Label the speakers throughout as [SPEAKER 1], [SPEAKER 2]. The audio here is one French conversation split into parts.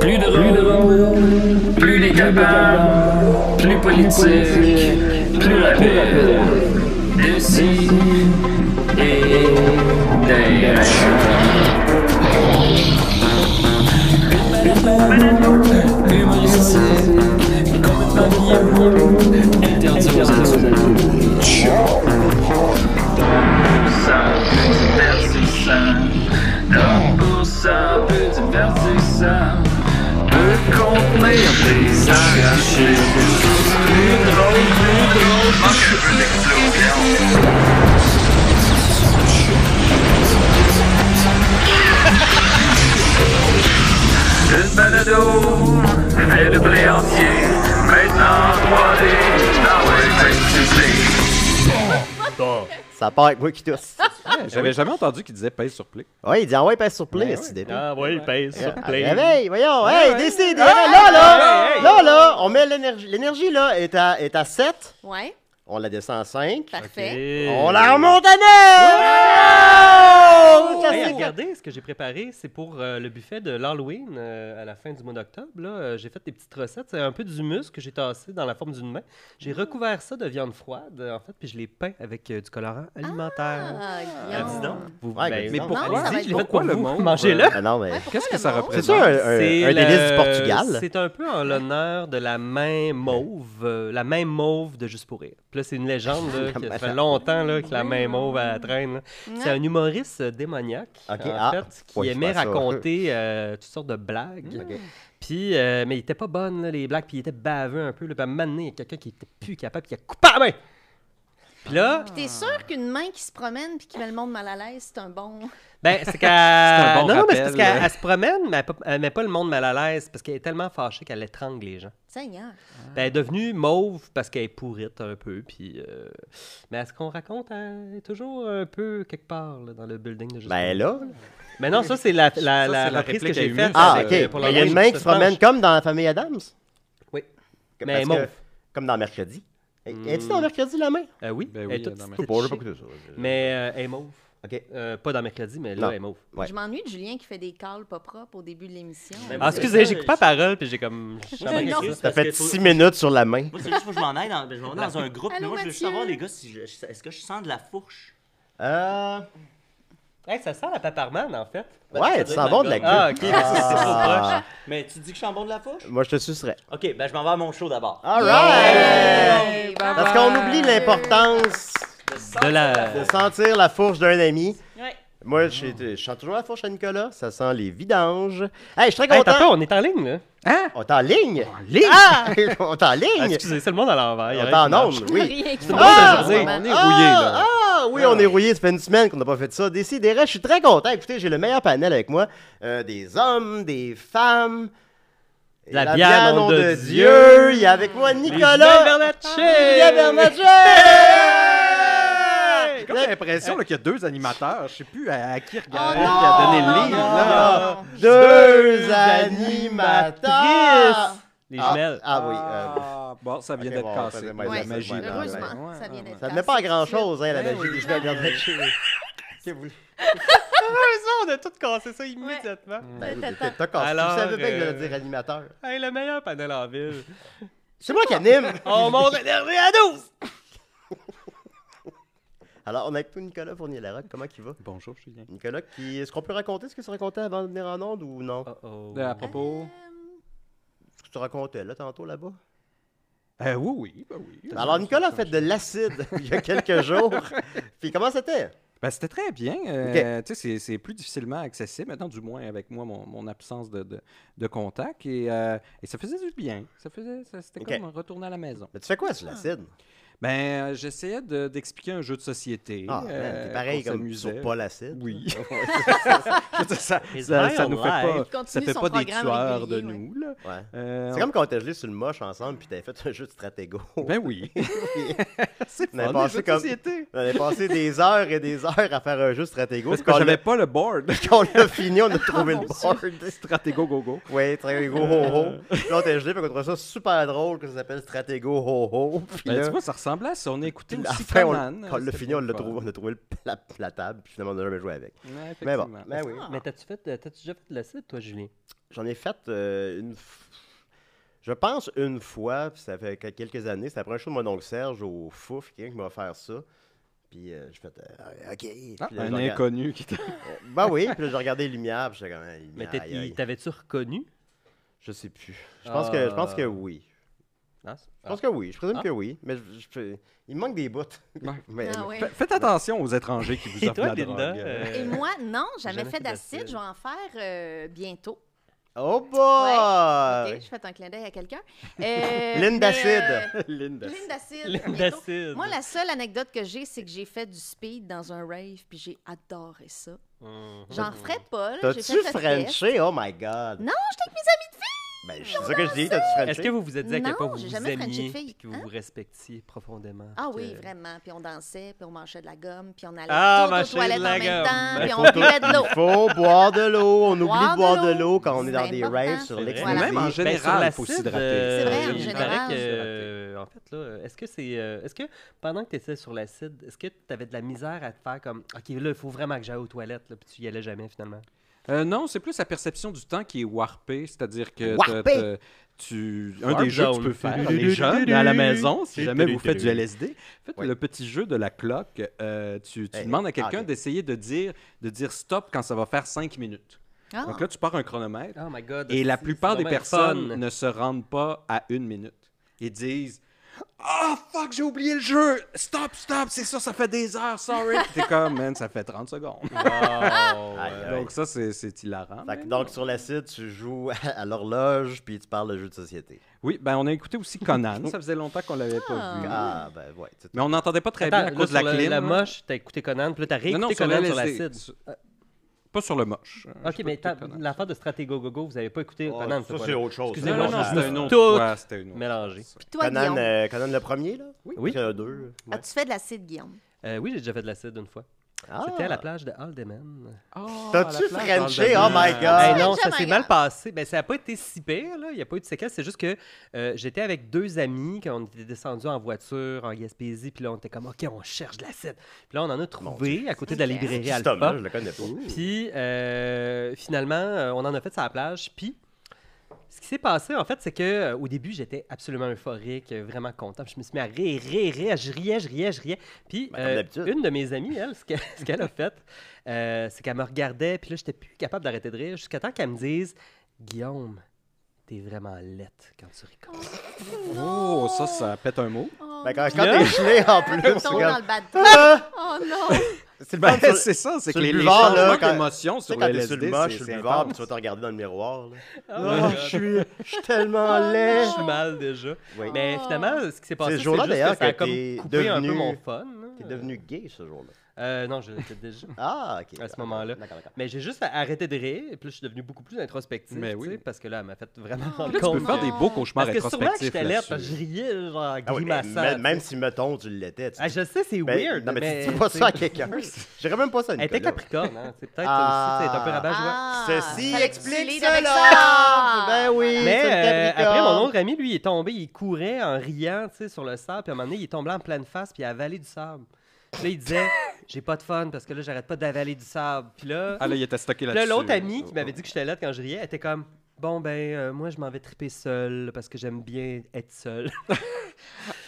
[SPEAKER 1] Plus drôle, plus décapable, plus politique, plus rapide. D'ici et d'ailleurs. Humoristique, complètement interdit aux adultes. Ça divertissant, donc pour ça, peu divertissant, peut contenir des arachides. Plus drôle, plus drôle, manque un peu d'explosion. Une balado, fait le blé entier, maintenant Ah 3D, dans le même
[SPEAKER 2] Ça part avec moi qui tousse.
[SPEAKER 3] Eh
[SPEAKER 4] J'avais jamais entendu qu'il disait pèse sur play.
[SPEAKER 2] Ouais, il dit Ah ouais, passe sur play, c'est débile.
[SPEAKER 5] Ah oui, pèse sur play. Ah,
[SPEAKER 2] Réveille, voyons, ben, hey, décide. Là, là, là, là, on met l'énergie. L'énergie, là, est à, est à 7.
[SPEAKER 3] Ouais,
[SPEAKER 2] On la descend à 5.
[SPEAKER 3] parfait.
[SPEAKER 2] On la remonte Oh, à 9!
[SPEAKER 5] Hey, regardez ce que j'ai préparé, c'est pour euh, le buffet de l'Halloween euh, à la fin du mois d'octobre. là. Euh, j'ai fait des petites recettes, c'est un peu d'humus que j'ai tassé dans la forme d'une main.
[SPEAKER 3] Mm.
[SPEAKER 5] J'ai recouvert ça de viande froide euh, en fait, puis je l'ai peint avec euh, du colorant alimentaire.
[SPEAKER 3] Ah,
[SPEAKER 5] Ah,
[SPEAKER 3] Guillaume.
[SPEAKER 5] dis donc, vous-
[SPEAKER 2] Ouais,
[SPEAKER 5] ben,
[SPEAKER 2] dis
[SPEAKER 5] mais
[SPEAKER 2] donc.
[SPEAKER 5] pourquoi
[SPEAKER 3] Non, ça va être
[SPEAKER 5] Je l'ai fait
[SPEAKER 3] bon.
[SPEAKER 5] pour
[SPEAKER 4] Pourquoi le
[SPEAKER 5] vous,
[SPEAKER 4] monde,
[SPEAKER 5] mangez-le.
[SPEAKER 2] Ah non, mais.
[SPEAKER 3] Ouais, pourquoi
[SPEAKER 4] Qu'est-ce que
[SPEAKER 3] le
[SPEAKER 4] ça
[SPEAKER 3] monde?
[SPEAKER 2] C'est
[SPEAKER 4] représente?
[SPEAKER 2] ça, un, un-
[SPEAKER 5] C'est
[SPEAKER 2] un
[SPEAKER 5] la-
[SPEAKER 2] délice du Portugal.
[SPEAKER 5] C'est un peu en l'honneur de la main mauve, euh, la main mauve de Juste pour rire. Puis là, c'est une légende là, que ça fait longtemps là, que la main mauve elle traîne. là. C'est un humoriste euh, démoniaque
[SPEAKER 2] Ok,
[SPEAKER 5] en
[SPEAKER 2] ah,
[SPEAKER 5] fait, qui
[SPEAKER 2] faut qu'il
[SPEAKER 5] aimait
[SPEAKER 2] fasse ça.
[SPEAKER 5] raconter euh, toutes sortes de blagues.
[SPEAKER 2] Ok.
[SPEAKER 5] Puis, euh, mais il était pas bonne, là, les blagues, puis il était baveux un peu. Là, puis à un moment donné, il y a quelqu'un qui était plus capable, puis il a coupé la main. Puis là,
[SPEAKER 3] T'es sûr qu'une main qui se promène puis qui met le monde mal à l'aise, c'est un bon.
[SPEAKER 5] ben, c'est qu'elle.
[SPEAKER 4] un bon
[SPEAKER 5] non, non, mais c'est parce
[SPEAKER 4] rappel,
[SPEAKER 5] qu'elle
[SPEAKER 4] là.
[SPEAKER 5] elle se promène, mais elle pa- elle met pas le monde mal à l'aise parce qu'elle est tellement fâchée qu'elle étrangle les gens.
[SPEAKER 3] Seigneur.
[SPEAKER 5] Ben, elle est devenue mauve parce qu'elle est pourrite un peu. Puis, euh, Mais ce qu'on raconte elle est toujours un peu quelque part là, dans le building de Justin.
[SPEAKER 2] Ben là.
[SPEAKER 5] Mais non, ça, c'est la, la,
[SPEAKER 4] Ça,
[SPEAKER 5] la
[SPEAKER 4] c'est la
[SPEAKER 5] reprise que
[SPEAKER 4] réplique à
[SPEAKER 5] j'ai
[SPEAKER 4] Humus,
[SPEAKER 5] faite.
[SPEAKER 2] Ah,
[SPEAKER 5] avec,
[SPEAKER 2] ok.
[SPEAKER 5] euh, pour la
[SPEAKER 2] Mais il y a une
[SPEAKER 5] main
[SPEAKER 2] main
[SPEAKER 5] qui
[SPEAKER 2] qui se
[SPEAKER 5] se penche.
[SPEAKER 2] promène comme dans la famille Adams.
[SPEAKER 5] Oui.
[SPEAKER 2] Que-
[SPEAKER 5] Mais
[SPEAKER 2] parce
[SPEAKER 5] mauve.
[SPEAKER 2] que- Comme dans mercredi. Est-ce dans mercredi la main?
[SPEAKER 5] Euh, oui,
[SPEAKER 4] Ben
[SPEAKER 5] elle
[SPEAKER 4] oui,
[SPEAKER 5] est toute
[SPEAKER 4] dans ma-
[SPEAKER 5] stitchée, Mais euh, elle est mauve.
[SPEAKER 2] Ok.
[SPEAKER 5] Euh, pas dans mercredi, mais là,
[SPEAKER 2] Non.
[SPEAKER 5] elle est mauve.
[SPEAKER 2] Ouais.
[SPEAKER 3] Je m'ennuie de Julien qui fait des calls pas propres au début de l'émission.
[SPEAKER 5] Ah,
[SPEAKER 3] C'est-
[SPEAKER 5] excusez, j'ai coupé la parole, puis j'ai comme. j'ai remarqué
[SPEAKER 3] Non.
[SPEAKER 5] ça.
[SPEAKER 2] Ça
[SPEAKER 6] Parce
[SPEAKER 2] fait
[SPEAKER 6] que faut-
[SPEAKER 2] six minutes sur la main.
[SPEAKER 6] Moi, c'est juste faut que je m'en aille dans, ben, je m'en vais dans un groupe.
[SPEAKER 3] Allô,
[SPEAKER 6] mais moi, je veux juste
[SPEAKER 3] Mathieu?
[SPEAKER 6] savoir, les gars, si je- je- est-ce que je sens de la fourche?
[SPEAKER 2] Euh.
[SPEAKER 5] Hey, ça sent la paparmane, en fait.
[SPEAKER 2] Ouais, tu sens bon de la queue.
[SPEAKER 5] Ah, ok, c'est trop
[SPEAKER 2] Ah.
[SPEAKER 5] proche.
[SPEAKER 6] Mais tu dis que je suis en bon de la fourche?
[SPEAKER 2] Moi, je te sucerais.
[SPEAKER 6] Ok, ben je m'en vais à mon show d'abord.
[SPEAKER 7] Ah.
[SPEAKER 2] Alright!
[SPEAKER 3] Hey, bye
[SPEAKER 2] Parce
[SPEAKER 3] bye.
[SPEAKER 2] qu'on oublie l'importance
[SPEAKER 5] De la.
[SPEAKER 2] de sentir la fourche d'un ami.
[SPEAKER 3] Ouais.
[SPEAKER 2] Moi, je, je sens toujours la fourche à Nicolas. Ça sent les vidanges. Hey, je suis très
[SPEAKER 5] Hey,
[SPEAKER 2] content.
[SPEAKER 5] t'as pas, on est en ligne, là.
[SPEAKER 2] on est en ligne. Ah! on est en
[SPEAKER 5] Ah,
[SPEAKER 2] ligne.
[SPEAKER 5] excusez, c'est le monde à l'envers. il y a
[SPEAKER 2] on est
[SPEAKER 5] rien
[SPEAKER 2] en
[SPEAKER 5] qui marche.
[SPEAKER 2] nombre, oui.
[SPEAKER 3] Rien qui
[SPEAKER 2] Ah!
[SPEAKER 5] Bonne journée.
[SPEAKER 2] Ah!
[SPEAKER 4] On est rouillé, là.
[SPEAKER 2] Ah oui, on est rouillé. Ça fait une semaine qu'on n'a pas fait ça. Décidérez, je suis très content. Écoutez, j'ai le meilleur panel avec moi. Euh, des hommes, des femmes. Et
[SPEAKER 5] La bière, nom de Dieu.
[SPEAKER 2] Il y a avec moi Nicolas.
[SPEAKER 5] Julien Ah, Bernatchez.
[SPEAKER 2] Julien Bernatchez.
[SPEAKER 4] J'ai comme l'impression là, qu'il y a deux animateurs. Je sais plus à, à qui
[SPEAKER 3] Oh
[SPEAKER 4] regarder,
[SPEAKER 3] non,
[SPEAKER 4] qui a donné le livre.
[SPEAKER 3] non,
[SPEAKER 4] là.
[SPEAKER 3] non.
[SPEAKER 2] Deux animateurs.
[SPEAKER 5] Les
[SPEAKER 2] Ah,
[SPEAKER 5] jumelles.
[SPEAKER 2] Ah, oui. euh,
[SPEAKER 4] Ah, bon, ça vient
[SPEAKER 2] Ok,
[SPEAKER 4] d'être
[SPEAKER 2] bon, ça
[SPEAKER 4] cassé.
[SPEAKER 2] vient d'être
[SPEAKER 3] Ouais,
[SPEAKER 2] la magie. là,
[SPEAKER 3] Heureusement,
[SPEAKER 4] ouais.
[SPEAKER 3] ça
[SPEAKER 4] Ouais,
[SPEAKER 3] vient d'être
[SPEAKER 2] Ça ne met pas à grand-chose, hein, la
[SPEAKER 4] Ben
[SPEAKER 2] magie des jumelles Bernatchez. Ok, vous-
[SPEAKER 5] on a tout cassé ça
[SPEAKER 3] immédiatement.
[SPEAKER 2] Ben oui,
[SPEAKER 3] Attends.
[SPEAKER 2] t'as- t'as cassé.
[SPEAKER 5] Alors,
[SPEAKER 2] Tu savais bien que
[SPEAKER 5] euh,
[SPEAKER 2] j'allais dire animateur.
[SPEAKER 5] Hey, le meilleur panel en ville.
[SPEAKER 2] C'est moi qui anime.
[SPEAKER 5] On monte l'énergie à 12!
[SPEAKER 2] Alors, on a avec nous Nicolas Fournier-Larocque. Comment il va?
[SPEAKER 4] Bonjour, Julien.
[SPEAKER 2] Nicolas, qui... est-ce qu'on peut raconter ce que tu racontais avant de venir en onde ou non?
[SPEAKER 4] Ah.
[SPEAKER 5] Oh oh.
[SPEAKER 4] À propos.
[SPEAKER 2] Ce que tu racontais là, tantôt, là-bas?
[SPEAKER 4] Euh, oui, oui, ben oui.
[SPEAKER 2] Alors, Nicolas a fait de l'acide il y a quelques jours. Puis comment c'était?
[SPEAKER 4] Ben, c'était très bien. euh, tu sais, c'est- c'est plus difficilement accessible, maintenant, du moins avec moi, mon, mon absence de, de, de contact. Et, euh, et ça faisait du bien. Ça faisait, ça- c'était
[SPEAKER 2] Ok.
[SPEAKER 4] comme retourner à la maison.
[SPEAKER 2] Mais tu fais quoi sur l'acide?
[SPEAKER 4] Ben, euh, j'essayais de- d'expliquer un jeu de société.
[SPEAKER 2] Ah,
[SPEAKER 4] euh,
[SPEAKER 2] man, t'es pareil
[SPEAKER 4] qu'on
[SPEAKER 2] comme
[SPEAKER 4] s'amusait.
[SPEAKER 2] sur pas l'acide.
[SPEAKER 4] Oui.
[SPEAKER 2] Ouais,
[SPEAKER 4] Je veux dire, ça,
[SPEAKER 5] His
[SPEAKER 4] ça-
[SPEAKER 5] smile
[SPEAKER 4] ça nous fait pas,
[SPEAKER 5] alive.
[SPEAKER 3] Il
[SPEAKER 4] ça
[SPEAKER 3] continue
[SPEAKER 4] fait
[SPEAKER 3] son
[SPEAKER 4] pas des
[SPEAKER 3] programme
[SPEAKER 4] tueurs de
[SPEAKER 3] régulier, ouais.
[SPEAKER 4] nous. Là.
[SPEAKER 2] ouais.
[SPEAKER 4] Euh,
[SPEAKER 2] C'est comme quand on t'a gelé sur le moche ensemble, puis t'avais fait un jeu de stratégo.
[SPEAKER 4] Ben oui. c'est
[SPEAKER 2] On avait
[SPEAKER 4] fun,
[SPEAKER 2] passé
[SPEAKER 4] les jeux de
[SPEAKER 2] comme-
[SPEAKER 4] société.
[SPEAKER 2] On avait passé des heures et des heures à faire un jeu de stratégo.
[SPEAKER 4] Parce
[SPEAKER 2] Puis
[SPEAKER 4] que
[SPEAKER 2] quand on
[SPEAKER 4] j'avais Oh,
[SPEAKER 2] l'a-
[SPEAKER 4] pas le board.
[SPEAKER 2] quand on l'a fini, on a trouvé le board.
[SPEAKER 4] Stratego go go.
[SPEAKER 2] Oui, Stratego
[SPEAKER 4] Euh.
[SPEAKER 2] Ho Ho. Puis là, on t'a gelé, fait qu'on trouvait ça super drôle que ça s'appelle Stratego Ho Ho. Puis
[SPEAKER 4] Ben,
[SPEAKER 2] là,
[SPEAKER 4] tu vois, ça ressemble ressemblait à ça. On a écouté
[SPEAKER 2] Puis
[SPEAKER 4] aussi
[SPEAKER 2] après, on-
[SPEAKER 4] Conan.
[SPEAKER 2] quand on l'a
[SPEAKER 4] C'était
[SPEAKER 2] fini,
[SPEAKER 4] pas
[SPEAKER 2] on
[SPEAKER 4] le
[SPEAKER 2] l'a
[SPEAKER 4] fun.
[SPEAKER 2] trouvé, on a trouvé le pla- la table, puis finalement, on n'a jamais joué avec.
[SPEAKER 4] Ouais,
[SPEAKER 2] Mais bon,
[SPEAKER 4] effectivement.
[SPEAKER 2] ben oui.
[SPEAKER 5] Mais t'as-tu fait, euh, t'as-tu déjà fait de l'acide, toi, Julien?
[SPEAKER 2] J'en ai fait euh, une. f- Je pense une fois, puis ça fait que- quelques années, c'était après un show de mon oncle Serge au Fouf, quelqu'un qui m'a offert ça. Puis euh, j'ai fait euh, Ah, OK. Puis
[SPEAKER 4] Ah,
[SPEAKER 2] là,
[SPEAKER 4] un
[SPEAKER 2] je regarde-
[SPEAKER 4] inconnu qui t'a-
[SPEAKER 2] Euh, Ben oui, puis là, j'ai regardé les lumières, puis j'étais comme Ah, les
[SPEAKER 5] Mais
[SPEAKER 2] lumières,
[SPEAKER 5] t'es-
[SPEAKER 2] aïe, aïe.
[SPEAKER 5] il- t'avais-tu reconnu?
[SPEAKER 2] Je sais plus. Je pense, que, je pense que
[SPEAKER 5] Ah.
[SPEAKER 2] oui.
[SPEAKER 5] Non,
[SPEAKER 2] Je pense que oui. Je présume
[SPEAKER 5] Ah.
[SPEAKER 2] que oui. Mais je- je- il me manque des bouts.
[SPEAKER 4] Ouais.
[SPEAKER 2] Mais-
[SPEAKER 3] Ah ouais.
[SPEAKER 4] Fa- Faites attention aux étrangers qui vous
[SPEAKER 5] Et
[SPEAKER 4] offrent
[SPEAKER 5] toi,
[SPEAKER 4] la
[SPEAKER 5] Linda?
[SPEAKER 4] drogue.
[SPEAKER 5] euh,
[SPEAKER 3] Et moi, non, jamais
[SPEAKER 5] Jamais
[SPEAKER 3] fait
[SPEAKER 5] fait d'acide.
[SPEAKER 3] d'acide. Je vais en faire euh, bientôt.
[SPEAKER 2] Oh
[SPEAKER 3] Ok,
[SPEAKER 2] boy!
[SPEAKER 3] je fais un clin d'œil à quelqu'un. Euh,
[SPEAKER 2] Lynn
[SPEAKER 3] mais,
[SPEAKER 2] d'acide!
[SPEAKER 3] euh,
[SPEAKER 2] Linda.
[SPEAKER 3] Lynn d'acide.
[SPEAKER 5] Lune
[SPEAKER 3] bientôt.
[SPEAKER 5] d'acide.
[SPEAKER 3] Moi, la seule anecdote que j'ai, c'est que j'ai fait du speed dans un rave, puis j'ai adoré ça.
[SPEAKER 5] Mhm.
[SPEAKER 3] J'en referais pas. là, J'ai fait
[SPEAKER 2] T'as-tu
[SPEAKER 3] le test.
[SPEAKER 2] Frenché? Oh my god!
[SPEAKER 3] Non,
[SPEAKER 2] Ben, c'est ça que je dis, t'as-tu Frenché?
[SPEAKER 5] Est-ce que vous vous êtes dit à quel
[SPEAKER 3] Non,
[SPEAKER 5] point vous
[SPEAKER 3] j'ai
[SPEAKER 5] vous
[SPEAKER 3] jamais frenché de
[SPEAKER 5] aimiez
[SPEAKER 3] fille,
[SPEAKER 5] et que vous
[SPEAKER 3] hein?
[SPEAKER 5] vous respectiez profondément? Euh,
[SPEAKER 3] Ah
[SPEAKER 5] que-
[SPEAKER 3] oui, vraiment. Puis on dansait, puis on mangeait de la gomme, puis on allait
[SPEAKER 5] Ah,
[SPEAKER 3] toutes aux
[SPEAKER 5] mâcher de
[SPEAKER 3] toilettes en
[SPEAKER 5] la
[SPEAKER 3] même
[SPEAKER 5] gomme.
[SPEAKER 3] temps,
[SPEAKER 5] Ben,
[SPEAKER 3] puis on
[SPEAKER 2] faut
[SPEAKER 3] buvait de l'eau.
[SPEAKER 2] Il faut boire de l'eau. On oublie
[SPEAKER 3] Boire
[SPEAKER 2] de
[SPEAKER 3] de
[SPEAKER 2] boire de
[SPEAKER 3] l'eau.
[SPEAKER 2] l'eau quand on est
[SPEAKER 3] C'est
[SPEAKER 2] dans des
[SPEAKER 3] important.
[SPEAKER 2] raves sur
[SPEAKER 5] C'est vrai.
[SPEAKER 2] l'exclusive.
[SPEAKER 3] Voilà.
[SPEAKER 4] Même en
[SPEAKER 5] Ben, sur
[SPEAKER 4] général, il faut
[SPEAKER 5] l'acide,
[SPEAKER 4] s'hydrater.
[SPEAKER 5] euh,
[SPEAKER 3] C'est vrai, en
[SPEAKER 5] il
[SPEAKER 3] général.
[SPEAKER 5] paraît que, euh, en fait, là, euh, est-ce que c'est, euh, est-ce que pendant que tu étais sur l'acide, est-ce que tu avais de la misère à te faire comme, ok, là, il faut vraiment que j'aille aux toilettes, là, puis tu y allais jamais finalement.
[SPEAKER 4] Euh, non, c'est plus la perception du temps qui est warpée, c'est-à-dire que
[SPEAKER 2] Warpée?
[SPEAKER 4] t'as- t'as- tu un
[SPEAKER 5] Warp
[SPEAKER 4] des jeux que tu
[SPEAKER 5] zone.
[SPEAKER 4] peux faire les jeunes à la maison, si jamais vous faites du LSD, faites
[SPEAKER 2] Oui.
[SPEAKER 4] le petit jeu de la cloque, euh, tu, tu
[SPEAKER 2] Hey,
[SPEAKER 4] demandes à quelqu'un
[SPEAKER 2] ok.
[SPEAKER 4] d'essayer de dire de dire stop quand ça va faire 5 minutes.
[SPEAKER 3] Ah.
[SPEAKER 4] Donc là tu pars un chronomètre
[SPEAKER 5] Oh my God.
[SPEAKER 4] et la
[SPEAKER 5] c'est-
[SPEAKER 4] plupart
[SPEAKER 5] c'est
[SPEAKER 4] des
[SPEAKER 5] vraiment
[SPEAKER 4] personnes
[SPEAKER 5] fun.
[SPEAKER 4] ne se rendent pas à une minute. Ils disent ah fuck, j'ai oublié le jeu. Stop, stop, c'est ça, ça fait des heures, sorry. T'es comme, man, ça fait 30 secondes.
[SPEAKER 5] Wow.
[SPEAKER 2] Aïe, aïe.
[SPEAKER 4] Donc ça, c'est c'est hilarant.
[SPEAKER 2] Fait que
[SPEAKER 4] mais-
[SPEAKER 2] donc, sur l'acide, tu joues à à l'horloge, puis tu parles de jeux de société.
[SPEAKER 4] Oui, ben on a écouté aussi Conan. ça faisait longtemps qu'on l'avait pas vu.
[SPEAKER 2] Ah, ben ouais. tu-
[SPEAKER 4] Mais on n'entendait pas très bien à
[SPEAKER 5] Attends, là,
[SPEAKER 4] cause
[SPEAKER 5] sur
[SPEAKER 4] de la
[SPEAKER 5] la,
[SPEAKER 4] clim. là.
[SPEAKER 5] la moche, t'as écouté Conan, puis là, t'as
[SPEAKER 4] Non, non,
[SPEAKER 5] réécouté
[SPEAKER 4] sur
[SPEAKER 5] Conan
[SPEAKER 4] la
[SPEAKER 5] sur
[SPEAKER 4] LSD.
[SPEAKER 5] l'acide.
[SPEAKER 4] Sur- Pas sur le moche. Euh,
[SPEAKER 5] Ok,
[SPEAKER 4] j'ai
[SPEAKER 5] mais
[SPEAKER 4] pas écouté
[SPEAKER 5] t'as-
[SPEAKER 4] Conan.
[SPEAKER 5] l'affaire de Stratego Gogo, vous avez pas écouté
[SPEAKER 2] Oh,
[SPEAKER 5] Conan,
[SPEAKER 2] ça,
[SPEAKER 5] cette
[SPEAKER 2] c'est
[SPEAKER 5] fois-là.
[SPEAKER 2] autre chose.
[SPEAKER 4] Excusez-moi,
[SPEAKER 2] ça.
[SPEAKER 4] non, c'était une autre.
[SPEAKER 5] Tout
[SPEAKER 4] fois, c'était une autre.
[SPEAKER 5] mélangé.
[SPEAKER 3] Puis toi,
[SPEAKER 2] Conan,
[SPEAKER 3] Guillaume,
[SPEAKER 2] euh, Conan le premier, là?
[SPEAKER 5] Oui.
[SPEAKER 2] Il y en a deux. ouais.
[SPEAKER 3] as-tu fait de l'acide, Guillaume?
[SPEAKER 5] Euh, oui, j'ai déjà fait de l'acide une fois.
[SPEAKER 2] Ah.
[SPEAKER 5] C'était à la plage de Aldeman.
[SPEAKER 4] Oh,
[SPEAKER 2] T'as-tu
[SPEAKER 4] à la place,
[SPEAKER 2] Frenché?
[SPEAKER 4] dans
[SPEAKER 2] Oh
[SPEAKER 4] le-
[SPEAKER 2] my
[SPEAKER 5] Ben
[SPEAKER 2] god!
[SPEAKER 5] non,
[SPEAKER 3] Jamais
[SPEAKER 5] ça s'est mal
[SPEAKER 3] grave.
[SPEAKER 5] passé. Ben, ça n'a pas été si pire. Là. Il n'y a pas eu de séquelles. C'est juste que euh, j'étais avec deux amis quand on était descendus en voiture en Gaspésie. Puis là, on était comme, OK, on cherche de l'acide. Puis là, on en a trouvé à côté de la
[SPEAKER 3] Ok.
[SPEAKER 5] librairie
[SPEAKER 2] Cet homme-là,
[SPEAKER 5] Alpha.
[SPEAKER 2] Ah, je le connais
[SPEAKER 3] Oh.
[SPEAKER 2] pas.
[SPEAKER 5] Puis euh, finalement, euh, on en a fait sur la plage. Puis ce qui s'est passé, en fait, c'est que euh, au début, j'étais absolument euphorique, euh, vraiment content. Puis Je me suis mis à rire, rire, rire. Je riais, je riais, je riais. Puis
[SPEAKER 2] Ben, comme
[SPEAKER 5] euh,
[SPEAKER 2] d'habitude.
[SPEAKER 5] une de mes amies, elle, ce que- ce qu'elle a fait, euh, c'est qu'elle me regardait. Puis là, j'étais plus capable d'arrêter de rire jusqu'à temps qu'elle me dise Guillaume, t'es vraiment lette quand tu rigoles.
[SPEAKER 4] Oh, ça, ça pète un mot.
[SPEAKER 3] Oh,
[SPEAKER 2] Ben, quand quand
[SPEAKER 5] Là.
[SPEAKER 2] t'es gelé, en plus,
[SPEAKER 3] il
[SPEAKER 2] c'est
[SPEAKER 3] tombe
[SPEAKER 2] comme...
[SPEAKER 3] dans le bad trip.
[SPEAKER 2] Ah!
[SPEAKER 3] Oh non!
[SPEAKER 2] C'est le
[SPEAKER 4] Ben,
[SPEAKER 2] fun sur-
[SPEAKER 4] c'est ça, c'est
[SPEAKER 2] sur
[SPEAKER 4] que
[SPEAKER 2] le
[SPEAKER 4] les, les
[SPEAKER 2] buvard, là,
[SPEAKER 4] changements
[SPEAKER 2] quand-
[SPEAKER 4] d'émotion
[SPEAKER 2] Tu sais,
[SPEAKER 4] sur
[SPEAKER 2] quand
[SPEAKER 4] le
[SPEAKER 2] t'es sur le
[SPEAKER 4] LSD,
[SPEAKER 2] moche,
[SPEAKER 4] c'est-
[SPEAKER 2] sur
[SPEAKER 4] c'est
[SPEAKER 2] le buvard, puis
[SPEAKER 4] intense.
[SPEAKER 2] tu vas te regarder dans le miroir. Là.
[SPEAKER 5] my
[SPEAKER 2] Ah,
[SPEAKER 5] God.
[SPEAKER 2] je suis, je suis tellement
[SPEAKER 3] Oh,
[SPEAKER 2] laid.
[SPEAKER 5] Je suis mal déjà.
[SPEAKER 2] Oui.
[SPEAKER 5] Mais finalement, ce qui s'est passé,
[SPEAKER 2] ce
[SPEAKER 5] c'est
[SPEAKER 2] jour-là,
[SPEAKER 5] juste que
[SPEAKER 2] d'ailleurs,
[SPEAKER 5] ça a
[SPEAKER 2] que
[SPEAKER 5] comme
[SPEAKER 2] t'es
[SPEAKER 5] coupé un peu
[SPEAKER 2] devenu-
[SPEAKER 5] mon fun.
[SPEAKER 2] T'es
[SPEAKER 5] là.
[SPEAKER 2] devenu gay ce jour-là.
[SPEAKER 5] Euh, non, je l'étais déjà.
[SPEAKER 2] Ah, ok.
[SPEAKER 5] À ce moment-là.
[SPEAKER 2] D'accord, d'accord.
[SPEAKER 5] Mais j'ai juste arrêté de rire, et puis là, je suis devenu beaucoup plus introspectif,
[SPEAKER 4] Mais
[SPEAKER 5] tu
[SPEAKER 4] oui.
[SPEAKER 5] sais, parce que là, elle m'a fait vraiment
[SPEAKER 3] Ah,
[SPEAKER 5] rendre
[SPEAKER 4] Là, tu
[SPEAKER 5] compte
[SPEAKER 4] peux faire
[SPEAKER 5] que-
[SPEAKER 4] des beaux cauchemars
[SPEAKER 5] Parce que sûrement que
[SPEAKER 4] rétrospectifs
[SPEAKER 5] j'étais là, parce que je
[SPEAKER 4] là-dessus.
[SPEAKER 5] riais, genre, en
[SPEAKER 2] Ah oui, mais
[SPEAKER 5] grimaçant,
[SPEAKER 2] même-
[SPEAKER 5] tu
[SPEAKER 2] même
[SPEAKER 5] sais.
[SPEAKER 2] si, mettons, tu l'étais. tu-
[SPEAKER 5] Ah, je sais, c'est
[SPEAKER 2] Ben,
[SPEAKER 5] weird,
[SPEAKER 2] Non, mais,
[SPEAKER 5] mais...
[SPEAKER 2] tu dis pas
[SPEAKER 5] tu
[SPEAKER 2] ça à
[SPEAKER 5] sais,
[SPEAKER 2] quelqu'un. J'irais même pas ça à
[SPEAKER 5] Elle était
[SPEAKER 2] Nicolas.
[SPEAKER 5] capricorne, hein, c'est peut-être
[SPEAKER 2] Ah.
[SPEAKER 5] aussi, c'est un peu rabat-joie.
[SPEAKER 3] Ah,
[SPEAKER 2] Ceci
[SPEAKER 3] fallait que tu
[SPEAKER 2] explique
[SPEAKER 3] leads avec
[SPEAKER 2] cela! Ben oui,
[SPEAKER 5] Mais
[SPEAKER 2] c'est le
[SPEAKER 5] euh,
[SPEAKER 2] Capricorne.
[SPEAKER 5] après, mon autre ami, lui, il est tombé, il courait en riant, tu sais, sur le sable, puis à un moment donné, il est tombé en pleine face, puis il a avalé du sable. Puis là, il disait, j'ai pas de fun, parce que là, j'arrête pas d'avaler du sable. Puis là...
[SPEAKER 4] Ah là, il était stocké
[SPEAKER 5] Puis là,
[SPEAKER 4] là-dessus.
[SPEAKER 5] l'autre ami qui m'avait dit que j'étais laide quand je riais, elle était comme Bon, ben, euh, moi, je m'en vais triper seul parce que j'aime bien être seul.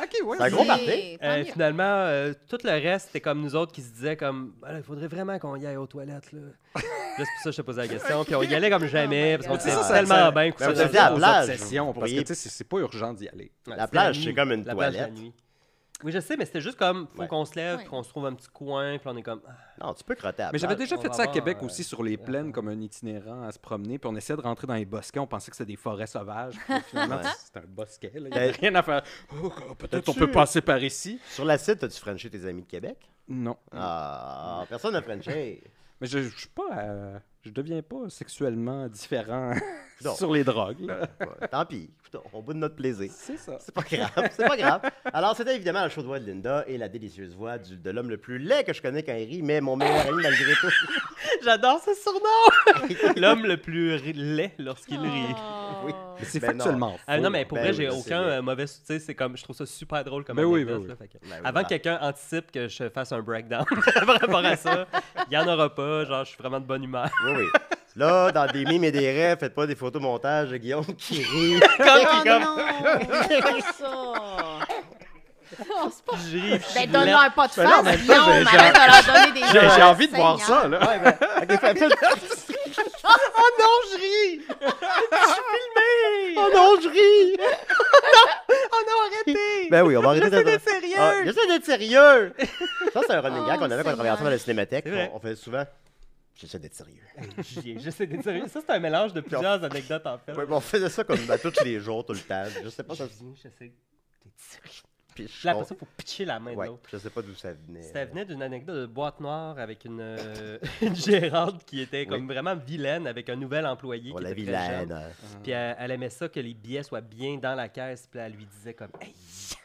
[SPEAKER 4] Ok, ouais.
[SPEAKER 2] C'est un gros
[SPEAKER 3] Et-
[SPEAKER 2] party.
[SPEAKER 3] tant Ah, mieux.
[SPEAKER 5] finalement, euh, tout le reste, c'était comme nous autres qui se disaient comme Ah là, Il faudrait vraiment qu'on y aille aux toilettes, là. Là, c'est pour ça que je te posais la question. Puis on y allait comme jamais
[SPEAKER 3] Oh my
[SPEAKER 5] parce qu'on
[SPEAKER 3] God.
[SPEAKER 5] était
[SPEAKER 3] C'est
[SPEAKER 2] ça, ça-
[SPEAKER 5] tellement
[SPEAKER 4] ça-
[SPEAKER 5] bien. couché
[SPEAKER 2] Ben,
[SPEAKER 5] dans
[SPEAKER 2] vous
[SPEAKER 5] le
[SPEAKER 2] étiez à
[SPEAKER 5] lit.
[SPEAKER 2] la
[SPEAKER 4] aux
[SPEAKER 2] plage,
[SPEAKER 4] obsessions,
[SPEAKER 2] vous
[SPEAKER 4] parce que
[SPEAKER 2] pourriez-
[SPEAKER 4] tu sais, c'est- c'est pas urgent d'y aller.
[SPEAKER 5] Ouais,
[SPEAKER 2] la
[SPEAKER 5] c'était
[SPEAKER 2] plage,
[SPEAKER 5] nuit.
[SPEAKER 2] c'est comme une
[SPEAKER 5] La plage, la
[SPEAKER 2] toilette.
[SPEAKER 5] nuit. Oui, je sais, mais c'était juste comme Faut
[SPEAKER 2] Ouais.
[SPEAKER 5] qu'on se lève,
[SPEAKER 3] Ouais.
[SPEAKER 5] puis qu'on se trouve un petit coin, puis on est comme Ah,
[SPEAKER 2] Non, tu peux crotter à la
[SPEAKER 4] Mais j'avais
[SPEAKER 2] plage.
[SPEAKER 4] déjà
[SPEAKER 5] on
[SPEAKER 4] fait
[SPEAKER 5] va
[SPEAKER 4] ça à
[SPEAKER 5] voir,
[SPEAKER 4] Québec
[SPEAKER 5] euh,
[SPEAKER 4] aussi, sur les plaines, comme un itinérant à se promener. Puis on essayait de rentrer dans les bosquets. On pensait que c'était des forêts sauvages. puis finalement,
[SPEAKER 2] Ouais.
[SPEAKER 4] c'est un bosquet. là, Il n'y
[SPEAKER 2] Ben,
[SPEAKER 4] avait rien à faire. Oh, Peut-être
[SPEAKER 2] t'as-tu-
[SPEAKER 4] on peut passer par ici.
[SPEAKER 2] Sur la site, as-tu Frenché tes amis de Québec?
[SPEAKER 4] Non.
[SPEAKER 5] Hmm.
[SPEAKER 2] Ah, personne n'a Frenché.
[SPEAKER 4] Mais je ne suis pas. euh, je deviens pas sexuellement différent
[SPEAKER 2] Non.
[SPEAKER 4] sur les drogues. là.
[SPEAKER 2] Ouais, Tant pis, écoute, on bout de notre plaisir.
[SPEAKER 4] C'est ça.
[SPEAKER 2] C'est pas grave, c'est pas grave. Alors, c'était évidemment la chaude voix de Linda et la délicieuse voix du- de l'homme le plus laid que je connais quand il rit, mais mon meilleur ami malgré tout.
[SPEAKER 5] J'adore ce surnom L'homme le plus ri- laid lorsqu'il rit.
[SPEAKER 3] Oh. Oh.
[SPEAKER 2] Oui.
[SPEAKER 4] Mais C'est
[SPEAKER 2] Ben non.
[SPEAKER 4] factuellement
[SPEAKER 5] Ah, non,
[SPEAKER 4] faux.
[SPEAKER 5] mais pour
[SPEAKER 2] Ben
[SPEAKER 5] vrai,
[SPEAKER 2] oui,
[SPEAKER 5] j'ai
[SPEAKER 2] c'est
[SPEAKER 5] aucun
[SPEAKER 2] vrai.
[SPEAKER 5] euh, mauvais. Tu sais, c'est comme. Je trouve ça super drôle comme
[SPEAKER 4] Ben oui,
[SPEAKER 5] anecdote,
[SPEAKER 4] ben
[SPEAKER 5] là, fait que-
[SPEAKER 2] Ben oui,
[SPEAKER 5] Avant
[SPEAKER 2] voilà.
[SPEAKER 5] que quelqu'un anticipe que je fasse un breakdown par rapport à ça, il n'y en aura pas. Genre, je suis vraiment de bonne humeur.
[SPEAKER 2] Oui, oui. Là, dans des mimes et des rêves, faites pas des photomontages de Guillaume qui rit.
[SPEAKER 3] Oh non! ça! Non, c'est pas...
[SPEAKER 5] Je ris, puis je suis
[SPEAKER 3] Ben,
[SPEAKER 5] lente.
[SPEAKER 3] donne-leur pas de
[SPEAKER 2] Ben non, mais
[SPEAKER 3] face,
[SPEAKER 2] ça,
[SPEAKER 3] Guillaume!
[SPEAKER 2] ben, j'ai-
[SPEAKER 3] Arrête de leur donner des
[SPEAKER 2] j'ai- j'ai
[SPEAKER 3] envie
[SPEAKER 8] de voir ça, là.
[SPEAKER 2] Ouais, ben, avec des fa-
[SPEAKER 5] Oh non, je ris! Je suis filmé!
[SPEAKER 2] oh non, je ris!
[SPEAKER 5] Oh non, arrêtez!
[SPEAKER 2] Ben oui, on va arrêter
[SPEAKER 5] J'essaie
[SPEAKER 2] de-
[SPEAKER 5] d'être sérieux!
[SPEAKER 2] Ah, J'essaie d'être sérieux! Ça, c'est un running
[SPEAKER 3] Oh,
[SPEAKER 2] gag qu'on avait quand on travaillait
[SPEAKER 3] Seigneur.
[SPEAKER 2] ensemble à la cinémathèque.
[SPEAKER 5] C'est vrai. Ah
[SPEAKER 2] On, on fait souvent. J'essaie d'être sérieux.
[SPEAKER 5] J'y ai- J'essaie d'être sérieux. Ça, c'est un mélange de plusieurs anecdotes, en fait.
[SPEAKER 2] Ouais, mais on faisait ça comme à tous les jours, tout le temps. Je sais pas, ça se
[SPEAKER 5] Je sais. T'es sérieux.
[SPEAKER 2] piche.
[SPEAKER 5] Là, après ça, faut pitcher la main de
[SPEAKER 2] Ouais, euh,
[SPEAKER 5] l'autre.
[SPEAKER 2] je sais pas d'où ça venait.
[SPEAKER 5] Ça venait d'une anecdote de boîte noire avec une, euh, une gérante qui était comme vraiment vilaine avec un nouvel employé
[SPEAKER 2] Oh,
[SPEAKER 5] qui
[SPEAKER 2] la
[SPEAKER 5] était très jeune. Ah.
[SPEAKER 2] vilaine. hein.
[SPEAKER 5] Puis elle, elle aimait ça que les billets soient bien dans la caisse. Puis elle lui disait comme « Hey, ici,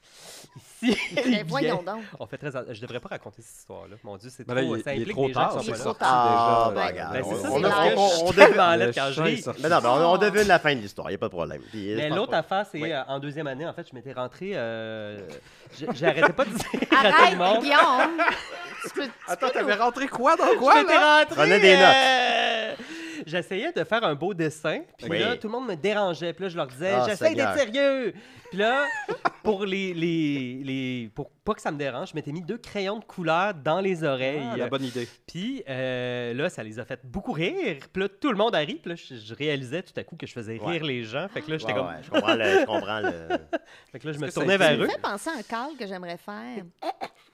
[SPEAKER 5] les
[SPEAKER 3] Mais
[SPEAKER 5] billets-
[SPEAKER 3] Eh ben, voyons donc.
[SPEAKER 5] On fait très... att- Je devrais pas raconter cette histoire-là. Mon Dieu, c'est
[SPEAKER 4] Ben là,
[SPEAKER 5] trop...
[SPEAKER 4] il-
[SPEAKER 5] ça
[SPEAKER 4] il est
[SPEAKER 5] implique
[SPEAKER 4] trop
[SPEAKER 5] des gens qui
[SPEAKER 4] tard,
[SPEAKER 5] sont
[SPEAKER 3] c'est
[SPEAKER 5] pas là.
[SPEAKER 3] trop
[SPEAKER 2] Ah,
[SPEAKER 4] déjà,
[SPEAKER 2] ben,
[SPEAKER 3] ouais.
[SPEAKER 2] regarde,
[SPEAKER 5] Ben, c'est
[SPEAKER 2] on-
[SPEAKER 5] ça,
[SPEAKER 2] on-
[SPEAKER 5] c'est
[SPEAKER 2] on-
[SPEAKER 5] large.
[SPEAKER 2] on- on-
[SPEAKER 5] Je
[SPEAKER 2] on
[SPEAKER 5] suis tellement
[SPEAKER 2] devine-
[SPEAKER 5] à l'aise
[SPEAKER 4] Le
[SPEAKER 5] quand je
[SPEAKER 4] chien
[SPEAKER 5] ris.
[SPEAKER 4] est sorti.
[SPEAKER 2] Mais non, mais on, on devine la fin de l'histoire, il a pas de problème. Puis, je
[SPEAKER 5] Mais
[SPEAKER 2] pense
[SPEAKER 5] l'autre
[SPEAKER 2] pas-
[SPEAKER 5] affaire, c'est
[SPEAKER 2] Ouais.
[SPEAKER 5] euh, en deuxième année, en fait, je m'étais rentré. euh, j'- J'arrêtais pas de dire à tout le
[SPEAKER 3] Arrête,
[SPEAKER 5] monde.
[SPEAKER 3] Guillaume! Tu peux...
[SPEAKER 4] Attends, t'avais rentré quoi dans quoi,
[SPEAKER 5] Je m'étais
[SPEAKER 4] là?
[SPEAKER 5] rentré.
[SPEAKER 2] Prenez des
[SPEAKER 5] euh, J'essayais de faire un beau dessin. Puis
[SPEAKER 2] Oui.
[SPEAKER 5] là, tout le monde me dérangeait. Puis là, je leur disais,
[SPEAKER 2] Ah,
[SPEAKER 5] j'essaie
[SPEAKER 2] Seigneur.
[SPEAKER 5] d'être sérieux. Puis là, pour les, les, les- pour pas que ça me dérange, je m'étais mis deux crayons de couleur dans les oreilles.
[SPEAKER 4] Ah, la bonne idée.
[SPEAKER 5] Puis euh, là, ça les a fait beaucoup rire. Puis là, tout le monde a ri. Puis là, je, je réalisais tout à coup que je faisais rire
[SPEAKER 2] Ouais.
[SPEAKER 5] les gens. Fait que là, j'étais
[SPEAKER 2] Ouais,
[SPEAKER 5] comme...
[SPEAKER 2] ouais, je comprends le. Je comprends le...
[SPEAKER 5] Fait que là, je
[SPEAKER 4] Est-ce
[SPEAKER 5] me
[SPEAKER 4] que ça a
[SPEAKER 5] tournais
[SPEAKER 4] été-
[SPEAKER 5] vers
[SPEAKER 3] Tu
[SPEAKER 5] eux.
[SPEAKER 3] me fais penser à un call que j'aimerais faire.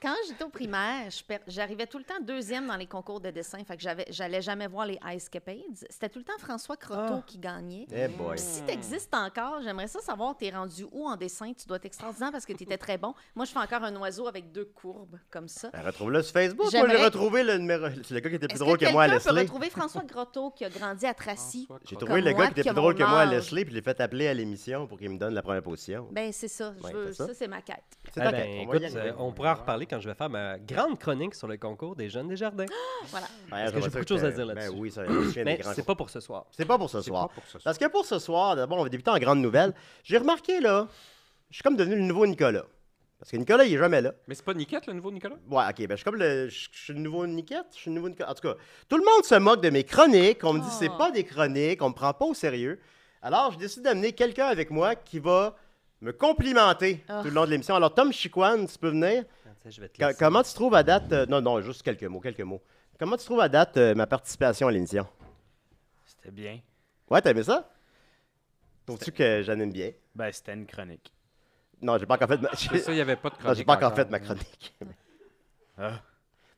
[SPEAKER 3] Quand j'étais au primaire, je per- j'arrivais tout le temps deuxième dans les concours de dessin. Fait que j'avais- j'allais jamais voir les Ice Capades. C'était tout le temps François Croteau
[SPEAKER 5] Ah.
[SPEAKER 3] qui gagnait.
[SPEAKER 2] Eh boy.
[SPEAKER 3] Puis Si tu existes encore, j'aimerais ça savoir, t'es rendu où en dessin? Tu dois être extraordinaire parce que tu étais très bon. Moi, je fais encore un oiseau avec deux courbes, comme ça.
[SPEAKER 2] Ben, Retrouve-le sur Facebook. Moi,
[SPEAKER 3] J'aimerais-
[SPEAKER 2] j'ai retrouvé le numéro. C'est le gars qui était plus
[SPEAKER 3] Est-ce que
[SPEAKER 2] drôle que, moi à
[SPEAKER 3] quelqu'un peut
[SPEAKER 2] Leslie.
[SPEAKER 3] retrouver François Grotteau qui a grandi à Tracy?
[SPEAKER 2] J'ai
[SPEAKER 3] comme
[SPEAKER 2] trouvé le
[SPEAKER 3] moi,
[SPEAKER 2] gars qui était
[SPEAKER 3] puis qui a
[SPEAKER 2] plus drôle
[SPEAKER 3] mon
[SPEAKER 2] que moi à
[SPEAKER 3] âge.
[SPEAKER 2] Leslie, puis je l'ai fait appeler à l'émission pour qu'il me donne la première position.
[SPEAKER 3] Ben, c'est ça. Je
[SPEAKER 2] Ouais,
[SPEAKER 3] veux...
[SPEAKER 2] c'est ça.
[SPEAKER 3] Ça, c'est ma quête.
[SPEAKER 2] C'est
[SPEAKER 5] Eh
[SPEAKER 2] ok,
[SPEAKER 5] ben,
[SPEAKER 2] on va y
[SPEAKER 5] écoute,
[SPEAKER 2] arriver.
[SPEAKER 5] euh, on pourra en reparler quand je vais faire ma grande chronique sur le concours des jeunes des jardins.
[SPEAKER 3] Voilà.
[SPEAKER 2] Ouais,
[SPEAKER 5] parce que
[SPEAKER 2] j'aimerais
[SPEAKER 5] j'ai
[SPEAKER 2] ça
[SPEAKER 5] beaucoup de choses à
[SPEAKER 2] tu-
[SPEAKER 5] dire
[SPEAKER 2] ben
[SPEAKER 5] là-dessus.
[SPEAKER 2] oui, ça, je viens des
[SPEAKER 5] Mais
[SPEAKER 2] grands
[SPEAKER 5] c'est pas pour ce soir.
[SPEAKER 2] C'est pas pour ce soir.
[SPEAKER 4] pour ce soir.
[SPEAKER 2] Parce que pour ce soir, d'abord, on va débuter en grande nouvelle. J'ai remarqué, là, je suis comme devenu le nouveau Nicolas. Parce que Nicolas, il est jamais là.
[SPEAKER 4] Mais c'est pas Niquette, le nouveau Nicolas?
[SPEAKER 2] Ouais, ok, ben je suis comme le. Je je suis le nouveau Niquette. Je suis le nouveau Nicolas. En tout cas, tout le monde se moque de mes chroniques. On me dit
[SPEAKER 3] Oh.
[SPEAKER 2] c'est pas des chroniques, on me prend pas au sérieux. Alors, je décide d'amener quelqu'un avec moi qui va me complimenter
[SPEAKER 3] Oh.
[SPEAKER 2] tout le long de l'émission. Alors, Tom Chiquan, tu peux venir.
[SPEAKER 4] Ah,
[SPEAKER 5] Attends, Je vais te
[SPEAKER 2] Qu-
[SPEAKER 5] laisser.
[SPEAKER 2] comment tu trouves à date. euh, non, non, juste quelques mots, quelques mots. Comment tu trouves à date euh, ma participation à l'émission?
[SPEAKER 8] C'était bien.
[SPEAKER 2] Ouais, t'as aimé ça? Trouves-tu que j'anime bien?
[SPEAKER 8] Ben, c'était une chronique.
[SPEAKER 2] Non, j'ai pas encore fait ma,
[SPEAKER 4] Ah, C'est ça, il n'y avait pas de
[SPEAKER 2] non,
[SPEAKER 4] chronique.
[SPEAKER 2] Ah, j'ai pas encore fait
[SPEAKER 4] encore.
[SPEAKER 2] ma chronique.
[SPEAKER 8] Ah.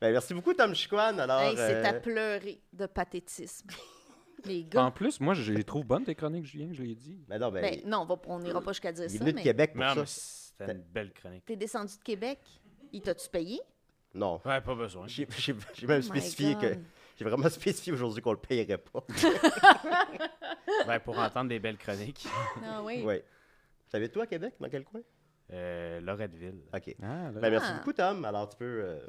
[SPEAKER 2] Ben, merci beaucoup, Tom Chiquan. Alors,
[SPEAKER 3] Hey, c'est à
[SPEAKER 2] euh,
[SPEAKER 3] pleurer de pathétisme. Les
[SPEAKER 4] En
[SPEAKER 3] gars.
[SPEAKER 4] plus, moi, je les trouve bonnes, tes chroniques, Julien, je l'ai dit.
[SPEAKER 2] ben non, ben,
[SPEAKER 3] Ben, non, on va- on n'ira pas jusqu'à dire
[SPEAKER 2] il est
[SPEAKER 3] ça,
[SPEAKER 2] venu de
[SPEAKER 3] mais
[SPEAKER 2] Québec pour
[SPEAKER 8] Non,
[SPEAKER 2] ça.
[SPEAKER 8] mais c'était une belle chronique.
[SPEAKER 3] t'es descendu de Québec. Il t'a-tu payé?
[SPEAKER 2] Non.
[SPEAKER 8] Ouais, pas besoin.
[SPEAKER 2] J'ai j'ai- j'ai même
[SPEAKER 3] Oh my
[SPEAKER 2] spécifié que.
[SPEAKER 3] God.
[SPEAKER 2] J'ai vraiment spécifié aujourd'hui qu'on le payerait pas.
[SPEAKER 8] Ben, pour entendre des belles chroniques.
[SPEAKER 3] Ah oui.
[SPEAKER 2] oui. T'avais toi à Québec, dans quel coin?
[SPEAKER 8] Euh, Loretteville.
[SPEAKER 2] OK.
[SPEAKER 4] Ah, là.
[SPEAKER 2] Ben, merci
[SPEAKER 3] Ah.
[SPEAKER 2] beaucoup, Tom. Alors, tu peux. euh,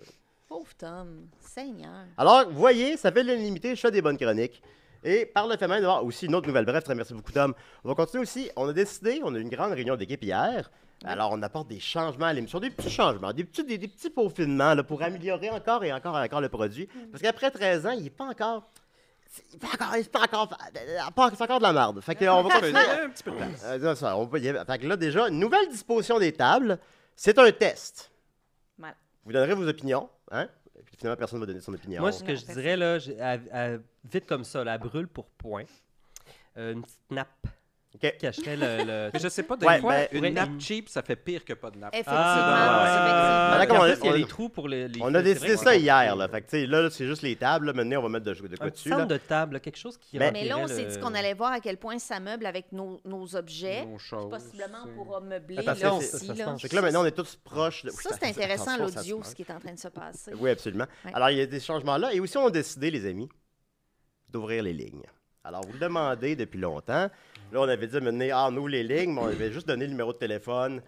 [SPEAKER 3] Pauvre Tom. Seigneur.
[SPEAKER 2] Alors, vous voyez, ça fait de l'unanimité, je fais des bonnes chroniques. Et par le fait même d'avoir aussi une autre nouvelle bref, très merci beaucoup Tom. On va continuer aussi, on a décidé, on a eu une grande réunion d'équipe hier. Alors, on apporte des changements à l'émission, des petits changements, des petits, des, des petits peaufinements là, pour améliorer encore et encore et encore le produit.
[SPEAKER 4] Mm.
[SPEAKER 2] Parce qu'après 13 ans, il n'est pas encore... C'est pas encore... C'est pas encore... euh, C'est encore de la merde. Fait que, on va continuer.
[SPEAKER 4] Un petit peu de place.
[SPEAKER 2] Euh, non, ça, on peut y aller. Fait que là, déjà, nouvelle disposition des tables, c'est un test.
[SPEAKER 3] Voilà.
[SPEAKER 2] Vous donnerez vos opinions, hein? Puis Finalement, personne ne va donner son opinion.
[SPEAKER 5] Moi, ce que
[SPEAKER 3] Non,
[SPEAKER 5] je
[SPEAKER 3] personne.
[SPEAKER 5] dirais, là, j'ai- à- à- vite comme ça, la brûle pour point, euh, une petite nappe
[SPEAKER 2] OK.
[SPEAKER 5] qui cacherait le. le-
[SPEAKER 4] Mais je sais pas, des
[SPEAKER 2] Ouais,
[SPEAKER 4] fois,
[SPEAKER 2] ben,
[SPEAKER 4] une
[SPEAKER 5] ouais.
[SPEAKER 4] nappe cheap, ça fait pire que pas de nappe.
[SPEAKER 3] Effectivement.
[SPEAKER 5] Ah,
[SPEAKER 2] ouais.
[SPEAKER 3] effectivement.
[SPEAKER 5] Puis Ah, en
[SPEAKER 2] D'accord, on-
[SPEAKER 5] plus, il y a
[SPEAKER 2] on-
[SPEAKER 5] les trous pour les. les-
[SPEAKER 2] On
[SPEAKER 5] c'est
[SPEAKER 2] a
[SPEAKER 5] vrai
[SPEAKER 2] décidé
[SPEAKER 5] qu'on-
[SPEAKER 2] ça hier, là. Fait que, tu sais, là, là, c'est juste les tables. là. Maintenant, on va mettre de, de quoi
[SPEAKER 5] Un petit
[SPEAKER 2] dessus,
[SPEAKER 5] centre
[SPEAKER 2] là.
[SPEAKER 5] de table, là, quelque chose qui.
[SPEAKER 2] Mais-
[SPEAKER 3] Mais là, on s'est
[SPEAKER 5] remplirait
[SPEAKER 3] dit
[SPEAKER 5] le-
[SPEAKER 3] qu'on allait voir à quel point ça meuble avec nos, nos objets.
[SPEAKER 4] Nos choses.
[SPEAKER 3] Possiblement, on pourra meubler
[SPEAKER 2] Parce
[SPEAKER 3] là
[SPEAKER 2] que c'est-
[SPEAKER 3] aussi.
[SPEAKER 5] ça se
[SPEAKER 3] là.
[SPEAKER 5] mange.
[SPEAKER 2] Fait que là, maintenant, on est tous proches. De...
[SPEAKER 3] Ça, c'est intéressant,
[SPEAKER 2] Attention, ça se
[SPEAKER 3] l'audio,
[SPEAKER 2] mange.
[SPEAKER 3] ce qui est en train de se passer.
[SPEAKER 2] Oui, absolument.
[SPEAKER 3] Ouais.
[SPEAKER 2] Alors, il y a des changements là. Et aussi, on a décidé, les amis, d'ouvrir les lignes. Alors, vous le demandez depuis longtemps. Là, on avait dit, maintenant, ah, on ouvre les lignes, mais on avait juste donné le numéro de téléphone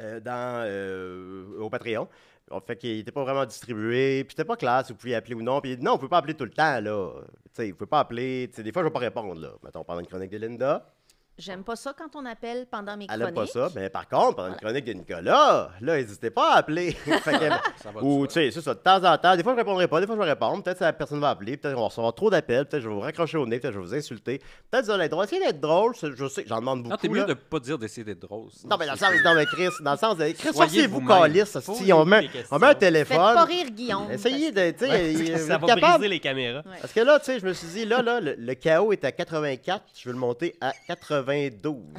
[SPEAKER 2] euh, dans, euh, au Patreon. On fait qu'il n'était pas vraiment distribué, puis c'était pas clair si vous pouviez appeler ou non. Puis non, vous pouvez pas appeler tout le temps, là. Tu sais, vous pouvez pas appeler. Tu sais, des fois, je vais pas répondre, là. Mettons, pendant une chronique de Linda,
[SPEAKER 3] J'aime pas ça quand on appelle pendant mes
[SPEAKER 2] Elle aime
[SPEAKER 3] chroniques.
[SPEAKER 2] pas ça. Mais par contre, pendant une chronique de Nicolas, là, n'hésitez pas à appeler. Fait que-
[SPEAKER 4] Ça va de
[SPEAKER 2] ou,
[SPEAKER 4] soi.
[SPEAKER 2] tu sais, c'est ça, de temps en temps. Des fois, je répondrai pas, des fois, je vais répondre. Peut-être que la personne va appeler, peut-être qu'on va recevoir trop d'appels, peut-être que je vais vous raccrocher au nez, peut-être que je vais vous insulter. Peut-être que vous allez être drôle. Essayez d'être drôle, c'est- je sais, que j'en demande beaucoup.
[SPEAKER 4] Non, t'es mieux
[SPEAKER 2] là.
[SPEAKER 4] de pas dire d'essayer d'être drôle. sinon
[SPEAKER 2] Non, mais dans le
[SPEAKER 4] c'est-
[SPEAKER 2] sens, non, mais Chris, dans le sens de Chris,
[SPEAKER 8] Soyez
[SPEAKER 2] sortez-vous,
[SPEAKER 8] vous-même.
[SPEAKER 2] calice. hostie,
[SPEAKER 8] Posez-vous
[SPEAKER 2] On met,
[SPEAKER 8] des questions.
[SPEAKER 2] on met un
[SPEAKER 3] Faites pas
[SPEAKER 2] téléphone.
[SPEAKER 3] rire Guillaume.
[SPEAKER 2] Essayez
[SPEAKER 3] parce
[SPEAKER 2] de. tu sais,
[SPEAKER 5] Parce que
[SPEAKER 2] vous
[SPEAKER 5] ça
[SPEAKER 2] êtes
[SPEAKER 5] va
[SPEAKER 2] capable.
[SPEAKER 5] briser les caméras.
[SPEAKER 3] que- Ouais.
[SPEAKER 2] Parce que là, tu sais, je me suis dit, là, là, le, le KO est à 84, je veux le monter à 92.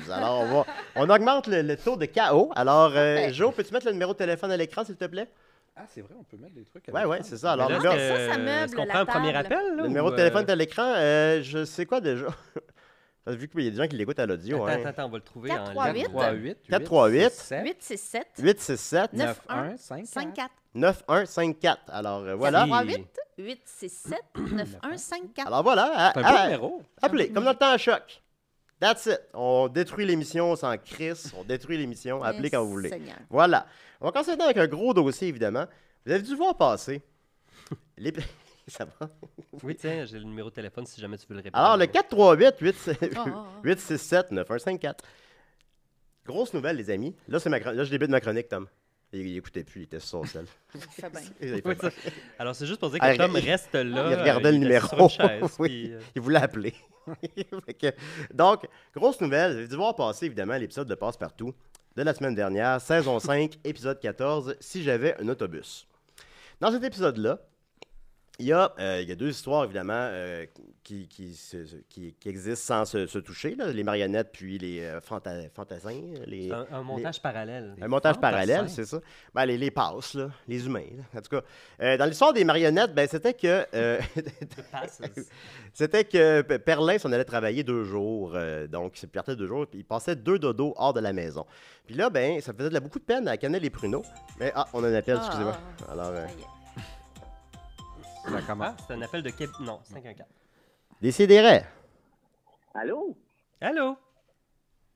[SPEAKER 2] Alors, on, va, on augmente le, le taux de KO. Alors, euh,
[SPEAKER 3] Parfait.
[SPEAKER 2] Joe, peux-tu mettre le numéro de téléphone à l'écran, s'il te plaît?
[SPEAKER 4] Ah, c'est vrai, on peut mettre des
[SPEAKER 5] Eh
[SPEAKER 4] trucs.
[SPEAKER 2] Ouais,
[SPEAKER 4] avec
[SPEAKER 2] ouais,
[SPEAKER 4] ça.
[SPEAKER 2] c'est ça. Alors,
[SPEAKER 5] Mais
[SPEAKER 2] le,
[SPEAKER 5] là,
[SPEAKER 2] gars,
[SPEAKER 3] que-
[SPEAKER 5] est-ce ben, que-
[SPEAKER 3] Ça, ça meuble
[SPEAKER 5] Est-ce qu'on
[SPEAKER 3] la
[SPEAKER 5] prend le premier
[SPEAKER 3] table.
[SPEAKER 5] appel? Là,
[SPEAKER 2] le numéro
[SPEAKER 5] ou,
[SPEAKER 2] de téléphone
[SPEAKER 5] euh,
[SPEAKER 2] est à l'écran, euh, je sais quoi déjà? Parce que Vu qu'il y a des gens qui l'écoutent à l'audio.
[SPEAKER 5] Attends,
[SPEAKER 2] hein.
[SPEAKER 5] attends, attends, on va le trouver en
[SPEAKER 3] 4-3-8.
[SPEAKER 5] ligne.
[SPEAKER 4] 3, 8,
[SPEAKER 2] 4, 3, 8,
[SPEAKER 3] 8, 6, 7,
[SPEAKER 2] 867
[SPEAKER 3] 9,
[SPEAKER 4] 9, 1, 5,
[SPEAKER 3] 5, 4.
[SPEAKER 2] 9154. Alors, euh, voilà.
[SPEAKER 3] 3, 8, 8, 6, 7, 9, 1, 5, 4.
[SPEAKER 2] Alors, voilà.
[SPEAKER 4] C'est un
[SPEAKER 2] Ah,
[SPEAKER 4] beau
[SPEAKER 2] ah,
[SPEAKER 4] numéro.
[SPEAKER 2] Appelez, comme dans le temps à choc. That's it. On détruit l'émission, on s'en crisse. On détruit l'émission. Appelez quand vous voulez.
[SPEAKER 3] Seigneur.
[SPEAKER 2] Voilà. On va commencer maintenant avec un gros dossier, évidemment. Vous avez dû voir passer. les- Ça va?
[SPEAKER 5] Oui, tiens, j'ai le numéro de téléphone si jamais tu veux le répondre.
[SPEAKER 2] Alors, le 438
[SPEAKER 3] Ah, ah, ah.
[SPEAKER 2] 867 9154. Grosse nouvelle, les amis. Là, c'est ma chron- Là, je débute ma chronique, Tom. Il, il écoutait plus, il était sur son sel.
[SPEAKER 3] Fait bien.
[SPEAKER 2] Il avait fait
[SPEAKER 5] Oui,
[SPEAKER 2] mal.
[SPEAKER 5] ça- Alors, c'est juste pour dire
[SPEAKER 2] Ah,
[SPEAKER 5] que Tom
[SPEAKER 2] il-
[SPEAKER 5] reste là.
[SPEAKER 2] il regardait
[SPEAKER 5] euh,
[SPEAKER 2] le
[SPEAKER 5] était
[SPEAKER 2] numéro.
[SPEAKER 5] Sur une chaise,
[SPEAKER 2] Oui.
[SPEAKER 5] puis, euh,
[SPEAKER 2] Il voulait appeler. Fait que- donc, grosse nouvelle, vous avez dû voir passer évidemment l'épisode de Passe-Partout de la semaine dernière, saison 5, épisode 14, Si j'avais un autobus. Dans cet épisode-là, il y, a, euh, il y a deux histoires, évidemment, euh, qui, qui, se- se- qui- qui existent sans se, se toucher, là, les marionnettes puis les euh, fanta- fantassins. Les...
[SPEAKER 5] un, un montage parallèle.
[SPEAKER 2] Un montage
[SPEAKER 4] Fantassin.
[SPEAKER 2] parallèle, c'est ça. Ben, les, les passes, là, les humains. là. En tout cas, euh, dans l'histoire des marionnettes, ben, c'était que euh,
[SPEAKER 5] Passes.
[SPEAKER 2] C'était que P- Perlin s'en allait travailler deux jours. euh, donc, il partait deux jours, puis il passait deux dodos hors de la maison. Puis là, ben, ça faisait de la beaucoup de peine à Canel et Pruneau. Mais, ah, on a un appel,
[SPEAKER 3] Ah,
[SPEAKER 2] excusez-moi.
[SPEAKER 3] ah,
[SPEAKER 2] Alors, euh,
[SPEAKER 4] Ça commence.
[SPEAKER 5] Ah, c'est un appel de Québec. Non, 514.
[SPEAKER 2] Décidérez.
[SPEAKER 7] Allô?
[SPEAKER 5] Allô?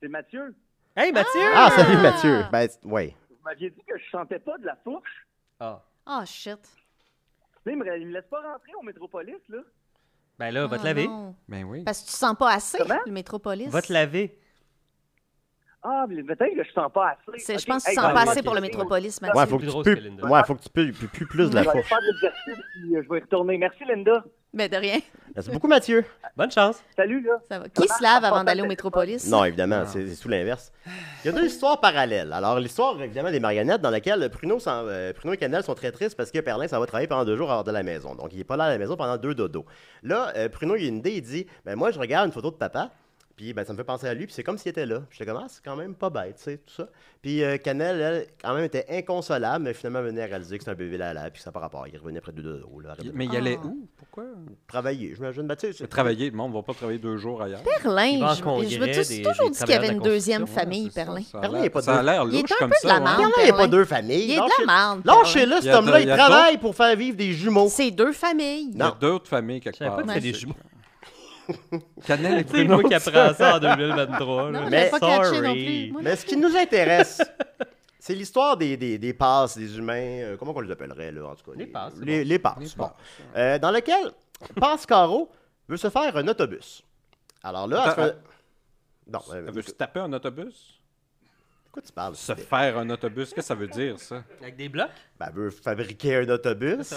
[SPEAKER 7] C'est Mathieu.
[SPEAKER 5] Hey, Mathieu!
[SPEAKER 2] Ah, salut Mathieu. Ben, c'est- ouais.
[SPEAKER 7] Vous m'aviez dit que je chantais pas de la fourche.
[SPEAKER 5] Ah.
[SPEAKER 3] Ah, shit.
[SPEAKER 7] Mais il me, il me laisse pas rentrer au métropolis, là.
[SPEAKER 5] Ben là, va te
[SPEAKER 3] Ah,
[SPEAKER 5] laver.
[SPEAKER 3] non.
[SPEAKER 4] Ben oui.
[SPEAKER 3] Parce que tu sens pas assez,
[SPEAKER 7] Comment?
[SPEAKER 3] le métropolis.
[SPEAKER 5] Va te laver.
[SPEAKER 7] Ah, mais peut-être que je sens pas assez.
[SPEAKER 3] C'est- Je
[SPEAKER 7] Ok.
[SPEAKER 3] pense que tu
[SPEAKER 7] Hey,
[SPEAKER 3] sens
[SPEAKER 5] ben,
[SPEAKER 3] pas
[SPEAKER 5] ok.
[SPEAKER 3] assez pour le métropolis, Mathieu.
[SPEAKER 2] Ouais, faut
[SPEAKER 5] Ah, plus
[SPEAKER 2] que tu
[SPEAKER 5] drôle
[SPEAKER 2] pues
[SPEAKER 5] que Linda.
[SPEAKER 2] ouais, faut que tu pues- pues- pues plus de la
[SPEAKER 7] Je vais aller
[SPEAKER 2] fourche.
[SPEAKER 7] faire de l'exercice, puis euh, je vais y retourner. Merci, Linda.
[SPEAKER 3] Mais de rien,
[SPEAKER 2] Merci beaucoup, Mathieu.
[SPEAKER 5] Bonne chance.
[SPEAKER 7] Salut, là.
[SPEAKER 3] ça va. Qui se lave avant d'aller au métropolis?
[SPEAKER 2] Non,
[SPEAKER 3] Ah.
[SPEAKER 2] évidemment, c'est c'est tout l'inverse. Il y a deux histoires parallèles. Alors, l'histoire, évidemment, des marionnettes, dans laquelle Pruneau, s'en- euh, Pruneau et Canel sont très tristes parce que Perlin, ça va travailler pendant deux jours hors de la maison. Donc, il n'est pas là à la maison pendant deux dodos. Là, euh, Pruneau, il a une idée, il dit ben, Moi, je regarde une photo de papa, puis ben, ça me fait penser à lui, puis c'est comme s'il était là. Puis je commence, c'est quand même pas bête, tu sais, tout ça. Puis euh, Canel, elle, quand même, était inconsolable, mais finalement, venait à réaliser que c'est un bébé là, là, puis que ça n'a pas rapport. Il revenait après deux dodos, là, arrête de
[SPEAKER 4] Mais il allait
[SPEAKER 3] Ah.
[SPEAKER 4] où? Pourquoi?
[SPEAKER 2] travailler. Je m'imagine, ben, tu sais, c'est-
[SPEAKER 4] Travailler, le monde ne va pas travailler deux jours ailleurs.
[SPEAKER 5] Il
[SPEAKER 3] Perlin,
[SPEAKER 5] va en
[SPEAKER 3] je, je me
[SPEAKER 5] congrès
[SPEAKER 3] suis
[SPEAKER 5] des-
[SPEAKER 3] toujours
[SPEAKER 5] des
[SPEAKER 3] dit qu'il y avait
[SPEAKER 5] travailleurs de
[SPEAKER 3] une
[SPEAKER 5] la
[SPEAKER 3] deuxième
[SPEAKER 4] Ouais,
[SPEAKER 3] famille,
[SPEAKER 4] c'est ça,
[SPEAKER 3] Perlin.
[SPEAKER 4] ça a
[SPEAKER 2] Perlin,
[SPEAKER 4] l'air-
[SPEAKER 2] il est pas
[SPEAKER 4] Ça a
[SPEAKER 2] de-
[SPEAKER 4] l'air
[SPEAKER 3] Il est
[SPEAKER 4] louche
[SPEAKER 3] un
[SPEAKER 4] comme
[SPEAKER 3] peu de
[SPEAKER 4] ça. hein.
[SPEAKER 3] la merde.
[SPEAKER 4] ouais.
[SPEAKER 2] Perlin, il n'y a pas
[SPEAKER 3] Perlin.
[SPEAKER 2] deux familles.
[SPEAKER 3] Il est de
[SPEAKER 2] Lâchez-
[SPEAKER 3] la merde.
[SPEAKER 2] Lâchez-le,
[SPEAKER 4] Il y
[SPEAKER 2] cet
[SPEAKER 4] a
[SPEAKER 2] homme-là.
[SPEAKER 4] de-
[SPEAKER 2] Il
[SPEAKER 4] il y a de-
[SPEAKER 2] travaille pour faire vivre des jumeaux.
[SPEAKER 3] C'est deux familles.
[SPEAKER 4] Il y a
[SPEAKER 2] Non.
[SPEAKER 4] d'autres familles quelque
[SPEAKER 5] Je savais
[SPEAKER 4] part.
[SPEAKER 5] pas que c'était des
[SPEAKER 4] c'est-
[SPEAKER 5] jumeaux.
[SPEAKER 4] Canel et
[SPEAKER 5] C'est
[SPEAKER 4] Bruno.
[SPEAKER 5] moi qui apprends ça en 2023.
[SPEAKER 3] Non,
[SPEAKER 5] là.
[SPEAKER 3] je
[SPEAKER 2] Mais-
[SPEAKER 3] l'ai pas catché non plus. Moi,
[SPEAKER 2] Mais ce qui nous intéresse, c'est l'histoire des, des, des passes, des humains, euh, comment on les appellerait, là, en tout cas.
[SPEAKER 5] Les passes, c'est
[SPEAKER 2] Les,
[SPEAKER 5] bon.
[SPEAKER 2] les passes,
[SPEAKER 4] Les
[SPEAKER 2] bon.
[SPEAKER 4] passes,
[SPEAKER 2] Euh, dans lequel Pascaro veut se faire un autobus. Alors là, elle se fait-
[SPEAKER 4] Attends,
[SPEAKER 2] Non, euh,
[SPEAKER 4] Elle veut se taper un autobus?
[SPEAKER 2] de quoi tu parles?
[SPEAKER 4] Se faire un autobus, qu'est-ce que ça veut dire, ça?
[SPEAKER 5] Avec des blocs?
[SPEAKER 2] Ben, elle veut fabriquer un autobus.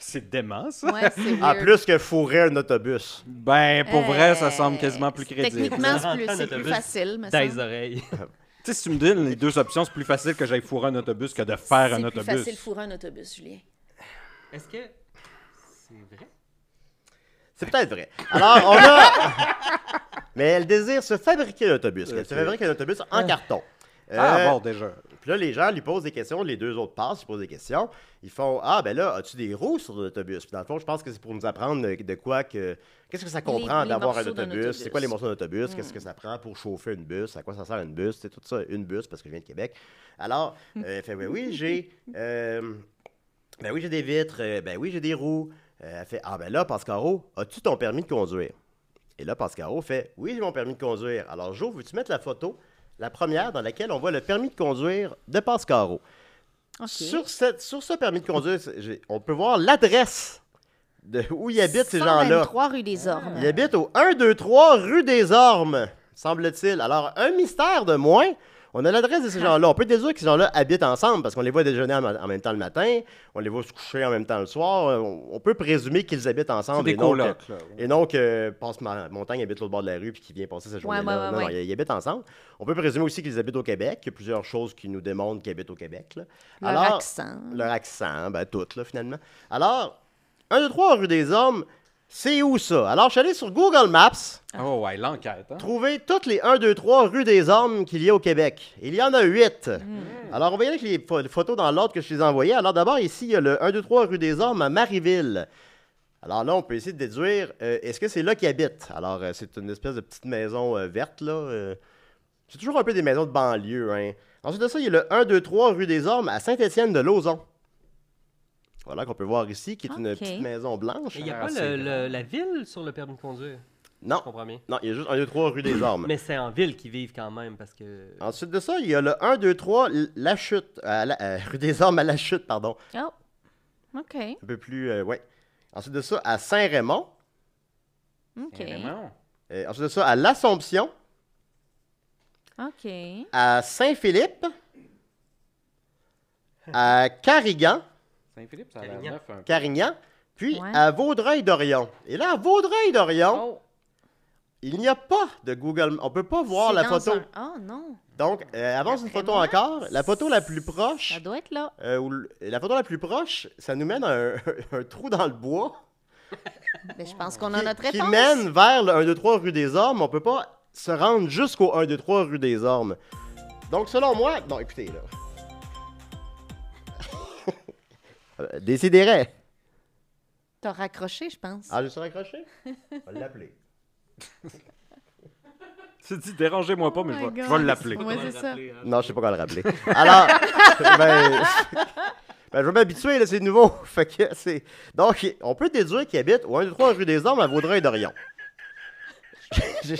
[SPEAKER 8] C'est dément, ça.
[SPEAKER 3] Ouais, c'est
[SPEAKER 2] En
[SPEAKER 3] weird.
[SPEAKER 2] plus que fourrer un autobus.
[SPEAKER 4] Ben, pour vrai, ça semble
[SPEAKER 3] Euh,
[SPEAKER 4] quasiment plus crédible.
[SPEAKER 3] Techniquement,
[SPEAKER 5] Ça
[SPEAKER 3] c'est plus,
[SPEAKER 5] rentre en
[SPEAKER 3] c'est plus
[SPEAKER 5] autobus
[SPEAKER 3] facile, me
[SPEAKER 5] Dans les
[SPEAKER 3] semble.
[SPEAKER 5] oreilles.
[SPEAKER 4] Tu sais, si tu me dis les deux options, c'est plus facile que j'aille fourrer un autobus que de faire un
[SPEAKER 3] C'est plus
[SPEAKER 4] autobus.
[SPEAKER 3] facile fourrer un autobus, Julien.
[SPEAKER 5] Est-ce que. C'est vrai?
[SPEAKER 2] C'est peut-être vrai. Alors, on a. Mais elle désire se fabriquer un autobus. Elle se fabrique un autobus en carton.
[SPEAKER 4] Ah
[SPEAKER 2] Euh,
[SPEAKER 4] bon, déjà.
[SPEAKER 2] Puis là, les gens lui posent des questions, les deux autres passent, ils posent des questions. Ils font Ah, ben là, as-tu des roues sur l'autobus Puis dans le fond, je pense que c'est pour nous apprendre de- de quoi que. Qu'est-ce que ça comprend
[SPEAKER 3] les
[SPEAKER 2] d'avoir un
[SPEAKER 3] morceaux d'un
[SPEAKER 2] autobus C'est quoi les
[SPEAKER 3] autobus. Mm.
[SPEAKER 2] morceaux d'autobus Qu'est-ce que ça prend pour chauffer une bus À quoi ça sert une bus C'est tout ça, une bus, parce que je viens de Québec. Alors, euh, elle fait Oui, oui, j'ai. euh, ben oui, j'ai des vitres. euh, ben oui, j'ai des roues. Euh, elle fait Ah, ben là, Pascaro, as-tu ton permis de conduire Et là, Pascaro fait Oui, j'ai mon permis de conduire. Alors, Jo, veux-tu mettre la photo la première dans laquelle on voit le permis de conduire de Pascaro.
[SPEAKER 3] OK.
[SPEAKER 2] Sur, cette, sur ce permis de conduire, c'est- j'ai- on peut voir l'adresse de où ils habitent ces gens-là.
[SPEAKER 3] 123 rue des Ormes.
[SPEAKER 2] Ils habitent au 123 rue des Ormes. semble-t-il. Alors, un mystère de moins. On a l'adresse de ces gens-là. On peut déduire que ces gens-là habitent ensemble parce qu'on les voit déjeuner en, en même temps le matin, on les voit se coucher en même temps le soir. Euh, On, on peut présumer qu'ils habitent ensemble.
[SPEAKER 4] C'est des
[SPEAKER 2] et non que-
[SPEAKER 4] colocs, là.
[SPEAKER 2] Et donc, euh, passe Ma- Montagne habite l'autre bord de la rue puis qui vient passer sa journée là.
[SPEAKER 3] ouais, ouais,
[SPEAKER 2] Non, non,
[SPEAKER 3] ouais.
[SPEAKER 2] ils- ils habitent ensemble. On peut présumer aussi qu'ils habitent au Québec. Il y a plusieurs choses qui nous démontrent qu'ils habitent au Québec. là.
[SPEAKER 3] Leur
[SPEAKER 2] Alors,
[SPEAKER 3] accent.
[SPEAKER 2] Leur accent, ben tout, là, finalement. Alors, 1, 2, 3, rue des Hommes, c'est où ça? Alors, je suis allé sur Google Maps
[SPEAKER 4] Oh, ouais, l'enquête. Hein?
[SPEAKER 2] trouver toutes les 1, 2, 3 rues des Hommes qu'il y a au Québec. Il y en a 8. Alors, on va y aller avec les pho- photos dans l'ordre que je les ai envoyées. Alors, d'abord, ici, il y a le 1, 2, 3 rue des Hommes à Marieville. Alors là, on peut essayer de déduire, euh, est-ce que c'est là qu'ils habitent? Alors, euh, c'est une espèce de petite maison euh, verte, là. euh, c'est toujours un peu des maisons de banlieue, hein. Ensuite de ça, il y a le 1, 2, 3 rue des Ormes à Saint-Étienne-de-Lauzon. Voilà, qu'on peut voir ici, qui est une
[SPEAKER 3] Ok.
[SPEAKER 2] petite maison blanche.
[SPEAKER 5] Il n'y a pas le- le- la ville sur le permis de conduire,
[SPEAKER 2] Non,
[SPEAKER 5] je comprends bien.
[SPEAKER 2] non, il y a juste 1, 2, 3 rue des Ormes.
[SPEAKER 5] Mais c'est en ville qu'ils vivent quand même parce que.
[SPEAKER 2] Ensuite de ça, il y a le 1, 2, 3, l- La Chute, à la- euh, rue des Ormes à La Chute, pardon.
[SPEAKER 3] Oh. OK.
[SPEAKER 2] Un peu plus, euh, ouais. Ensuite de ça, à Saint-Raymond.
[SPEAKER 3] OK.
[SPEAKER 8] Vraiment?
[SPEAKER 2] Euh, ensuite de ça, à L'Assomption,
[SPEAKER 3] OK.
[SPEAKER 2] à Saint-Philippe, à Carrigan,
[SPEAKER 4] Saint-Philippe, ça a l'air
[SPEAKER 5] Carignan.
[SPEAKER 4] neuf hein. un peu.
[SPEAKER 2] Carignan, puis
[SPEAKER 3] Ouais. Oh.
[SPEAKER 2] à Vaudreuil-Dorion. Et là, à Vaudreuil-Dorion, il n'y a pas de Google. On peut pas voir
[SPEAKER 3] C'est
[SPEAKER 2] la
[SPEAKER 3] dans
[SPEAKER 2] photo.
[SPEAKER 3] un- Oh non,
[SPEAKER 2] Donc, euh, avance une
[SPEAKER 3] D'après
[SPEAKER 2] photo
[SPEAKER 3] moi,
[SPEAKER 2] encore. La photo la plus proche,
[SPEAKER 3] ça doit être là.
[SPEAKER 2] euh, ou l- la photo la plus proche, ça nous mène à un, un trou dans le bois
[SPEAKER 3] Mais je pense qu'on a notre
[SPEAKER 2] qui
[SPEAKER 3] réponse.
[SPEAKER 2] mène vers le 1, 2, 3 rue des Ormes. On peut pas se rendre jusqu'au 1, 2, 3 rue des Ormes. Donc, selon moi, non, écoutez là. Euh, Décidérez.
[SPEAKER 3] T'as raccroché, je pense.
[SPEAKER 2] Ah, je suis raccroché? On va l'appeler.
[SPEAKER 4] Tu dis, dérangez-moi pas, mais je vais- je vais l'appeler.
[SPEAKER 3] Oh Moi, c'est ça.
[SPEAKER 2] Non, je sais pas quand le rappeler. Alors, ben, ben, je vais m'habituer, là, c'est nouveau. Fait que c'est... Donc, on peut déduire qu'il habite au 1, 2, 3 rue des Hommes à Vaudreuil-Dorion. J'ai-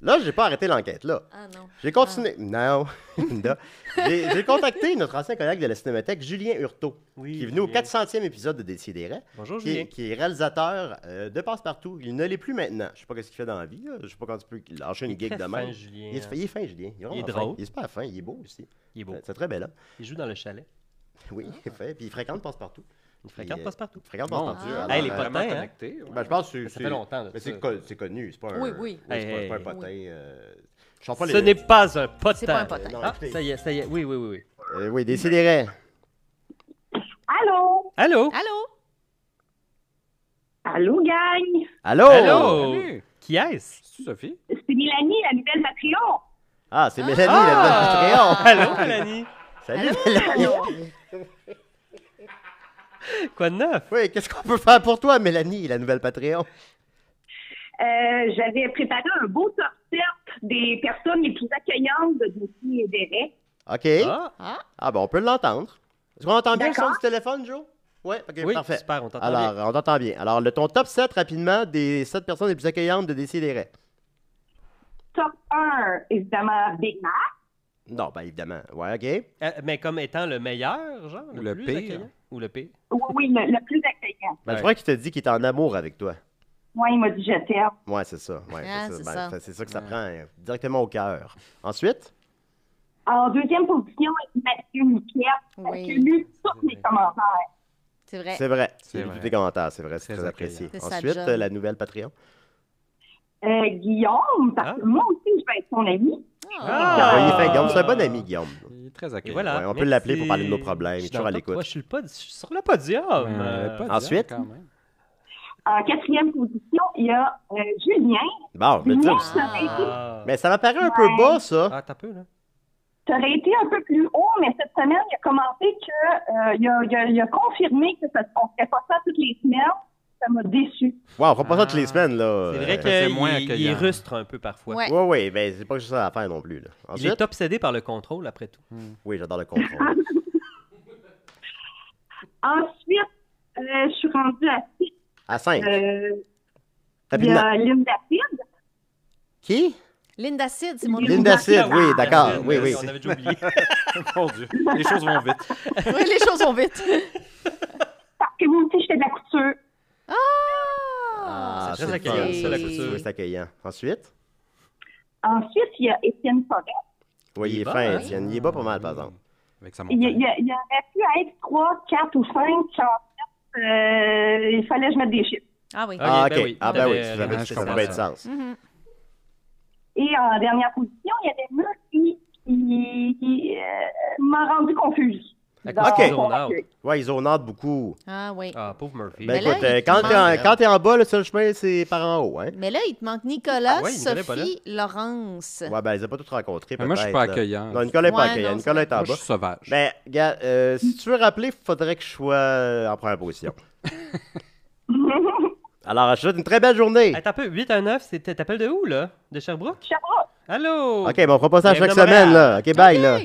[SPEAKER 2] là, j'ai pas arrêté l'enquête, là.
[SPEAKER 3] Ah non.
[SPEAKER 2] J'ai continué. Non, Linda. J'ai j'ai contacté notre ancien collègue de la cinémathèque, Julien Hurtaud,
[SPEAKER 5] Oui,
[SPEAKER 2] qui est venu au
[SPEAKER 5] Julien.
[SPEAKER 2] 400e épisode de Décideret,
[SPEAKER 5] Bonjour
[SPEAKER 2] qui,
[SPEAKER 5] Julien.
[SPEAKER 2] est- qui est réalisateur euh, de Passe-Partout. Il ne l'est plus maintenant. Je sais pas ce qu'il fait dans la vie. là. Je sais pas quand tu peux lâcher une gig
[SPEAKER 5] Très
[SPEAKER 2] de
[SPEAKER 5] fin,
[SPEAKER 2] même.
[SPEAKER 5] Julien.
[SPEAKER 2] Il est, il est fin, Julien. Il est, vraiment
[SPEAKER 5] drôle.
[SPEAKER 2] fin. Il est super fin. Il est beau aussi.
[SPEAKER 5] Il est beau.
[SPEAKER 2] Euh, C'est très bel homme.
[SPEAKER 5] Il joue dans le chalet.
[SPEAKER 2] Oui, il fait. Puis il fréquente Passe-Partout.
[SPEAKER 5] Il fréquente
[SPEAKER 2] euh,
[SPEAKER 5] passe-partout.
[SPEAKER 2] Fréquente
[SPEAKER 4] Mon
[SPEAKER 2] Passe-Partout.
[SPEAKER 4] Dieu.
[SPEAKER 2] alors,
[SPEAKER 5] Hey, les
[SPEAKER 2] euh,
[SPEAKER 5] potins,
[SPEAKER 4] vraiment
[SPEAKER 5] hein?
[SPEAKER 4] connectés, ouais.
[SPEAKER 2] ben, je pense que c'est-
[SPEAKER 5] Ça
[SPEAKER 2] c'est-
[SPEAKER 5] fait longtemps de
[SPEAKER 2] Mais
[SPEAKER 5] ça.
[SPEAKER 2] c'est co- c'est connu. C'est pas un.
[SPEAKER 3] Oui, oui.
[SPEAKER 2] c'est pas- c'est pas un
[SPEAKER 5] Hey,
[SPEAKER 2] potin. euh, Je sens pas
[SPEAKER 5] Ce
[SPEAKER 2] les-
[SPEAKER 5] n'est pas un potin.
[SPEAKER 3] C'est pas un potin.
[SPEAKER 2] Non,
[SPEAKER 5] Ah,
[SPEAKER 2] écoutez.
[SPEAKER 5] ça y est, ça y est. Oui, oui, oui. oui.
[SPEAKER 2] Euh, oui, décidérez.
[SPEAKER 9] Allô?
[SPEAKER 5] Allô?
[SPEAKER 3] Allô?
[SPEAKER 9] Allô, gang?
[SPEAKER 2] Allô?
[SPEAKER 5] Allô?
[SPEAKER 4] Salut.
[SPEAKER 5] Qui est-ce?
[SPEAKER 4] C'est-tu Sophie?
[SPEAKER 9] C'est Mélanie, la nouvelle Patreon.
[SPEAKER 2] Ah, c'est Mélanie,
[SPEAKER 5] Ah!
[SPEAKER 2] la nouvelle
[SPEAKER 5] Allô, Mélanie?
[SPEAKER 2] Patreon. Salut, Mélanie.
[SPEAKER 5] Quoi de neuf?
[SPEAKER 2] Oui, qu'est-ce qu'on peut faire pour toi, Mélanie, la nouvelle Patreon?
[SPEAKER 9] Euh, J'avais préparé un beau top 7 des personnes les plus accueillantes de Dossier et Délai.
[SPEAKER 2] OK. Ah,
[SPEAKER 5] Ah,
[SPEAKER 2] bon, on peut l'entendre. Est-ce qu'on entend bien le son
[SPEAKER 9] D'accord.
[SPEAKER 2] du téléphone, Joe? Ouais, OK,
[SPEAKER 5] oui,
[SPEAKER 2] parfait.
[SPEAKER 5] super, on t'entend
[SPEAKER 2] Alors,
[SPEAKER 5] bien.
[SPEAKER 2] on t'entend bien. Alors, le, ton top 7 rapidement des 7 personnes les plus accueillantes de Décideret.
[SPEAKER 9] Top 1, évidemment, Big Mac.
[SPEAKER 2] Non, ben évidemment. Ouais, OK.
[SPEAKER 5] Euh, mais comme étant le meilleur, genre?
[SPEAKER 4] Ou le
[SPEAKER 5] plus
[SPEAKER 4] pire.
[SPEAKER 5] accueillant? Ou le pire?
[SPEAKER 9] Oui, oui, le, le plus accueillant.
[SPEAKER 2] Ben,
[SPEAKER 4] Ouais.
[SPEAKER 2] je crois qu'il te dit qu'il est en amour avec toi.
[SPEAKER 9] Moi, il m'a dit je t'aime.
[SPEAKER 2] Ouais, c'est ça. Ouais,
[SPEAKER 3] Ah,
[SPEAKER 2] c'est
[SPEAKER 3] c'est
[SPEAKER 2] ça. Ben,
[SPEAKER 3] ça.
[SPEAKER 2] c'est ça que ça prend hein, directement au cœur. Ensuite,
[SPEAKER 9] En deuxième position, Mathieu Niquette. Parce
[SPEAKER 3] Oui.
[SPEAKER 9] que lu tous mes commentaires.
[SPEAKER 3] C'est vrai.
[SPEAKER 2] c'est vrai.
[SPEAKER 4] C'est
[SPEAKER 2] C'est tous
[SPEAKER 4] vrai.
[SPEAKER 2] tes commentaires, c'est vrai. C'est
[SPEAKER 4] Très
[SPEAKER 2] très apprécié.
[SPEAKER 3] accueillant. Ben. C'est sa
[SPEAKER 2] Ensuite,
[SPEAKER 3] job.
[SPEAKER 2] euh, la nouvelle Patreon.
[SPEAKER 9] Euh, Guillaume, parce que moi aussi, je vais être son ami.
[SPEAKER 5] Ah!
[SPEAKER 2] Oui, il fait Guillaume. C'est un bon ami, Guillaume.
[SPEAKER 4] Il est très
[SPEAKER 5] Et
[SPEAKER 4] accueillant.
[SPEAKER 5] voilà.
[SPEAKER 2] Ouais, on peut
[SPEAKER 5] merci.
[SPEAKER 2] l'appeler pour parler de nos problèmes, il
[SPEAKER 5] Je
[SPEAKER 2] est
[SPEAKER 5] suis
[SPEAKER 2] toujours à
[SPEAKER 5] dans le top
[SPEAKER 2] l'écoute.
[SPEAKER 5] trois, Je suis, le pod- je suis sur le podium.
[SPEAKER 4] Euh,
[SPEAKER 5] Euh,
[SPEAKER 4] pas
[SPEAKER 2] ensuite?
[SPEAKER 4] dire, quand même.
[SPEAKER 9] En quatrième position, il y a euh, Julien.
[SPEAKER 2] Bon, je me dis
[SPEAKER 9] Moi,
[SPEAKER 2] aussi.
[SPEAKER 9] j'aurais été-
[SPEAKER 5] Ah,
[SPEAKER 2] Mais ça m'apparaît un peu bas, ça.
[SPEAKER 5] Ah, t'as peu, là.
[SPEAKER 9] j'aurais été un peu plus haut, mais cette semaine, il a commenté que, euh, il, a, il a- il a confirmé que ça, on ferait pas ça toutes les semaines. Ça m'a déçu.
[SPEAKER 2] Wow, on fera pas ça
[SPEAKER 5] Ah.
[SPEAKER 2] toutes les semaines, là.
[SPEAKER 5] C'est
[SPEAKER 2] Euh,
[SPEAKER 5] vrai
[SPEAKER 4] c'est moins
[SPEAKER 5] qu'il il est
[SPEAKER 4] accueillant.
[SPEAKER 5] rustre un peu parfois.
[SPEAKER 3] Ouais.
[SPEAKER 2] Oui, oui, mais ben, c'est pas juste ça à faire non plus. Là.
[SPEAKER 5] Il
[SPEAKER 2] Ensuite,
[SPEAKER 5] est obsédé par le contrôle, après tout.
[SPEAKER 2] oui, j'adore le contrôle.
[SPEAKER 9] Ensuite, euh, je suis rendue à six.
[SPEAKER 2] À 5.
[SPEAKER 9] Euh, il y
[SPEAKER 2] Rapidement.
[SPEAKER 9] a Linda Fid.
[SPEAKER 2] Qui?
[SPEAKER 3] Linda Sid, c'est mon nom.
[SPEAKER 2] Linda Sid, oui, d'accord.
[SPEAKER 4] euh,
[SPEAKER 2] Oui, oui.
[SPEAKER 5] On avait déjà oublié.
[SPEAKER 4] Mon Dieu. Les choses vont vite.
[SPEAKER 3] Oui, les choses vont vite.
[SPEAKER 9] Parce que moi aussi, je fais de la couture.
[SPEAKER 3] Ah!
[SPEAKER 2] Ah,
[SPEAKER 5] C'est très
[SPEAKER 2] le fun,
[SPEAKER 5] accueillant,
[SPEAKER 2] ça,
[SPEAKER 5] ça, la
[SPEAKER 2] Ah, c'est-
[SPEAKER 5] couture.
[SPEAKER 2] Oui, c'est accueillant. Ensuite,
[SPEAKER 9] Ensuite, il y a Étienne Forêt.
[SPEAKER 2] Oui, il est
[SPEAKER 4] bas,
[SPEAKER 2] fin,
[SPEAKER 4] hein?
[SPEAKER 2] Étienne. Il est bas pas mal, par exemple.
[SPEAKER 4] Avec sa
[SPEAKER 9] Il, y a- il
[SPEAKER 4] montagne.
[SPEAKER 9] y a- il y aurait pu être trois, quatre ou cinq chansons. Euh, il fallait que je mette des chiffres.
[SPEAKER 3] Ah oui.
[SPEAKER 5] Ah,
[SPEAKER 2] ah,
[SPEAKER 5] ben
[SPEAKER 2] ok.
[SPEAKER 5] oui,
[SPEAKER 2] ah, ben oui,
[SPEAKER 5] t'avais-
[SPEAKER 2] ça avait,
[SPEAKER 4] Ah, je
[SPEAKER 2] ça
[SPEAKER 4] comprends
[SPEAKER 2] avait du
[SPEAKER 4] ça.
[SPEAKER 2] sens.
[SPEAKER 3] Mhm.
[SPEAKER 9] Et en dernière position, il y a des murs qui, qui, qui, euh, m'ont rendu confuse.
[SPEAKER 5] À
[SPEAKER 9] Dans
[SPEAKER 5] cause
[SPEAKER 2] du
[SPEAKER 9] son
[SPEAKER 5] zone out.
[SPEAKER 9] accueil.
[SPEAKER 2] Ouais, ils ont beaucoup.
[SPEAKER 3] Ah oui.
[SPEAKER 5] Ah, pauvre Murphy.
[SPEAKER 2] Ben
[SPEAKER 3] Mais là,
[SPEAKER 2] écoute,
[SPEAKER 3] il
[SPEAKER 2] euh, quand
[SPEAKER 3] te
[SPEAKER 2] t'es
[SPEAKER 3] manque-
[SPEAKER 2] en- quand t'es en bas, le seul chemin, c'est par en haut, hein?
[SPEAKER 3] Mais là, il te manque Nicolas,
[SPEAKER 5] Ah ouais, Nicolas est pas là.
[SPEAKER 3] Sophie, Laurence.
[SPEAKER 2] Ouais, ben, ils ont pas tous rencontrés.
[SPEAKER 4] Mais moi, je suis
[SPEAKER 2] peut-être,
[SPEAKER 4] pas
[SPEAKER 2] là.
[SPEAKER 4] accueillant.
[SPEAKER 2] Non, Nicolas est pas
[SPEAKER 3] Ouais,
[SPEAKER 2] accueillant.
[SPEAKER 3] non,
[SPEAKER 2] Nicolas est en
[SPEAKER 3] c'est
[SPEAKER 4] Moi, je
[SPEAKER 2] bas.
[SPEAKER 4] suis sauvage.
[SPEAKER 2] Ben, gars, euh, si tu veux rappeler, faudrait que je sois euh, en première position.
[SPEAKER 9] Mhm.
[SPEAKER 2] Alors, je te souhaite une très belle journée.
[SPEAKER 5] Hey, t'as peu, 8 à 9, c'était- t'appelles de où, là? De Sherbrooke?
[SPEAKER 9] Sherbrooke.
[SPEAKER 5] Allô?
[SPEAKER 2] OK, ben, on fera pas ça
[SPEAKER 5] Bienvenue
[SPEAKER 2] chaque
[SPEAKER 5] à
[SPEAKER 2] semaine,
[SPEAKER 5] Montréal.
[SPEAKER 2] là. OK, bye, là.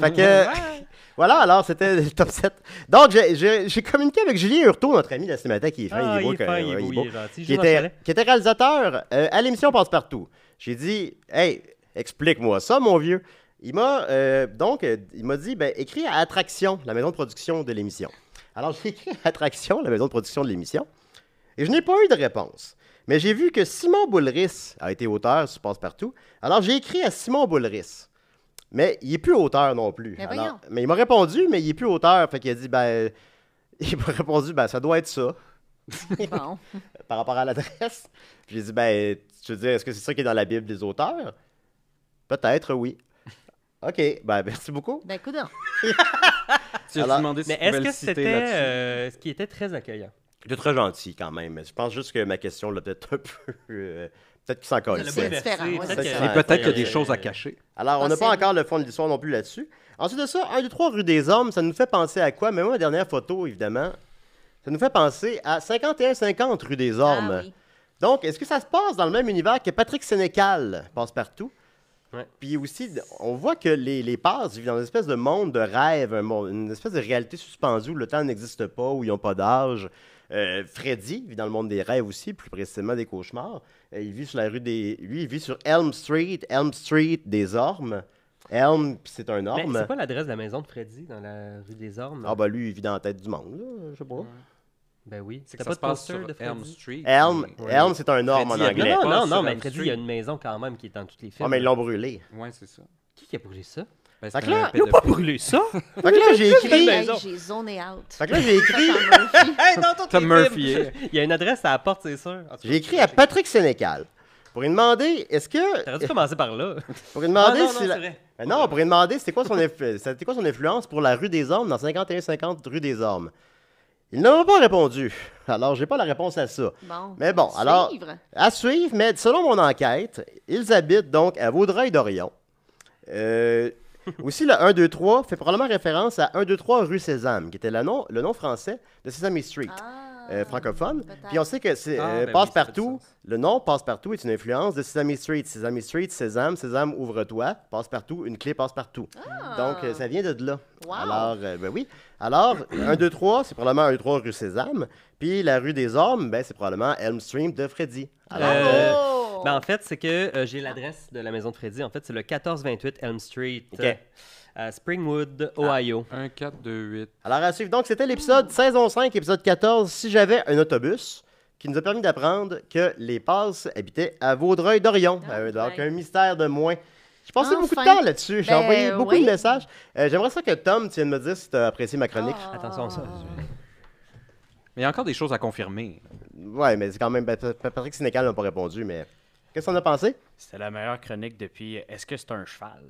[SPEAKER 2] Fait
[SPEAKER 5] Ah,
[SPEAKER 2] que... Voilà, alors, c'était le top 7. Donc, j'ai- j'ai j'ai communiqué avec Julien Hurtaud, notre ami de la cinémathèque, qui est fin, euh,
[SPEAKER 5] Ah,
[SPEAKER 2] il est beau.
[SPEAKER 5] il est
[SPEAKER 2] que-
[SPEAKER 5] fin, il
[SPEAKER 2] ouais,
[SPEAKER 5] est beau, il est gentil.
[SPEAKER 2] qui
[SPEAKER 5] Je vous en
[SPEAKER 2] était,
[SPEAKER 5] parlais.
[SPEAKER 2] qui était réalisateur euh, à l'émission Passe-Partout. J'ai dit, hey, explique-moi ça, mon vieux. Il m'a euh, donc euh, il m'a dit, ben, écris à Attraction, la maison de production de l'émission. Alors, j'ai écrit à Attraction, la maison de production de l'émission, et je n'ai pas eu de réponse. Mais j'ai vu que Simon Boulris a été auteur sur Passe-Partout. Alors, j'ai écrit à Simon Boulris. Mais il n'est plus auteur non plus.
[SPEAKER 3] Mais
[SPEAKER 2] Alors-
[SPEAKER 3] voyons.
[SPEAKER 2] mais il m'a répondu, mais il n'est plus auteur. Fait qu'il a dit, ben, il m'a répondu, ben, ça doit être ça
[SPEAKER 3] Bon.
[SPEAKER 2] par rapport à l'adresse. Puis j'ai dit, ben, tu veux dire, est-ce que c'est ça qui est dans la Bible des auteurs? Peut-être, oui. OK, ben, merci beaucoup.
[SPEAKER 3] Ben, coudonc.
[SPEAKER 4] Tu as
[SPEAKER 2] Alors-
[SPEAKER 4] demandé si
[SPEAKER 5] Mais
[SPEAKER 4] tu pouvais
[SPEAKER 5] est-ce
[SPEAKER 4] le
[SPEAKER 5] que
[SPEAKER 4] citer
[SPEAKER 5] c'était
[SPEAKER 4] là-dessus.
[SPEAKER 5] euh, ce qui était très accueillant?
[SPEAKER 2] Il est très gentil quand même. Je pense juste que ma question l'a peut-être un peu. euh, peut-être qu'il s'en
[SPEAKER 3] C'est
[SPEAKER 2] calissait.
[SPEAKER 3] différent, ouais, c'est
[SPEAKER 2] ça.
[SPEAKER 4] Et peut-être qu'il y a des choses à
[SPEAKER 2] euh,
[SPEAKER 4] cacher.
[SPEAKER 2] Alors, on n'a pas
[SPEAKER 3] Possible.
[SPEAKER 2] encore le fond de l'histoire non plus là-dessus. Ensuite de ça, 1, 2, 3, rue des Hommes, ça nous fait penser à quoi? Mais moi, ma dernière photo, évidemment, ça nous fait penser à 51-50 rue des Ormes.
[SPEAKER 3] Ah oui.
[SPEAKER 2] Donc, est-ce que ça se passe dans le même univers que Patrick Sénécal passe partout?
[SPEAKER 5] Ouais.
[SPEAKER 2] Puis aussi, on voit que les, les passes vivent dans une espèce de monde de rêve, un monde- une espèce de réalité suspendue où le temps n'existe pas, où ils n'ont pas d'âge. Euh, Freddy vit dans le monde des rêves aussi, plus précisément des cauchemars. Euh, il vit sur la rue des. Lui, il vit sur Elm Street, Elm Street des Ormes. Elm, puis c'est un
[SPEAKER 5] Mais
[SPEAKER 2] orme.
[SPEAKER 5] c'est pas l'adresse de la maison de Freddy dans la rue des Ormes?
[SPEAKER 2] Ah, bah lui, il vit dans la tête du monde, là, je sais pas.
[SPEAKER 5] Ben oui.
[SPEAKER 4] C'est
[SPEAKER 5] T'as
[SPEAKER 4] que ça
[SPEAKER 5] pas de
[SPEAKER 4] se passe
[SPEAKER 5] poster
[SPEAKER 4] sur
[SPEAKER 5] de Freddy?
[SPEAKER 4] Elm Street.
[SPEAKER 2] Elm,
[SPEAKER 4] Ouais.
[SPEAKER 2] Elm c'est un orme
[SPEAKER 4] Freddy,
[SPEAKER 2] en
[SPEAKER 4] il y a
[SPEAKER 2] anglais.
[SPEAKER 4] bien-
[SPEAKER 5] Non,
[SPEAKER 4] Pas
[SPEAKER 5] non,
[SPEAKER 4] sur
[SPEAKER 5] non,
[SPEAKER 4] Elm
[SPEAKER 5] mais Freddy, il y a
[SPEAKER 4] Street.
[SPEAKER 5] une maison quand même qui est dans tous les films.
[SPEAKER 2] Ah, mais ils l'ont brûlé.
[SPEAKER 4] Ouais, c'est ça.
[SPEAKER 5] Qui qui a brûlé ça?
[SPEAKER 4] Ben,
[SPEAKER 2] Fait
[SPEAKER 4] c'est
[SPEAKER 2] que là,
[SPEAKER 4] un
[SPEAKER 5] Ils n'ont pas
[SPEAKER 4] pédophile.
[SPEAKER 5] brûlé ça!
[SPEAKER 2] Fait que là, j'ai écrit.
[SPEAKER 3] Hey, J'ai zoné out.
[SPEAKER 2] Fait que là, j'ai écrit.
[SPEAKER 4] Tom Murphy. est-
[SPEAKER 5] Il y a une adresse à la porte, c'est sûr. En tout cas,
[SPEAKER 2] J'ai écrit à Patrick Sénécal pour lui demander est-ce
[SPEAKER 5] T'aurais dû
[SPEAKER 2] que
[SPEAKER 5] commencer par là.
[SPEAKER 2] pour lui demander
[SPEAKER 5] Ah, non,
[SPEAKER 2] si
[SPEAKER 5] non,
[SPEAKER 2] la-
[SPEAKER 5] c'est vrai.
[SPEAKER 2] Euh, non, pour lui demander c'était quoi son influ- c'était quoi son influence pour la rue des Ormes dans 5150 rue des Ormes. Il n'a pas répondu. Alors, j'ai pas la réponse à ça.
[SPEAKER 3] Bon.
[SPEAKER 2] Mais bon,
[SPEAKER 3] Suivre.
[SPEAKER 2] alors- À suivre, mais selon mon enquête, ils habitent donc à Vaudreuil-Dorion. Euh, aussi, le 1, 2, 3 fait probablement référence à 1, 2, 3 rue Sésame, qui était le nom, le nom français de Sesame Street.
[SPEAKER 3] Ah,
[SPEAKER 2] euh, francophone.
[SPEAKER 3] peut-être.
[SPEAKER 2] Puis on sait que c'est,
[SPEAKER 4] Ah,
[SPEAKER 2] euh,
[SPEAKER 4] ben oui,
[SPEAKER 2] Passe-Partout,
[SPEAKER 4] ça fait
[SPEAKER 2] le nom Passe-Partout est une influence de Sesame Street. Sesame Street, Sésame, Sésame, ouvre-toi, Passe-Partout, une clé Passe-Partout.
[SPEAKER 3] Ah.
[SPEAKER 2] Donc, euh, ça vient de là.
[SPEAKER 3] Wow.
[SPEAKER 2] Alors, euh, ben oui. Alors, 1, 2, 3, c'est probablement 1, 2, 3 rue Sésame. Puis la rue des Ormes, ben, c'est probablement Elm Street de Freddy. Alors,
[SPEAKER 5] Euh,
[SPEAKER 3] Bravo!
[SPEAKER 5] Ben, en fait, c'est que euh, j'ai l'adresse de la maison de Freddy. En fait, c'est le 1428 Elm Street
[SPEAKER 2] Ok.
[SPEAKER 5] euh, à Springwood, Ohio.
[SPEAKER 4] 1, 4, 2, 8.
[SPEAKER 2] Alors, à suivre. Donc, c'était l'épisode saison 5, épisode 14. Si j'avais un autobus qui nous a permis d'apprendre que les passes habitaient à Vaudreuil-Dorion.
[SPEAKER 3] Ah,
[SPEAKER 2] Euh, donc,
[SPEAKER 3] ben.
[SPEAKER 2] un mystère de moins. J'ai passé beaucoup de
[SPEAKER 3] Enfin.
[SPEAKER 2] temps là-dessus. J'ai
[SPEAKER 3] Ben,
[SPEAKER 2] envoyé beaucoup
[SPEAKER 3] oui.
[SPEAKER 2] de messages. Euh, J'aimerais ça que Tom, tu viennes me dire si tu as apprécié ma chronique.
[SPEAKER 3] Ah.
[SPEAKER 5] Attention à ça.
[SPEAKER 4] Mais il y a encore des choses à confirmer.
[SPEAKER 2] Ouais, mais c'est quand même. ben, Patrick Sénécal n'a pas répondu, mais. Qu'est-ce qu'on a pensé?
[SPEAKER 8] C'était la meilleure chronique depuis. Est-ce que c'est un cheval?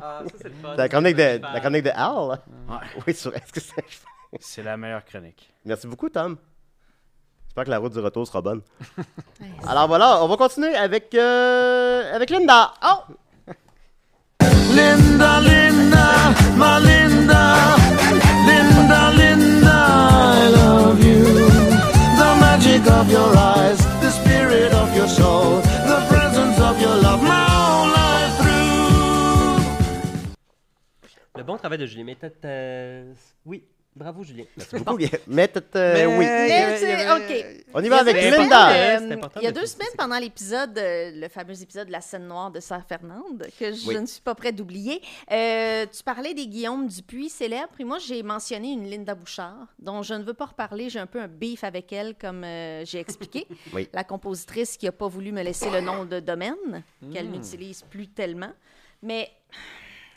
[SPEAKER 5] Ah, ça, c'est le fun.
[SPEAKER 2] La chronique de, la chronique de Al? Oui, sur est-ce que c'est-
[SPEAKER 8] C'est la meilleure chronique.
[SPEAKER 2] Merci beaucoup, Tom. J'espère que la route du retour sera bonne.
[SPEAKER 3] Ouais,
[SPEAKER 2] Alors voilà, on va continuer avec, euh, avec Linda. Oh!
[SPEAKER 1] Linda, Linda, my Linda, Linda, Linda, I love you. The magic of your eyes, the spirit of your soul, the presence of your love, my whole life through.
[SPEAKER 5] Ah. Le bon travail de Julie. Mais t'as- t'as- Oui, Bravo, Julien.
[SPEAKER 2] C'est beaucoup. Mais peut-être, euh, oui.
[SPEAKER 3] Mais c'est- OK.
[SPEAKER 2] On y va
[SPEAKER 3] Il y a
[SPEAKER 2] avec
[SPEAKER 3] deux
[SPEAKER 2] Linda.
[SPEAKER 3] semaines,
[SPEAKER 5] C'est
[SPEAKER 3] euh,
[SPEAKER 5] important
[SPEAKER 3] Il y a
[SPEAKER 5] de
[SPEAKER 3] deux
[SPEAKER 5] préciser.
[SPEAKER 3] semaines, pendant l'épisode, euh, le fameux épisode de la scène noire de Sœur Fernande, que je
[SPEAKER 2] Oui.
[SPEAKER 3] ne suis pas près d'oublier, euh, tu parlais des Guillaume Dupuis célèbres, et moi, j'ai mentionné une Linda Bouchard, dont je ne veux pas reparler. J'ai un peu un beef avec elle, comme euh, j'ai expliqué.
[SPEAKER 2] Oui.
[SPEAKER 3] La compositrice qui n'a pas voulu me laisser le nom de domaine, qu'elle
[SPEAKER 8] Hmm.
[SPEAKER 3] n'utilise plus tellement. Mais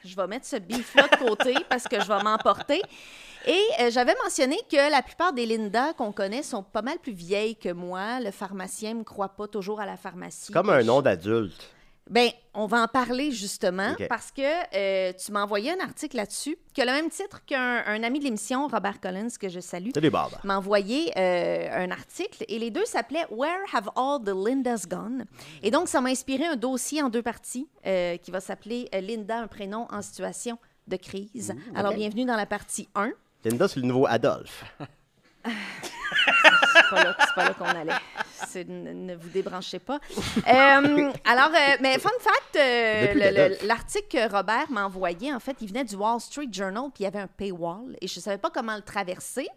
[SPEAKER 3] je vais mettre ce bif-là de côté parce que je vais m'emporter. Et euh, j'avais mentionné que la plupart des Linda qu'on connaît sont pas mal plus vieilles que moi. Le pharmacien ne me croit pas toujours à la pharmacie.
[SPEAKER 2] C'est comme un nom d'adulte.
[SPEAKER 3] Ben, on va en parler justement
[SPEAKER 2] Ok.
[SPEAKER 3] parce que euh, tu m'as envoyé un article là-dessus qui a le même titre qu'un un ami de l'émission, Robert Collins, que je salue,
[SPEAKER 2] C'est des barbes.
[SPEAKER 3] m'a envoyé euh, un article et les deux s'appelaient Where Have All the Lindas Gone? Et donc, ça m'a inspiré un dossier en deux parties euh, qui va s'appeler euh, Linda, un prénom en situation de crise. Alors, bienvenue dans la partie 1.
[SPEAKER 2] Linda, c'est le nouveau Adolphe.
[SPEAKER 3] C'est pas là, c'est pas là qu'on allait. C'est- Ne, ne vous débranchez pas. Euh, alors, euh, mais fun fact, euh,
[SPEAKER 2] Depuis
[SPEAKER 3] le- le-
[SPEAKER 2] Adolphe.
[SPEAKER 3] l'article que Robert m'a envoyé, en fait, il venait du Wall Street Journal, puis il y avait un paywall, et je ne savais pas comment le traverser.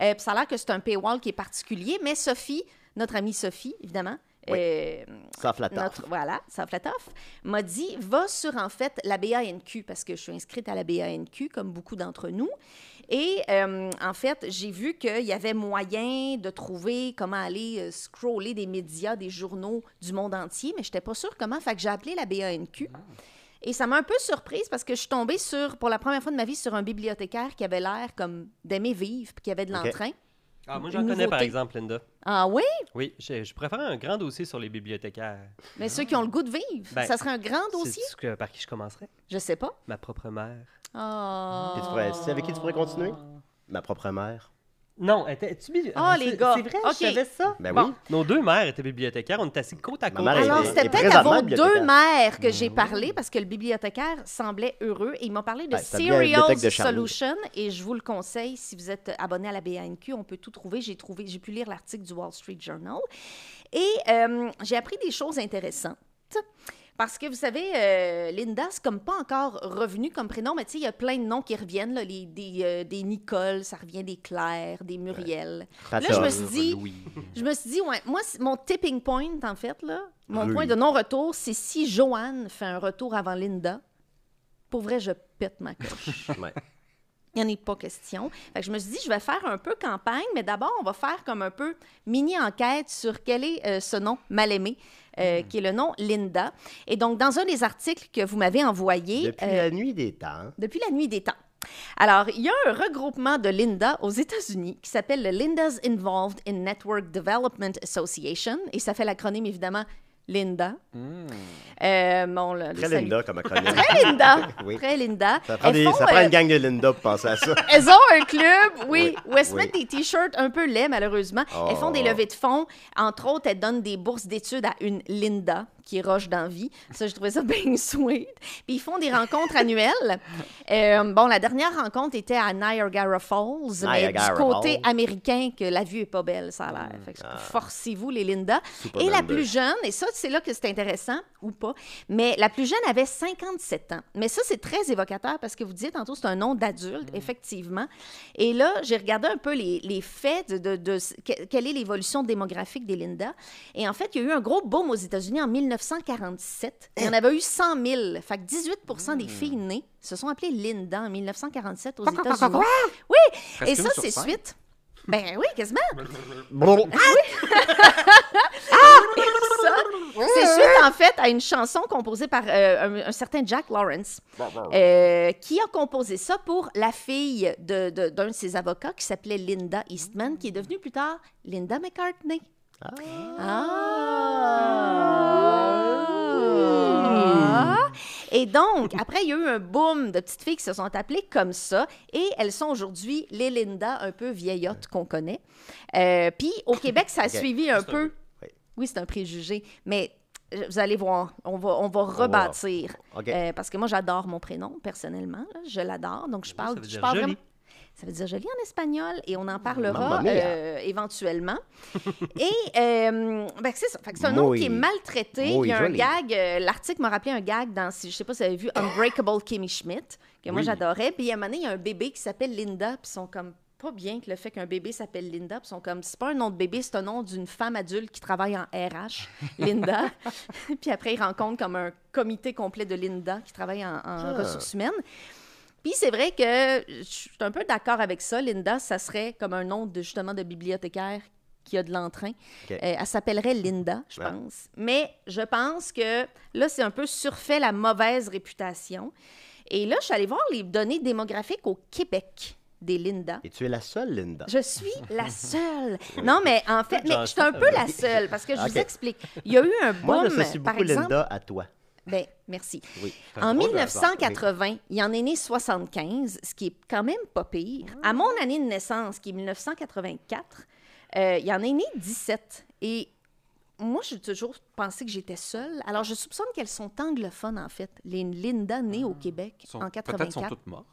[SPEAKER 3] Euh, puis ça a l'air que c'est un paywall qui est particulier, mais Sophie, notre amie Sophie, évidemment,
[SPEAKER 2] Oui.
[SPEAKER 3] euh,
[SPEAKER 2] Ça flatte.
[SPEAKER 3] notre, voilà, ça fait tough, m'a dit va sur en fait la BANQ parce que je suis inscrite à la BANQ comme beaucoup d'entre nous. Et euh, en fait, j'ai vu qu'il y avait moyen de trouver comment aller euh, scroller des médias, des journaux du monde entier, mais je n'étais pas sûre comment. Fait que j'ai appelé la BANQ. Et ça m'a un peu surprise parce que je suis tombée sur, pour la première fois de ma vie, sur un bibliothécaire qui avait l'air comme d'aimer vivre, puis qui avait de
[SPEAKER 2] Ok.
[SPEAKER 3] l'entrain.
[SPEAKER 5] Ah, moi, j'en
[SPEAKER 3] Une
[SPEAKER 5] connais, par
[SPEAKER 3] nouveauté.
[SPEAKER 5] exemple, Linda.
[SPEAKER 3] Ah oui?
[SPEAKER 5] Oui, je, je préfère un grand dossier sur les bibliothécaires.
[SPEAKER 3] Mais ceux qui ont le goût de vivre,
[SPEAKER 5] Ben,
[SPEAKER 3] ça serait un grand dossier?
[SPEAKER 5] Sais-tu que- par qui je commencerais?
[SPEAKER 3] Je sais pas.
[SPEAKER 5] Ma propre mère.
[SPEAKER 3] Ah.
[SPEAKER 2] Et tu pourrais- c'est avec qui tu pourrais continuer? Oh. Ma propre mère.
[SPEAKER 5] Non, elle était- tu bibli-
[SPEAKER 3] Ah,
[SPEAKER 5] c'est-
[SPEAKER 3] les gars.
[SPEAKER 5] C'est vrai,
[SPEAKER 3] Ok.
[SPEAKER 5] je savais ça.
[SPEAKER 2] Ben oui.
[SPEAKER 5] Nos deux mères étaient bibliothécaires, on était assis côte
[SPEAKER 2] Ma
[SPEAKER 5] à côte.
[SPEAKER 2] mère
[SPEAKER 3] Alors,
[SPEAKER 2] Et-
[SPEAKER 3] c'était
[SPEAKER 2] et
[SPEAKER 3] peut-être
[SPEAKER 2] présentement,
[SPEAKER 3] à vos
[SPEAKER 2] le
[SPEAKER 3] deux
[SPEAKER 2] bibliothécaire. Hmm.
[SPEAKER 3] mères que j'ai parlé parce que le bibliothécaire semblait heureux et il m'a parlé de
[SPEAKER 2] Ouais, c'est la
[SPEAKER 3] Serials
[SPEAKER 2] bibliothèque de Charny.
[SPEAKER 3] Solution et je vous le conseille si vous êtes abonné à la BANQ, on peut tout trouver. J'ai trouvé, j'ai pu lire l'article du Wall Street Journal et euh, j'ai appris des choses intéressantes. Parce que vous savez, euh, Linda, c'est comme pas encore revenu comme prénom, mais tu sais, il y a plein de noms qui reviennent, là, les, des, euh, des Nicole, ça revient des Claire, des Muriel. Là, je me suis dit, je me suis dit, ouais, moi, c'est- mon tipping point, en fait, là, mon
[SPEAKER 2] Oui.
[SPEAKER 3] point de non-retour, c'est si Joanne fait un retour avant Linda, pour vrai, je pète ma coche.
[SPEAKER 2] Ouais.
[SPEAKER 3] Il n'y en a pas question. Fait que je me suis dit, je vais faire un peu campagne, mais d'abord, on va faire comme un peu mini-enquête sur quel est euh, ce nom mal aimé,
[SPEAKER 2] Mm-hmm.
[SPEAKER 3] euh, qui est le nom Linda. Et donc, dans un des articles que vous m'avez envoyé,
[SPEAKER 2] Depuis
[SPEAKER 3] euh,
[SPEAKER 2] la nuit des temps.
[SPEAKER 3] depuis la nuit des temps. Alors, il y a un regroupement de Linda aux États-Unis qui s'appelle le Linda's Involved in Network Development Association, et ça fait l'acronyme évidemment Linda. Euh, bon, le- le
[SPEAKER 2] Très
[SPEAKER 3] salut.
[SPEAKER 2] Linda comme acronyme.
[SPEAKER 3] Très Linda.
[SPEAKER 2] Oui.
[SPEAKER 3] Très Linda.
[SPEAKER 2] Ça prend,
[SPEAKER 3] Elles
[SPEAKER 2] des-
[SPEAKER 3] font,
[SPEAKER 2] ça prend
[SPEAKER 3] euh,
[SPEAKER 2] une gang de Linda pour penser à ça.
[SPEAKER 3] elles ont un club,
[SPEAKER 2] Oui,
[SPEAKER 3] oui, où elles se
[SPEAKER 2] oui.
[SPEAKER 3] mettent des t-shirts un peu laids, malheureusement. Elles font des
[SPEAKER 2] Oh.
[SPEAKER 3] levées de fonds. Entre autres, elles donnent des bourses d'études à une Linda qui est roche d'envie. Ça, je trouvais ça bien sweet. Puis ils font des rencontres annuelles. Euh, bon, la dernière rencontre était à Niagara Falls, mais
[SPEAKER 2] Niagara
[SPEAKER 3] du côté
[SPEAKER 2] Falls.
[SPEAKER 3] américain que la vue est pas belle, ça a l'air. Fait que forcez-vous, les Linda.
[SPEAKER 2] Super
[SPEAKER 3] et la
[SPEAKER 2] Linda.
[SPEAKER 3] plus jeune, et ça, c'est là que c'est intéressant ou pas, mais la plus jeune avait 57 ans. Mais ça, c'est très évocateur parce que vous disiez tantôt, c'est un nom d'adulte, effectivement. Et là, j'ai regardé un peu les, les faits de, de- de ce- que- quelle est l'évolution démographique des Linda. Et en fait, il y a eu un gros boom aux États-Unis en 1947. Il y en avait eu 100 000. Fait que 18 des filles nées se sont appelées Linda en 1947 aux États-Unis. Oui, et
[SPEAKER 4] Restez-vous
[SPEAKER 3] ça,
[SPEAKER 4] sur
[SPEAKER 3] c'est
[SPEAKER 4] scène.
[SPEAKER 3] suite. Ben oui, quasiment.
[SPEAKER 2] Bon.
[SPEAKER 3] Ça, C'est suite, en fait, à une chanson composée par euh, un, un certain Jack Lawrence, euh, qui a composé ça pour la fille de- de- d'un de, ses avocats qui s'appelait Linda Eastman, qui est devenue plus tard Linda McCartney. Ah. Et donc, après, il y a eu un boom de petites filles qui se sont appelées comme ça, et elles sont aujourd'hui les Linda un peu vieillottes qu'on connaît. Euh, Puis au Québec, ça a
[SPEAKER 2] Ok.
[SPEAKER 3] suivi un peu.
[SPEAKER 2] oui.
[SPEAKER 3] Oui, c'est un préjugé, mais euh, vous allez voir, on va, on va rebâtir.
[SPEAKER 2] OK.
[SPEAKER 3] Euh, parce que moi, j'adore mon prénom, personnellement. là, je l'adore. Donc, je parle.
[SPEAKER 5] ça veut
[SPEAKER 3] je
[SPEAKER 5] dire
[SPEAKER 3] parle
[SPEAKER 5] joli.
[SPEAKER 3] vraiment- Ça veut dire joli en espagnol et on en parlera
[SPEAKER 2] Ah, Mamma mia.
[SPEAKER 3] euh, éventuellement. et euh, ben, c'est ça. Fait que c'est un nom
[SPEAKER 2] Muy-
[SPEAKER 3] qui est maltraité. Il
[SPEAKER 2] muy
[SPEAKER 3] y a un
[SPEAKER 2] joli.
[SPEAKER 3] gag. euh, L'article m'a rappelé un gag dans, si- je sais pas si vous avez vu, Unbreakable Kimmy Schmidt, que moi
[SPEAKER 2] Oui.
[SPEAKER 3] j'adorais. Puis à un moment donné, il y a un bébé qui s'appelle Linda, puis ils sont comme pas bien que le fait qu'un bébé s'appelle Linda, puis ils sont comme, c'est pas un nom de bébé, c'est un nom d'une femme adulte qui travaille en RH, Linda. puis après, ils rencontrent comme un comité complet de Linda qui travaille en, en
[SPEAKER 2] Ah.
[SPEAKER 3] ressources humaines. Puis c'est vrai que je suis un peu d'accord avec ça. Linda, ça serait comme un nom de, justement de bibliothécaire qui a de l'entrain.
[SPEAKER 2] OK.
[SPEAKER 3] Euh, elle s'appellerait Linda, je
[SPEAKER 2] Ouais.
[SPEAKER 3] pense. Mais je pense que là, c'est un peu surfait la mauvaise réputation. Et là, je suis allée voir les données démographiques au Québec des Linda.
[SPEAKER 2] Et tu es la seule, Linda.
[SPEAKER 3] Je suis la seule. Non, mais en fait, mais je suis un peu la seule parce que je
[SPEAKER 2] Ok.
[SPEAKER 3] vous explique. Il y a eu un boom,
[SPEAKER 2] Moi, j'associe
[SPEAKER 3] par
[SPEAKER 2] beaucoup
[SPEAKER 3] exemple.
[SPEAKER 2] Linda à toi.
[SPEAKER 3] Ben, merci.
[SPEAKER 2] Oui.
[SPEAKER 3] En
[SPEAKER 2] drôle de hasard,
[SPEAKER 3] 1980, il en est né 75, ce qui est quand même pas pire. À mon
[SPEAKER 2] Ah.
[SPEAKER 3] année de naissance, qui est 1984, euh, il en est né 17. Et moi, j'ai toujours pensé que j'étais seule. Alors, je soupçonne qu'elles sont anglophones, en fait. Les Linda nées
[SPEAKER 2] Ah.
[SPEAKER 3] au Québec
[SPEAKER 4] Sont-
[SPEAKER 3] en
[SPEAKER 4] Peut-être sont
[SPEAKER 3] 84
[SPEAKER 4] toutes mortes.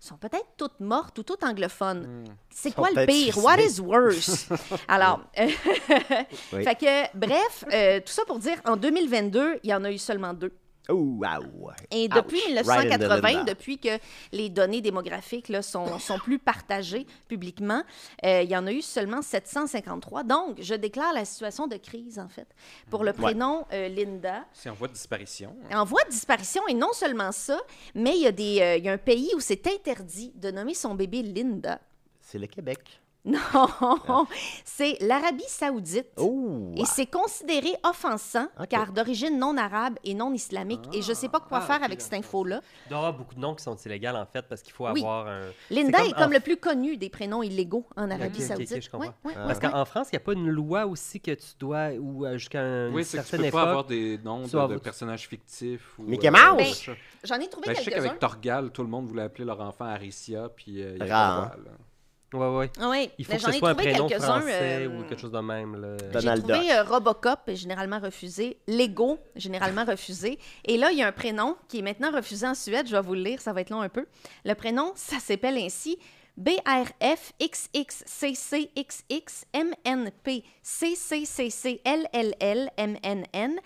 [SPEAKER 3] sont peut-être toutes mortes ou toutes anglophones. C'est
[SPEAKER 2] Hmm. Sont
[SPEAKER 3] quoi le
[SPEAKER 2] peut-être
[SPEAKER 3] pire?
[SPEAKER 2] suicidées.
[SPEAKER 3] What is worse? Alors, euh,
[SPEAKER 2] Oui.
[SPEAKER 3] fait que, bref, euh, tout ça pour dire, en 2022, il y en a eu seulement deux.
[SPEAKER 2] Oh, wow.
[SPEAKER 3] Et depuis
[SPEAKER 2] Ouch. Right
[SPEAKER 3] 1980,
[SPEAKER 2] in the linda.
[SPEAKER 3] depuis que les données démographiques là, sont, sont plus partagées publiquement, euh, il y en a eu seulement 753. Donc, je déclare la situation de crise, en fait, pour le prénom euh, Linda
[SPEAKER 4] C'est en voie de disparition.
[SPEAKER 3] en voie de disparition. Et non seulement ça, mais il y, a des, euh, il y a un pays où c'est interdit de nommer son bébé Linda.
[SPEAKER 2] C'est le Québec.
[SPEAKER 3] Non, c'est l'Arabie saoudite.
[SPEAKER 2] Oh,
[SPEAKER 3] Et c'est considéré offensant,
[SPEAKER 2] Ok.
[SPEAKER 3] car d'origine non arabe et non islamique. et je ne sais pas quoi
[SPEAKER 5] Ah,
[SPEAKER 3] faire
[SPEAKER 5] ok,
[SPEAKER 3] avec
[SPEAKER 5] dans
[SPEAKER 3] cette
[SPEAKER 5] ce
[SPEAKER 3] info-là.
[SPEAKER 5] Il doit y avoir beaucoup de noms qui sont illégaux, en fait, parce qu'il faut
[SPEAKER 3] Oui.
[SPEAKER 5] avoir un.
[SPEAKER 3] Linda
[SPEAKER 5] comme
[SPEAKER 3] est comme
[SPEAKER 5] en-
[SPEAKER 3] le plus connu des prénoms illégaux en
[SPEAKER 5] Ok,
[SPEAKER 3] Arabie
[SPEAKER 5] ok, ok,
[SPEAKER 3] saoudite.
[SPEAKER 5] je comprends.
[SPEAKER 3] Ouais, ouais,
[SPEAKER 2] Ah.
[SPEAKER 3] ouais,
[SPEAKER 5] Parce
[SPEAKER 3] ouais.
[SPEAKER 5] qu'en France, il n'y a pas une loi aussi que tu dois, ou euh, jusqu'à une
[SPEAKER 4] Oui, c'est que tu
[SPEAKER 5] certaine
[SPEAKER 4] peux
[SPEAKER 5] époque.
[SPEAKER 4] pas avoir des noms
[SPEAKER 5] tu
[SPEAKER 4] de,
[SPEAKER 5] dois
[SPEAKER 4] de
[SPEAKER 5] avoir-
[SPEAKER 4] personnages fictifs. Ou,
[SPEAKER 2] Mickey
[SPEAKER 4] euh,
[SPEAKER 2] Mouse!
[SPEAKER 4] Ben,
[SPEAKER 3] J'en ai
[SPEAKER 4] je
[SPEAKER 3] trouvé
[SPEAKER 4] sais
[SPEAKER 3] quelques-uns.
[SPEAKER 4] qu'avec Torgal, tout le monde voulait appeler leur enfant Aricia, puis euh, il y a
[SPEAKER 2] Rare,
[SPEAKER 4] pas
[SPEAKER 2] hein.
[SPEAKER 4] de voile.
[SPEAKER 5] Ouais, ouais.
[SPEAKER 3] Ah ouais,
[SPEAKER 5] Il faut
[SPEAKER 3] mais
[SPEAKER 5] que
[SPEAKER 3] j'en
[SPEAKER 5] ce
[SPEAKER 3] ai
[SPEAKER 5] soit un
[SPEAKER 3] trouvé
[SPEAKER 5] prénom
[SPEAKER 3] quelques-uns.
[SPEAKER 5] français
[SPEAKER 3] euh,
[SPEAKER 5] ou quelque chose de même. là.
[SPEAKER 4] Ben,
[SPEAKER 2] Donald
[SPEAKER 3] J'ai trouvé
[SPEAKER 2] Duck.
[SPEAKER 3] euh, Robocop est généralement refusé, Lego est généralement refusé. Et là, il y a un prénom qui est maintenant refusé en Suède. Je vais vous le lire, ça va être long un peu. Le prénom, ça s'appelle ainsi BRFXXCCXXMNPCCCCLLLMNN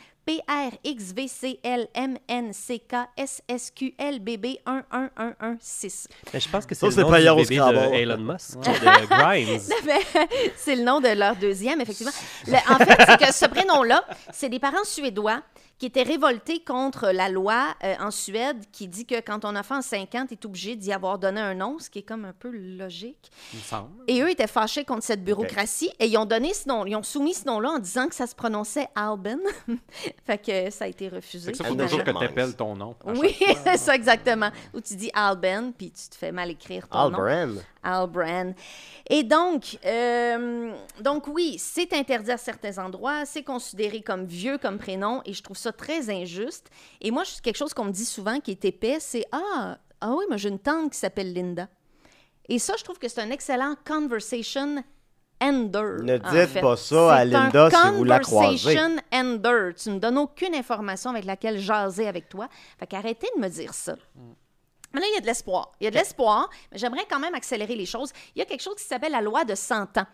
[SPEAKER 3] PRXVCLMNCKSSQLBB11116.
[SPEAKER 5] Mais je pense que
[SPEAKER 2] Ça,
[SPEAKER 5] c'est
[SPEAKER 2] c'est
[SPEAKER 5] le nom
[SPEAKER 2] pas hier au
[SPEAKER 5] du bébé
[SPEAKER 2] Scrabble.
[SPEAKER 5] de Elon Musk, de Grimes.
[SPEAKER 3] Ben, c'est le nom de leur deuxième, effectivement. Le- en fait, c'est que ce prénom-là, c'est des parents suédois qui étaient révoltés contre la loi euh, en Suède qui dit que quand ton enfant a 5 ans, tu es obligé d'y avoir donné un nom, ce qui est comme un peu logique.
[SPEAKER 4] il me semble.
[SPEAKER 3] Et eux étaient fâchés contre cette bureaucratie et ils ont donné ce nom, ils ont soumis ce nom-là en disant que ça se prononçait Alban. fait que ça a été refusé.
[SPEAKER 4] Fait que ça, faut
[SPEAKER 2] Finalement.
[SPEAKER 4] toujours que
[SPEAKER 3] finalement.
[SPEAKER 4] tu appelles ton nom. à
[SPEAKER 3] Oui, c'est ça exactement. Où tu dis Alban, puis tu te fais mal écrire ton nom.
[SPEAKER 2] Albrand.
[SPEAKER 3] Albrand. Et donc, euh, donc oui, c'est interdit à certains endroits, c'est considéré comme vieux comme prénom, et je trouve ça très injuste. Et moi, je- quelque chose qu'on me dit souvent qui est épais, c'est ah, ah oui, moi j'ai une tante qui s'appelle Linda. Et ça, je trouve que c'est un excellent conversation ender.
[SPEAKER 2] Ne
[SPEAKER 3] en
[SPEAKER 2] dites
[SPEAKER 3] fait.
[SPEAKER 2] pas ça à
[SPEAKER 3] C'est un
[SPEAKER 2] Linda si vous la croisez.
[SPEAKER 3] Conversation ender. Tu ne me donnes aucune information avec laquelle jaser avec toi. Fait qu'arrêtez de me dire ça. Mais là, il y a de l'espoir. Il y a de l'espoir, mais j'aimerais quand même accélérer les choses. Il y a quelque chose qui s'appelle la loi de 100 ans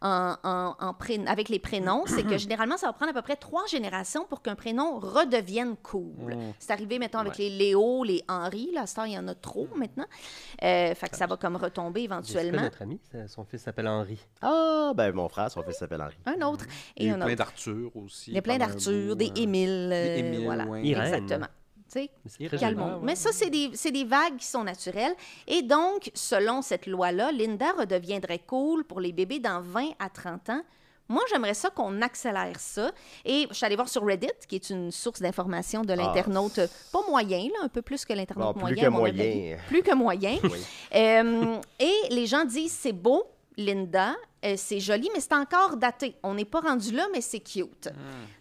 [SPEAKER 3] en, en- en pré- avec les prénoms. C'est que généralement, ça va prendre à peu près trois générations pour qu'un prénom redevienne cool.
[SPEAKER 4] Mmh.
[SPEAKER 3] C'est arrivé, mettons, avec les Léo, les Henri. Là, à ce temps, il y en a trop
[SPEAKER 4] Mmh.
[SPEAKER 3] maintenant. Euh, fait que ça va comme retomber
[SPEAKER 5] C'est
[SPEAKER 3] éventuellement.
[SPEAKER 5] notre ami, ça- son fils s'appelle Henri.
[SPEAKER 2] Ah, ben mon frère, son fils s'appelle Henri.
[SPEAKER 3] Un autre
[SPEAKER 4] Mmh. Il y a
[SPEAKER 3] et
[SPEAKER 4] eu
[SPEAKER 3] un
[SPEAKER 4] plein
[SPEAKER 3] autre.
[SPEAKER 4] d'Arthur aussi.
[SPEAKER 3] Il y a plein
[SPEAKER 4] pendant un
[SPEAKER 3] d'Arthur,
[SPEAKER 4] bout,
[SPEAKER 3] des
[SPEAKER 4] euh,
[SPEAKER 3] Émile. euh,
[SPEAKER 4] Émile,
[SPEAKER 3] voilà.
[SPEAKER 4] ouais.
[SPEAKER 5] Irène.
[SPEAKER 3] Exactement. Tu sais,
[SPEAKER 5] Mais c'est très
[SPEAKER 3] Calmons.
[SPEAKER 5] joli.
[SPEAKER 3] Mais ça, c'est des, c'est des vagues qui sont naturelles. Et donc, selon cette loi-là, Linda redeviendrait cool pour les bébés dans 20 à 30 ans. Moi, j'aimerais ça qu'on accélère ça. Et je suis allée voir sur Reddit, qui est une source d'information de l'internaute, euh, pas moyen, là, un peu plus que l'internaute
[SPEAKER 2] Ah. Bon, plus
[SPEAKER 3] moyen.
[SPEAKER 2] que
[SPEAKER 3] à mon
[SPEAKER 2] moyen.
[SPEAKER 3] avis. Plus que moyen. Euh, et les gens disent, c'est beau, Linda, euh, c'est joli, mais c'est encore daté. On n'est pas rendu là, mais c'est
[SPEAKER 2] Mm.
[SPEAKER 3] cute.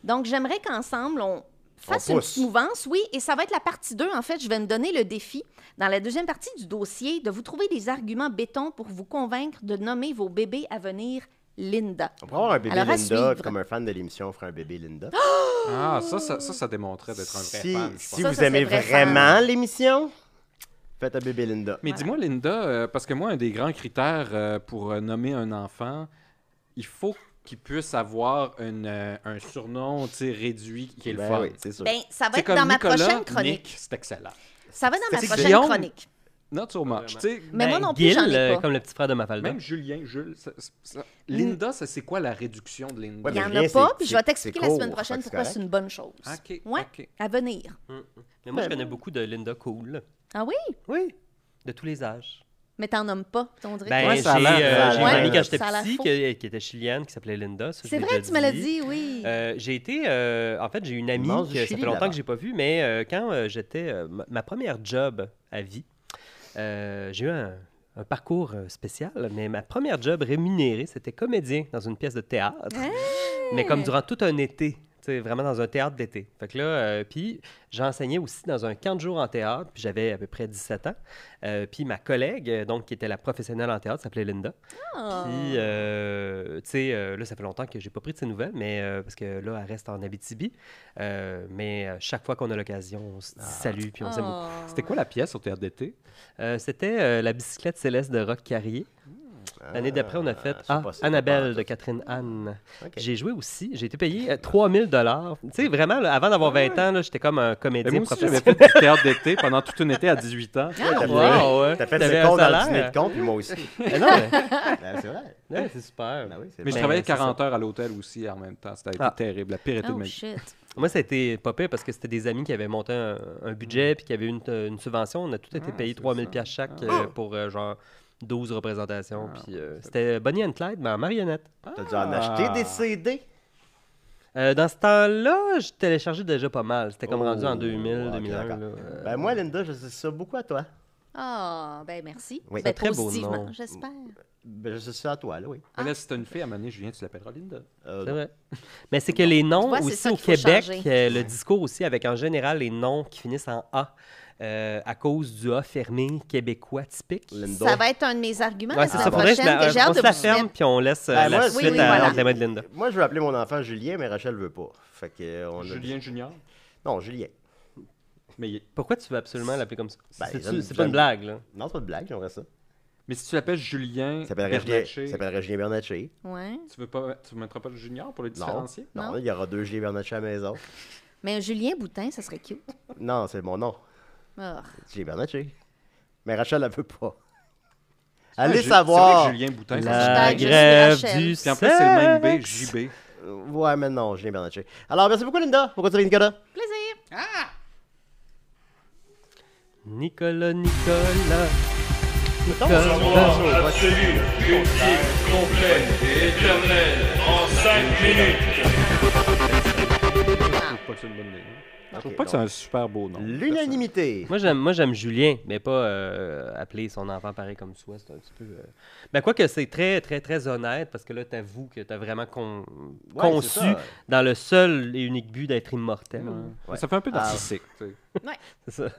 [SPEAKER 3] Donc, j'aimerais qu'ensemble, on fasse
[SPEAKER 2] On
[SPEAKER 3] une
[SPEAKER 2] pousse.
[SPEAKER 3] petite mouvance, oui, et ça va être la partie 2. En fait, je vais me donner le défi, dans la deuxième partie du dossier, de vous trouver des arguments béton pour vous convaincre de nommer vos bébés à venir Linda.
[SPEAKER 2] On pourrait avoir un bébé
[SPEAKER 3] Alors, à
[SPEAKER 2] Linda,
[SPEAKER 3] suivre.
[SPEAKER 2] comme un fan de l'émission, on ferait un bébé Linda.
[SPEAKER 4] Ah, ça, ça, ça, ça démontrait d'être un vrai
[SPEAKER 2] si
[SPEAKER 4] fan, je pense.
[SPEAKER 2] si
[SPEAKER 3] Ça,
[SPEAKER 2] vous
[SPEAKER 3] ça,
[SPEAKER 2] aimez
[SPEAKER 3] c'est vrai
[SPEAKER 2] vraiment
[SPEAKER 3] fan.
[SPEAKER 2] l'émission, faites un bébé Linda.
[SPEAKER 4] Mais
[SPEAKER 3] Voilà.
[SPEAKER 4] dis-moi, Linda, euh, parce que moi, un des grands critères euh, pour euh, nommer un enfant, il faut qu'il puisse avoir une, euh, un surnom tu sais, réduit qui est le
[SPEAKER 2] Ben
[SPEAKER 4] fun.
[SPEAKER 2] oui, c'est sûr.
[SPEAKER 3] Ben, ça va
[SPEAKER 4] C'est
[SPEAKER 3] être dans ma
[SPEAKER 4] Nicolas,
[SPEAKER 3] prochaine chronique.
[SPEAKER 4] Nick, c'est excellent.
[SPEAKER 3] Ça va dans ma
[SPEAKER 4] C'est
[SPEAKER 3] prochaine
[SPEAKER 4] Guillaume.
[SPEAKER 3] chronique.
[SPEAKER 4] Not so much. Tu sais,
[SPEAKER 3] Mais moi
[SPEAKER 5] Ben,
[SPEAKER 3] non plus, j'en
[SPEAKER 5] Gil,
[SPEAKER 3] ai
[SPEAKER 5] euh,
[SPEAKER 3] pas.
[SPEAKER 5] comme le petit frère de Mafalda.
[SPEAKER 4] Même Julien, Jules, ça- ça-
[SPEAKER 3] Mm.
[SPEAKER 4] ça- Linda, ça, c'est quoi la réduction de Linda?
[SPEAKER 2] Ouais,
[SPEAKER 3] Il n'y
[SPEAKER 2] mais
[SPEAKER 3] en
[SPEAKER 2] rien,
[SPEAKER 3] a pas,
[SPEAKER 2] c'est-
[SPEAKER 3] puis je
[SPEAKER 2] c'est-
[SPEAKER 3] vais t'expliquer
[SPEAKER 2] c'est
[SPEAKER 3] la semaine
[SPEAKER 2] court, fait
[SPEAKER 3] prochaine
[SPEAKER 2] que c'est
[SPEAKER 3] pourquoi
[SPEAKER 2] correct.
[SPEAKER 3] c'est une bonne chose.
[SPEAKER 4] Ah, OK,
[SPEAKER 3] Ouais,
[SPEAKER 4] OK.
[SPEAKER 3] à venir.
[SPEAKER 5] Mais
[SPEAKER 4] ben,
[SPEAKER 5] moi, je connais beaucoup de Linda Cool.
[SPEAKER 3] Ah oui?
[SPEAKER 5] Oui. De tous les âges.
[SPEAKER 3] Mais t'en nommes pas, on dirait.
[SPEAKER 5] Ben,
[SPEAKER 4] Ouais,
[SPEAKER 5] j'ai
[SPEAKER 4] ça a l'air- ça a
[SPEAKER 5] euh, j'ai une
[SPEAKER 2] l'air-
[SPEAKER 5] amie quand j'étais
[SPEAKER 3] ça a l'air
[SPEAKER 5] petit
[SPEAKER 3] faux.
[SPEAKER 5] qui, qui était chilienne, qui s'appelait Linda. ça, je
[SPEAKER 3] c'est
[SPEAKER 5] l'ai
[SPEAKER 3] vrai,
[SPEAKER 5] déjà
[SPEAKER 3] tu me l'as dit, oui.
[SPEAKER 5] Euh, j'ai été, euh, en fait, j'ai une amie
[SPEAKER 2] mange du
[SPEAKER 5] que ça
[SPEAKER 2] Chili
[SPEAKER 5] fait longtemps
[SPEAKER 2] là-bas.
[SPEAKER 5] que j'ai pas vue, mais euh, quand euh, j'étais euh, ma- ma première job à vie, euh, j'ai eu un, un parcours euh, spécial, mais ma première job rémunérée, c'était comédien dans une pièce de théâtre, mais comme durant tout un été. tu sais, vraiment dans un théâtre d'été. Fait que là, euh, puis j'enseignais aussi dans un camp de jour en théâtre, puis j'avais à peu près 17 ans. Euh, puis ma collègue, euh, donc qui était la professionnelle en théâtre, s'appelait Linda.
[SPEAKER 3] Ah.
[SPEAKER 5] Puis, euh, tu sais, euh, là, ça fait longtemps que j'ai pas pris de ses nouvelles, mais euh, parce que là, elle reste en Abitibi. Euh, mais euh, chaque fois qu'on a l'occasion, on se dit salut, puis on s'aime beaucoup.
[SPEAKER 3] Ah.
[SPEAKER 4] C'était quoi la pièce au théâtre d'été?
[SPEAKER 5] Euh, C'était euh, la bicyclette céleste de Rock Carrier. L'année d'après, on a fait
[SPEAKER 2] Mmh. je sais
[SPEAKER 5] Ah,
[SPEAKER 2] pas, c'est
[SPEAKER 5] Annabelle
[SPEAKER 2] pas
[SPEAKER 5] de Catherine Anne.
[SPEAKER 2] Ok.
[SPEAKER 5] J'ai joué aussi. J'ai été payé 3000 dollars. Tu sais, vraiment, là, avant d'avoir 20 ans, là, j'étais comme un
[SPEAKER 4] Mais
[SPEAKER 5] comédien
[SPEAKER 4] moi aussi, j'avais
[SPEAKER 5] professionnel.
[SPEAKER 4] fait du théâtre d'été pendant tout un été à 18
[SPEAKER 3] Ah.
[SPEAKER 4] ans.
[SPEAKER 2] T'as fait-
[SPEAKER 5] Wow, ouais.
[SPEAKER 2] T'as fait
[SPEAKER 5] T'avais
[SPEAKER 2] le
[SPEAKER 5] un
[SPEAKER 2] con dans le
[SPEAKER 5] salaire.
[SPEAKER 2] dîner de con, puis moi aussi.
[SPEAKER 5] Eh non, mais-
[SPEAKER 2] Ben, c'est vrai.
[SPEAKER 5] ouais, c'est super.
[SPEAKER 2] Ben oui, c'est
[SPEAKER 4] Mais je
[SPEAKER 2] vrai.
[SPEAKER 4] travaillais
[SPEAKER 5] Ben, c'est
[SPEAKER 4] 40 heures à l'hôtel aussi en même temps. C'était
[SPEAKER 5] Ah.
[SPEAKER 4] terrible, la pire été de
[SPEAKER 3] Oh
[SPEAKER 4] ma vie.
[SPEAKER 3] shit.
[SPEAKER 5] Moi, ça a été pas pire parce que c'était des amis qui avaient monté un, un budget puis qui avaient eu une, euh, une subvention. On a tout été
[SPEAKER 4] Ah,
[SPEAKER 5] payés
[SPEAKER 4] c'est
[SPEAKER 5] 3000
[SPEAKER 4] ça.
[SPEAKER 5] pièces chaque
[SPEAKER 4] Ah.
[SPEAKER 5] euh, pour euh, genre 12 représentations.
[SPEAKER 4] Ah,
[SPEAKER 5] puis euh, c'était Bonnie and Clyde, mais en marionnette.
[SPEAKER 2] T'as dû en acheter des CD.
[SPEAKER 5] Euh, dans ce temps-là, je téléchargeais déjà pas mal. C'était comme
[SPEAKER 2] Oh,
[SPEAKER 5] rendu en 2000,
[SPEAKER 2] ok,
[SPEAKER 5] 2001.
[SPEAKER 2] d'accord.
[SPEAKER 5] là. Euh,
[SPEAKER 2] Ben moi, Linda, je sais ça beaucoup à toi.
[SPEAKER 3] Ah, ben merci.
[SPEAKER 2] Oui.
[SPEAKER 3] Ben,
[SPEAKER 5] Un très beau
[SPEAKER 3] positivement,
[SPEAKER 5] nom.
[SPEAKER 3] j'espère.
[SPEAKER 2] Ben, je sais ça à toi, là, oui.
[SPEAKER 4] Mais là, si t'as une fille à mener, Julien, tu l'appelleras Linda.
[SPEAKER 2] Euh,
[SPEAKER 5] C'est vrai. Mais c'est que les noms
[SPEAKER 3] vois, c'est
[SPEAKER 5] aussi
[SPEAKER 3] ça
[SPEAKER 5] au
[SPEAKER 3] qu'il faut
[SPEAKER 5] Québec,
[SPEAKER 3] changer.
[SPEAKER 5] euh, le discours aussi avec en général les noms qui finissent en A euh, à cause du A fermé québécois typique.
[SPEAKER 2] Linda.
[SPEAKER 3] Ça va être un de mes arguments
[SPEAKER 5] Ouais,
[SPEAKER 3] la
[SPEAKER 5] c'est
[SPEAKER 3] semaine
[SPEAKER 5] ça. Faudrait que je
[SPEAKER 3] prochaine
[SPEAKER 5] la,
[SPEAKER 3] que j'ai
[SPEAKER 4] euh,
[SPEAKER 3] hâte
[SPEAKER 5] on
[SPEAKER 3] de
[SPEAKER 5] se la
[SPEAKER 3] vous soumettre.
[SPEAKER 5] ferme puis on laisse euh,
[SPEAKER 2] Ben,
[SPEAKER 5] la
[SPEAKER 2] moi,
[SPEAKER 5] suite
[SPEAKER 3] oui, oui,
[SPEAKER 5] à-
[SPEAKER 3] voilà.
[SPEAKER 5] entre les mains de Linda.
[SPEAKER 2] Moi, je veux appeler mon enfant Julien, mais Rachel veut pas. Fait que euh, on a-
[SPEAKER 4] Julien Junior.
[SPEAKER 2] Non, Julien.
[SPEAKER 4] Mais, il-
[SPEAKER 5] Pourquoi tu veux absolument l'appeler comme ça?
[SPEAKER 2] Ben,
[SPEAKER 5] C'est-tu-
[SPEAKER 2] j'aime-
[SPEAKER 5] c'est pas une
[SPEAKER 2] j'aime-
[SPEAKER 5] blague, là.
[SPEAKER 2] Non, c'est pas de blague, j'aimerais ça.
[SPEAKER 4] mais si tu l'appelles Julien
[SPEAKER 2] Il s'appellerait Julien,
[SPEAKER 4] Bernatchez,
[SPEAKER 2] il s'appellerait Julien Bernatchez.
[SPEAKER 3] Ouais.
[SPEAKER 4] tu veux pas, tu mettras pas le Junior pour le
[SPEAKER 2] Non.
[SPEAKER 4] différencier?
[SPEAKER 2] non,
[SPEAKER 3] Non.
[SPEAKER 2] il y aura deux Julien Bernatchez à la maison.
[SPEAKER 3] Mais un Julien Boutin, ça serait cute.
[SPEAKER 2] Non, c'est mon nom.
[SPEAKER 3] Ah.
[SPEAKER 2] Julien Bernatchez. Mais Rachel, elle veut pas.
[SPEAKER 4] Ah,
[SPEAKER 2] Allez
[SPEAKER 4] Ju- C'est
[SPEAKER 2] savoir.
[SPEAKER 4] vrai que Julien Boutin,
[SPEAKER 3] La
[SPEAKER 4] ça
[SPEAKER 3] hashtag, Ben, je suis Rachel.
[SPEAKER 5] du
[SPEAKER 4] Puis en plus, c'est le même B,
[SPEAKER 5] sexe.
[SPEAKER 4] JB.
[SPEAKER 2] Ouais, mais non, Julien Bernatchez. Alors, merci beaucoup, Linda. Pourquoi tu Nicolas?
[SPEAKER 3] Plaisir.
[SPEAKER 5] Nicolas, Nicolas. Nicolas.
[SPEAKER 10] absolue, ultime, complète et éternelle en 5 minutes.
[SPEAKER 4] Je trouve pas que c'est une bonne idée. Je trouve
[SPEAKER 2] Ok,
[SPEAKER 4] pas que c'est
[SPEAKER 2] donc,
[SPEAKER 4] un super beau nom.
[SPEAKER 2] L'unanimité.
[SPEAKER 5] Moi, j'aime, moi, j'aime Julien, mais pas euh, appeler son enfant pareil comme soi. C'est un petit peu. euh, Ben, quoi que c'est très, très, très honnête, parce que là, t'avoues que t'as vraiment con-
[SPEAKER 2] Ouais,
[SPEAKER 5] conçu
[SPEAKER 2] c'est ça.
[SPEAKER 5] dans le seul et unique but d'être immortel. Ben,
[SPEAKER 4] Personne. Ouais.
[SPEAKER 2] Ouais.
[SPEAKER 4] Ça fait un peu
[SPEAKER 2] Ah.
[SPEAKER 4] narcissique. tu sais.
[SPEAKER 5] C'est ça.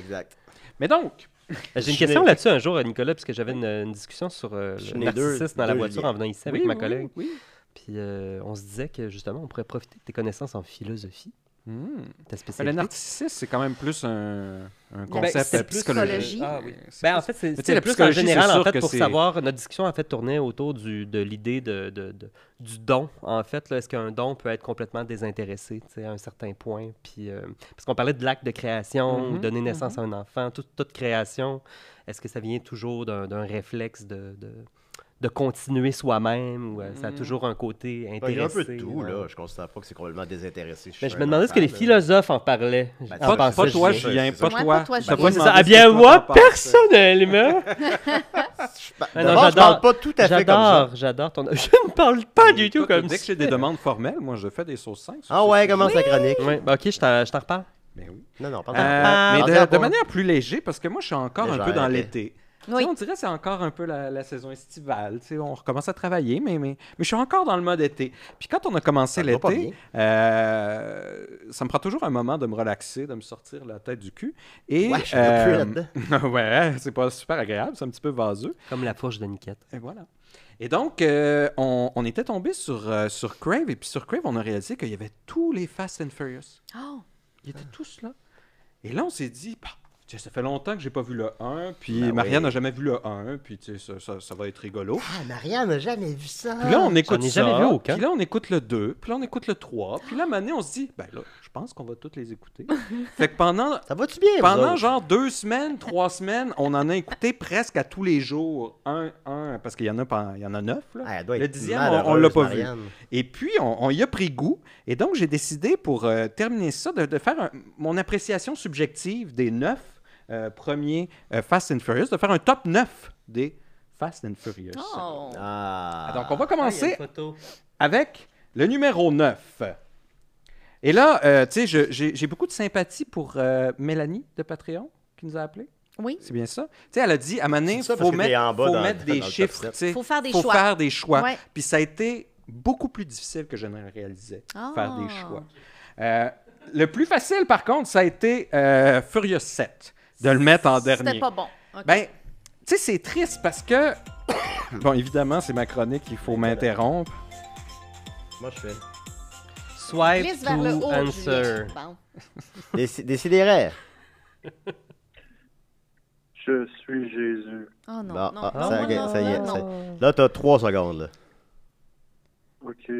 [SPEAKER 2] Exact.
[SPEAKER 4] Mais donc,
[SPEAKER 5] J'ai une
[SPEAKER 2] Je
[SPEAKER 5] question
[SPEAKER 2] n'ai-
[SPEAKER 5] là-dessus un jour, euh, Nicolas, puisque j'avais une, une discussion sur euh,
[SPEAKER 2] Je
[SPEAKER 5] le
[SPEAKER 2] n'ai deux-
[SPEAKER 5] narcissisme dans la
[SPEAKER 2] deux
[SPEAKER 5] voiture
[SPEAKER 2] liens.
[SPEAKER 5] en venant ici avec
[SPEAKER 4] oui,
[SPEAKER 5] ma
[SPEAKER 4] oui,
[SPEAKER 5] collègue.
[SPEAKER 4] oui.
[SPEAKER 5] Puis euh, on se disait que justement, on pourrait profiter de tes connaissances en philosophie,
[SPEAKER 4] Hmm.
[SPEAKER 5] ta
[SPEAKER 4] Mais le
[SPEAKER 5] spécialité.
[SPEAKER 4] narcissisme, c'est quand même plus un, un
[SPEAKER 3] Ben,
[SPEAKER 4] concept
[SPEAKER 3] c'est
[SPEAKER 4] euh,
[SPEAKER 3] plus
[SPEAKER 4] psychologique.
[SPEAKER 3] psychologie. Ah
[SPEAKER 5] oui.
[SPEAKER 4] C'est
[SPEAKER 5] Ben, en
[SPEAKER 4] plus-
[SPEAKER 5] fait, c'est
[SPEAKER 4] tu sais,
[SPEAKER 5] c'était
[SPEAKER 4] la
[SPEAKER 5] plus en
[SPEAKER 4] psychologie,
[SPEAKER 5] général,
[SPEAKER 4] c'est
[SPEAKER 5] en
[SPEAKER 4] sûr
[SPEAKER 5] fait,
[SPEAKER 4] que
[SPEAKER 5] pour
[SPEAKER 4] c'est-
[SPEAKER 5] savoir, notre discussion, en fait, tournait autour du, de l'idée de, de- de- du don. En fait, là, est-ce qu'un don peut être complètement désintéressé, tu sais, à un certain point? Puis, euh, parce qu'on parlait de l'acte de création,
[SPEAKER 4] Mhm,
[SPEAKER 5] donner naissance à un enfant, toute- toute création, est-ce que ça vient toujours d'un d'un réflexe de... de- de continuer soi-même, ou euh,
[SPEAKER 4] Mm-hmm.
[SPEAKER 5] ça a toujours un côté
[SPEAKER 2] Ben, Il y
[SPEAKER 5] intéressé.
[SPEAKER 2] a un peu de tout,
[SPEAKER 5] ouais.
[SPEAKER 2] là. Je considère pas que c'est complètement désintéressé.
[SPEAKER 5] Mais
[SPEAKER 2] suis
[SPEAKER 5] je
[SPEAKER 2] un
[SPEAKER 5] me demandais ce que les
[SPEAKER 2] enfant, là.
[SPEAKER 5] philosophes en parlaient.
[SPEAKER 2] Ben,
[SPEAKER 5] en
[SPEAKER 2] pas-
[SPEAKER 4] Pas,
[SPEAKER 5] pensaient,
[SPEAKER 2] Ça,
[SPEAKER 4] toi,
[SPEAKER 2] je sais,
[SPEAKER 4] Julien,
[SPEAKER 2] c'est
[SPEAKER 4] pas
[SPEAKER 3] ça.
[SPEAKER 4] toi.
[SPEAKER 3] Ouais, pas toi,
[SPEAKER 4] Je
[SPEAKER 3] Julien.
[SPEAKER 4] t'ai pas
[SPEAKER 3] Ouais, c'est
[SPEAKER 5] Ça,
[SPEAKER 4] demandé
[SPEAKER 5] ah bien
[SPEAKER 4] ce que toi
[SPEAKER 5] moi,
[SPEAKER 4] t'en penses.
[SPEAKER 5] personnellement,
[SPEAKER 2] Ben,
[SPEAKER 5] Ah non,
[SPEAKER 2] d'abord, je
[SPEAKER 5] j'adore-
[SPEAKER 2] parle pas tout à fait comme ça.
[SPEAKER 5] j'adore, j'adore ton... Je ne parle pas du tout
[SPEAKER 4] Toi,
[SPEAKER 5] comme
[SPEAKER 4] Dès que
[SPEAKER 5] ça.
[SPEAKER 4] j'ai des demandes formelles, moi, je fais des sauces 5.
[SPEAKER 2] Ah ouais, commence la chronique.
[SPEAKER 5] Ouais, Ah, ben ok, je t'en je t'en reparle.
[SPEAKER 4] Mais oui.
[SPEAKER 2] Non, non, pardon.
[SPEAKER 4] Euh, mais
[SPEAKER 2] Pardon,
[SPEAKER 4] de, de
[SPEAKER 2] pardon.
[SPEAKER 4] manière plus léger, parce que moi, je suis encore
[SPEAKER 2] Légère,
[SPEAKER 4] un peu dans
[SPEAKER 2] ok.
[SPEAKER 4] l'été. Tu sais,
[SPEAKER 3] Oui.
[SPEAKER 4] On dirait que c'est encore un peu la, la saison estivale. tu sais, On recommence à travailler, mais, mais, mais je suis encore dans le mode été. Puis quand on a commencé
[SPEAKER 2] Ça te va pas
[SPEAKER 4] l'été,
[SPEAKER 2] bien.
[SPEAKER 4] euh, ça me prend toujours un moment de me relaxer, de me sortir la tête du cul. Et,
[SPEAKER 2] Ouais, je suis un peu
[SPEAKER 4] euh, ouais, c'est pas super agréable, c'est un petit peu vaseux.
[SPEAKER 5] Comme la fourche de Niquette.
[SPEAKER 4] Et voilà. Et donc, euh, on, on était tombé sur, euh, sur Crave, et puis sur Crave, on a réalisé qu'il y avait tous les Fast and Furious.
[SPEAKER 3] Oh,
[SPEAKER 4] Ils étaient tous là. Et là, on s'est dit, bah, tu sais, ça fait longtemps que j'ai pas vu le 1, puis
[SPEAKER 2] Ben
[SPEAKER 4] Marianne
[SPEAKER 2] oui.
[SPEAKER 4] n'a jamais vu le 1, puis tu sais, ça, ça- ça va être rigolo.
[SPEAKER 2] Ah, Marianne n'a jamais vu ça.
[SPEAKER 4] Puis là, on écoute
[SPEAKER 5] Ah, J'en ai
[SPEAKER 4] ça,
[SPEAKER 5] jamais vu aucun.
[SPEAKER 4] puis là, on écoute le 2, puis là, on écoute le 3, puis là, à un moment donné, on se dit, ben là, je pense qu'on va toutes les écouter. fait que pendant,
[SPEAKER 5] Eh,
[SPEAKER 2] Ça va-tu bien, vous
[SPEAKER 4] pendant
[SPEAKER 2] autres?
[SPEAKER 4] genre deux semaines, trois semaines, on en a écouté presque à tous les jours, un, un, parce qu'il y en a, pas- il y en a neuf, là.
[SPEAKER 2] Ah, elle doit
[SPEAKER 4] Le
[SPEAKER 2] être
[SPEAKER 4] dixième, on- on
[SPEAKER 2] malheureuse,
[SPEAKER 4] l'a pas vu.
[SPEAKER 2] Marianne.
[SPEAKER 4] Et puis, on, on y a pris goût. Et donc, j'ai décidé, pour euh, terminer ça, de, de faire un- mon appréciation subjective des neuf euh, premiers euh, Fast and Furious, de faire un top 9 des Fast and Furious.
[SPEAKER 3] Oh.
[SPEAKER 2] Ah.
[SPEAKER 4] Donc, on va
[SPEAKER 5] Ah, il y a une
[SPEAKER 4] commencer
[SPEAKER 5] photo.
[SPEAKER 4] avec le numéro 9. Et là, euh, tu sais, je- j'ai j'ai beaucoup de sympathie pour euh, Mélanie de Patreon, qui nous a appelés.
[SPEAKER 3] Oui.
[SPEAKER 4] C'est bien ça. Tu sais, elle a dit, à un moment donné,
[SPEAKER 2] C'est ça, parce
[SPEAKER 4] faut
[SPEAKER 2] que t'es en
[SPEAKER 4] mettre,
[SPEAKER 2] bas
[SPEAKER 4] faut
[SPEAKER 2] dans-
[SPEAKER 4] mettre
[SPEAKER 2] dans
[SPEAKER 4] des
[SPEAKER 2] le top
[SPEAKER 4] chiffres.
[SPEAKER 2] sept.
[SPEAKER 4] tu sais.
[SPEAKER 3] Faut faire des
[SPEAKER 4] faut
[SPEAKER 3] choix.
[SPEAKER 4] faire des choix.
[SPEAKER 3] Ouais.
[SPEAKER 4] Puis ça a été beaucoup plus difficile que je ne le réalisais,
[SPEAKER 3] Ah.
[SPEAKER 4] faire des choix. Euh, le plus facile, par contre, ça a été euh, Furious 7, de le mettre en dernier.
[SPEAKER 3] C'était pas bon. OK.
[SPEAKER 4] Ben, tu sais, c'est triste parce que... bon, évidemment, c'est ma chronique, il faut m'interrompre.
[SPEAKER 2] Moi, je fais.
[SPEAKER 5] Swipe
[SPEAKER 3] Glisse vers le
[SPEAKER 5] to
[SPEAKER 3] haut,
[SPEAKER 5] answer.
[SPEAKER 3] Juliette. Bon.
[SPEAKER 2] Déc- Décidérez.
[SPEAKER 7] Je suis Jésus.
[SPEAKER 3] Oh
[SPEAKER 2] Bon,
[SPEAKER 3] non, non,
[SPEAKER 2] ah,
[SPEAKER 3] non,
[SPEAKER 2] ça,
[SPEAKER 3] non,
[SPEAKER 2] ok,
[SPEAKER 3] non,
[SPEAKER 2] ça y est,
[SPEAKER 3] non,
[SPEAKER 2] ça-
[SPEAKER 3] non.
[SPEAKER 2] Là, t'as trois secondes, là.
[SPEAKER 7] OK.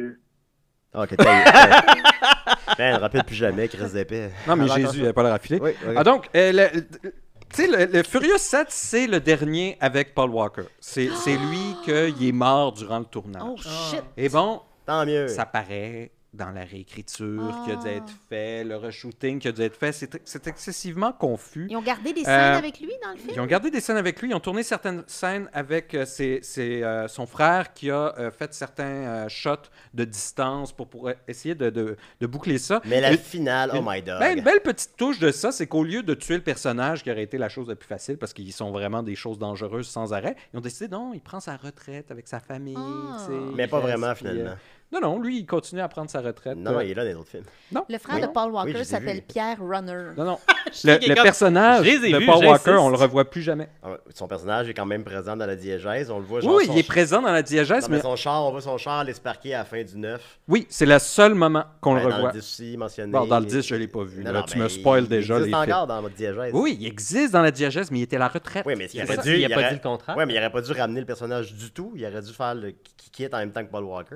[SPEAKER 2] Ah, Ok, t'as eu. Ben, rappelle plus jamais, Chris d'épée.
[SPEAKER 4] Non, mais
[SPEAKER 2] Alors,
[SPEAKER 4] Jésus, il n'a pas l'air affilé.
[SPEAKER 2] Ah, Oui, oui.
[SPEAKER 4] Ah, donc, euh, le- le- tu sais, le, le Furious 7, c'est le dernier avec Paul Walker. C'est c'est lui qu'il est mort durant le
[SPEAKER 3] Oh
[SPEAKER 4] tournage.
[SPEAKER 3] shit.
[SPEAKER 4] Et bon,
[SPEAKER 2] Tant mieux.
[SPEAKER 4] ça paraît dans la réécriture qui a dû
[SPEAKER 3] Ah.
[SPEAKER 4] être fait, le reshooting qui a dû être fait. C'est c'est excessivement confus.
[SPEAKER 3] Ils ont gardé des scènes
[SPEAKER 4] Euh,
[SPEAKER 3] avec lui dans le film?
[SPEAKER 4] Ils ont gardé des scènes avec lui, ils ont tourné certaines scènes avec euh, ses- ses, euh, son frère qui a euh, fait certains euh, shots de distance pour, pour essayer de, de- de boucler ça.
[SPEAKER 2] Mais la
[SPEAKER 4] Une-
[SPEAKER 2] finale, oh my god.
[SPEAKER 4] ben, une belle petite touche de ça, c'est qu'au lieu de tuer le personnage qui aurait été la chose la plus facile, parce qu'ils sont vraiment des choses dangereuses sans arrêt, ils ont décidé non, il prend sa retraite avec sa famille.
[SPEAKER 3] Ah.
[SPEAKER 4] tu sais,
[SPEAKER 2] Mais
[SPEAKER 4] il
[SPEAKER 2] pas
[SPEAKER 4] reste,
[SPEAKER 2] vraiment,
[SPEAKER 4] puis, euh,
[SPEAKER 2] finalement.
[SPEAKER 4] Non, non, lui, il continue à prendre sa retraite.
[SPEAKER 2] Non, non,
[SPEAKER 4] euh,
[SPEAKER 2] il est là dans les autres films.
[SPEAKER 4] non.
[SPEAKER 3] Le frère
[SPEAKER 4] Oui,
[SPEAKER 3] de
[SPEAKER 4] non.
[SPEAKER 3] Paul
[SPEAKER 2] Oui, je
[SPEAKER 3] Walker
[SPEAKER 2] les ai
[SPEAKER 3] s'appelle
[SPEAKER 2] vus.
[SPEAKER 3] Pierre Runner.
[SPEAKER 4] Non, non.
[SPEAKER 5] sais
[SPEAKER 4] Le,
[SPEAKER 5] qu'il y a
[SPEAKER 4] le
[SPEAKER 5] comme-
[SPEAKER 4] personnage
[SPEAKER 5] Je les ai
[SPEAKER 4] de
[SPEAKER 5] vus,
[SPEAKER 4] Paul Walker,
[SPEAKER 5] j'insiste.
[SPEAKER 4] on le revoit plus jamais.
[SPEAKER 2] Ah, Son personnage est quand même présent dans la diégèse. On le voit
[SPEAKER 4] Oui,
[SPEAKER 2] genre.
[SPEAKER 4] oui,
[SPEAKER 2] son
[SPEAKER 4] il est
[SPEAKER 2] ch-
[SPEAKER 4] présent dans la
[SPEAKER 2] Non,
[SPEAKER 4] diégèse,
[SPEAKER 2] mais
[SPEAKER 4] mais
[SPEAKER 2] son char, on voit son char l'esparquer à la fin du 9.
[SPEAKER 4] oui, c'est le seul moment qu'on le
[SPEAKER 2] Ben, Dans
[SPEAKER 4] revoit.
[SPEAKER 2] le 10 aussi, mentionné.
[SPEAKER 4] Bon, dans le 10, je l'ai pas vu,
[SPEAKER 2] Non,
[SPEAKER 4] là,
[SPEAKER 2] non,
[SPEAKER 4] tu
[SPEAKER 2] mais
[SPEAKER 4] me spoil
[SPEAKER 2] il-
[SPEAKER 4] déjà
[SPEAKER 2] Il
[SPEAKER 4] les
[SPEAKER 2] existe
[SPEAKER 4] faits.
[SPEAKER 2] encore dans la diégèse.
[SPEAKER 4] Oui, il existe dans la diégèse, mais il était à la retraite.
[SPEAKER 2] Oui, mais il
[SPEAKER 5] Il a
[SPEAKER 2] aurait
[SPEAKER 5] pas
[SPEAKER 2] dû-
[SPEAKER 5] dit- il a
[SPEAKER 2] il
[SPEAKER 5] pas
[SPEAKER 2] aurait-
[SPEAKER 5] dit
[SPEAKER 4] Hein?
[SPEAKER 5] le contraire.
[SPEAKER 2] Ouais, mais il aurait pas dû ramener le personnage du tout. Il aurait dû faire le qui quitte en même temps que Paul Walker.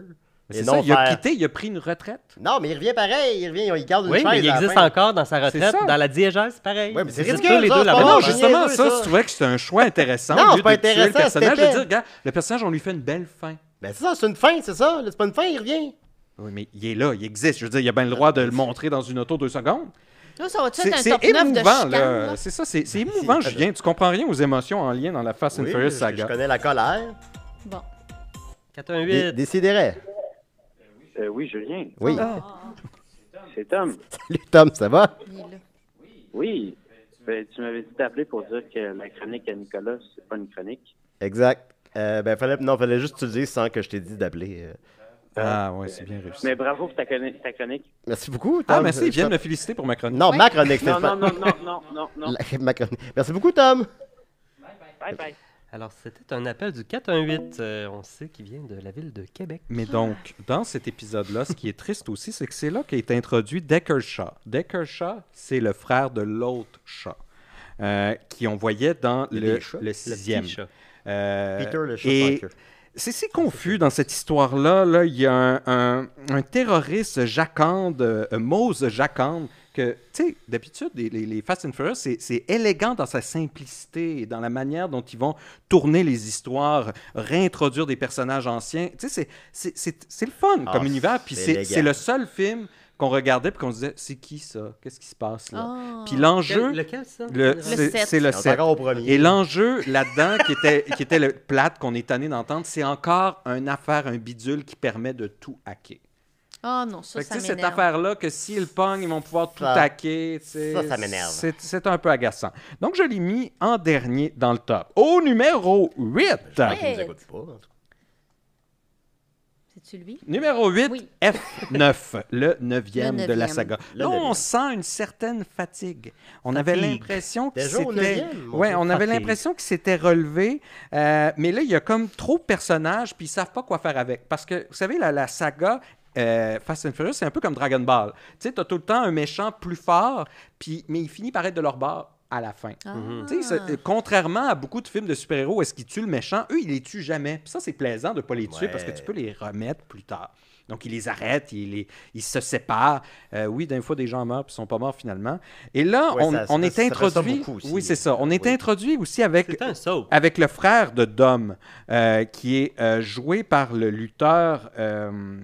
[SPEAKER 4] Mais
[SPEAKER 2] Et
[SPEAKER 4] C'est
[SPEAKER 2] non
[SPEAKER 4] ça, il a
[SPEAKER 2] faire-
[SPEAKER 4] quitté, il a pris une retraite.
[SPEAKER 2] Non, mais il revient pareil. Il revient, il garde une
[SPEAKER 5] Oui,
[SPEAKER 2] chaise.
[SPEAKER 5] mais
[SPEAKER 2] à
[SPEAKER 5] il
[SPEAKER 2] la
[SPEAKER 5] existe
[SPEAKER 2] fin.
[SPEAKER 5] encore dans sa retraite,
[SPEAKER 4] ça.
[SPEAKER 5] dans la diégèse, pareil.
[SPEAKER 2] Ouais, mais c'est
[SPEAKER 5] Vous êtes
[SPEAKER 2] ridicule,
[SPEAKER 5] tous les
[SPEAKER 2] ça,
[SPEAKER 5] deux
[SPEAKER 2] c'est
[SPEAKER 5] la
[SPEAKER 2] pas
[SPEAKER 5] même
[SPEAKER 2] bon,
[SPEAKER 4] non,
[SPEAKER 5] affaire.
[SPEAKER 2] génial,
[SPEAKER 4] justement,
[SPEAKER 2] oui,
[SPEAKER 4] ça,
[SPEAKER 2] Oh, ça.
[SPEAKER 4] je trouvais que c'était un choix intéressant.
[SPEAKER 2] Non,
[SPEAKER 4] au
[SPEAKER 2] c'est
[SPEAKER 4] lieu
[SPEAKER 2] pas
[SPEAKER 4] de tuer
[SPEAKER 2] intéressant,
[SPEAKER 4] Le personnage,
[SPEAKER 2] c'était
[SPEAKER 4] je veux dire, regarde, le personnage, on lui fait une belle fin.
[SPEAKER 2] Ben c'est ça, c'est une fin, c'est ça. là, C'est pas une fin, il revient.
[SPEAKER 4] Oui, mais il est là, il existe. Je veux dire, il a bien le droit de le montrer dans une auto deux secondes.
[SPEAKER 3] Là, ça va-tu
[SPEAKER 4] C'est
[SPEAKER 3] être un
[SPEAKER 4] c'est
[SPEAKER 3] top 9 de
[SPEAKER 4] émouvant,
[SPEAKER 3] chicane?
[SPEAKER 4] là.
[SPEAKER 3] là?
[SPEAKER 4] C'est ça, c'est c'est émouvant,
[SPEAKER 2] c'est-
[SPEAKER 4] Julien. Tu comprends rien aux émotions en lien dans la Fast and
[SPEAKER 2] Oui,
[SPEAKER 4] Furious
[SPEAKER 2] je- Je
[SPEAKER 4] saga.
[SPEAKER 2] connais la colère.
[SPEAKER 3] Bon.
[SPEAKER 5] 418.
[SPEAKER 2] Dé- Décidérez.
[SPEAKER 7] Euh, oui, Julien.
[SPEAKER 2] Oui.
[SPEAKER 4] Ah.
[SPEAKER 7] C'est Tom.
[SPEAKER 2] Salut Tom, ça va?
[SPEAKER 3] il est là.
[SPEAKER 7] Oui. Ben, tu m'avais dit d'appeler pour dire que la chronique à Nicolas, c'est pas une chronique.
[SPEAKER 2] Exact. Euh, ben fallait, non, fallait juste que tu le dises sans que je t'ai dit d'appeler. euh.
[SPEAKER 4] Ah, ouais, c'est bien réussi.
[SPEAKER 7] Mais bravo pour ta, chroni- ta chronique.
[SPEAKER 2] Merci beaucoup, Tom.
[SPEAKER 4] Ah, merci,
[SPEAKER 2] Je-
[SPEAKER 4] ils viennent me féliciter pour ma chronique.
[SPEAKER 2] Non, ma chronique, c'était
[SPEAKER 7] Non,
[SPEAKER 2] pas-
[SPEAKER 7] non, non, non, non, non, non.
[SPEAKER 2] La- ma chronique. Merci beaucoup, Tom.
[SPEAKER 7] Bye bye.
[SPEAKER 5] Alors, c'était un appel du 418. euh, on sait qu'il vient de la ville de Québec.
[SPEAKER 4] Mais donc, dans cet épisode-là, ce qui est triste aussi, c'est que c'est là qu'est introduit Decker Shaw. Decker Shaw, c'est le frère de l'autre chat, euh, qui on voyait dans
[SPEAKER 2] Il y a
[SPEAKER 4] le,
[SPEAKER 2] des chats.
[SPEAKER 4] le
[SPEAKER 5] Le
[SPEAKER 4] sixième.
[SPEAKER 5] petit chat.
[SPEAKER 4] Euh,
[SPEAKER 2] Peter le chat
[SPEAKER 4] et
[SPEAKER 2] Parker.
[SPEAKER 4] C'est c'est confus dans cette histoire-là. là. Il y a un, un- un terroriste jacande, euh, Mose jacande, que, tu sais, d'habitude, les, les- les Fast and Furious, c'est c'est élégant dans sa simplicité et dans la manière dont ils vont tourner les histoires, réintroduire des personnages anciens. Tu sais, c'est- c'est- c'est c'est le fun
[SPEAKER 2] Ah,
[SPEAKER 4] comme univers. Puis
[SPEAKER 2] c'est
[SPEAKER 4] c'est
[SPEAKER 2] élégant.
[SPEAKER 4] c'est le seul film qu'on regardait puis qu'on se disait, c'est qui ça? Qu'est-ce qui se passe là?
[SPEAKER 3] Ah.
[SPEAKER 4] Puis l'enjeu,
[SPEAKER 5] Quel- lequel, ça?
[SPEAKER 4] le-
[SPEAKER 5] Le
[SPEAKER 4] c'est
[SPEAKER 3] sept.
[SPEAKER 4] c'est le
[SPEAKER 2] On est
[SPEAKER 4] 7.
[SPEAKER 2] encore au premier.
[SPEAKER 4] Et l'enjeu là-dedans, qui était, qui était le plate qu'on est tanné d'entendre, c'est encore une affaire, un bidule qui permet de tout hacker.
[SPEAKER 3] Ah non, ça,
[SPEAKER 4] Fait que,
[SPEAKER 3] ça
[SPEAKER 4] tu sais, cette
[SPEAKER 3] m'énerve.
[SPEAKER 4] affaire-là, que s'ils pognent, ils vont pouvoir tout
[SPEAKER 2] Ça-
[SPEAKER 4] hacker. tu sais,
[SPEAKER 2] ça, ça m'énerve.
[SPEAKER 4] C'est, c'est un peu agaçant. Donc, je l'ai mis en dernier dans le top. Au numéro 8.
[SPEAKER 2] Ah, qui nous écoute pas, en tout cas.
[SPEAKER 3] C'est-tu lui?
[SPEAKER 4] Numéro 8,
[SPEAKER 3] Oui.
[SPEAKER 4] F9, le neuvième
[SPEAKER 3] Le
[SPEAKER 4] de la
[SPEAKER 3] neuvième.
[SPEAKER 4] saga.
[SPEAKER 2] Le
[SPEAKER 4] Là,
[SPEAKER 2] neuvième.
[SPEAKER 4] on sent une certaine fatigue. On avait
[SPEAKER 5] Fatigue.
[SPEAKER 4] l'impression que
[SPEAKER 2] Déjà au
[SPEAKER 4] c'était...
[SPEAKER 2] neuvième, mon
[SPEAKER 4] Ouais,
[SPEAKER 2] Dieu.
[SPEAKER 4] on avait
[SPEAKER 5] Fatigue.
[SPEAKER 4] l'impression qu'il s'était relevé, euh, mais là, il y a comme trop de personnages, puis ils savent pas quoi faire avec. Parce que, vous savez, la, la saga... euh, Fast and Furious, c'est un peu comme Dragon Ball. Tu sais, t'as tout le temps un méchant plus fort, puis, mais il finit par être de leur bord à la fin.
[SPEAKER 3] Ah.
[SPEAKER 4] Tu sais, ça- euh, contrairement à beaucoup de films de super-héros où est-ce qu'ils tuent le méchant, eux, ils les tuent jamais. Puis ça, c'est plaisant de ne pas les tuer parce que
[SPEAKER 2] Ouais.
[SPEAKER 4] tu peux les remettre plus tard. Donc, ils les arrêtent, ils, les- ils se séparent. Euh, oui, des fois, des gens meurent puis ils sont pas morts finalement. Et là,
[SPEAKER 2] Ouais,
[SPEAKER 4] on,
[SPEAKER 2] ça-
[SPEAKER 4] on
[SPEAKER 2] ça-
[SPEAKER 4] est
[SPEAKER 2] ça ressemble
[SPEAKER 4] introduit.
[SPEAKER 2] beaucoup aussi.
[SPEAKER 4] Oui, c'est ça. On est introduit aussi avec,
[SPEAKER 5] C'est un soap.
[SPEAKER 4] avec le frère de Dom, euh, qui est euh, joué par le lutteur. euh,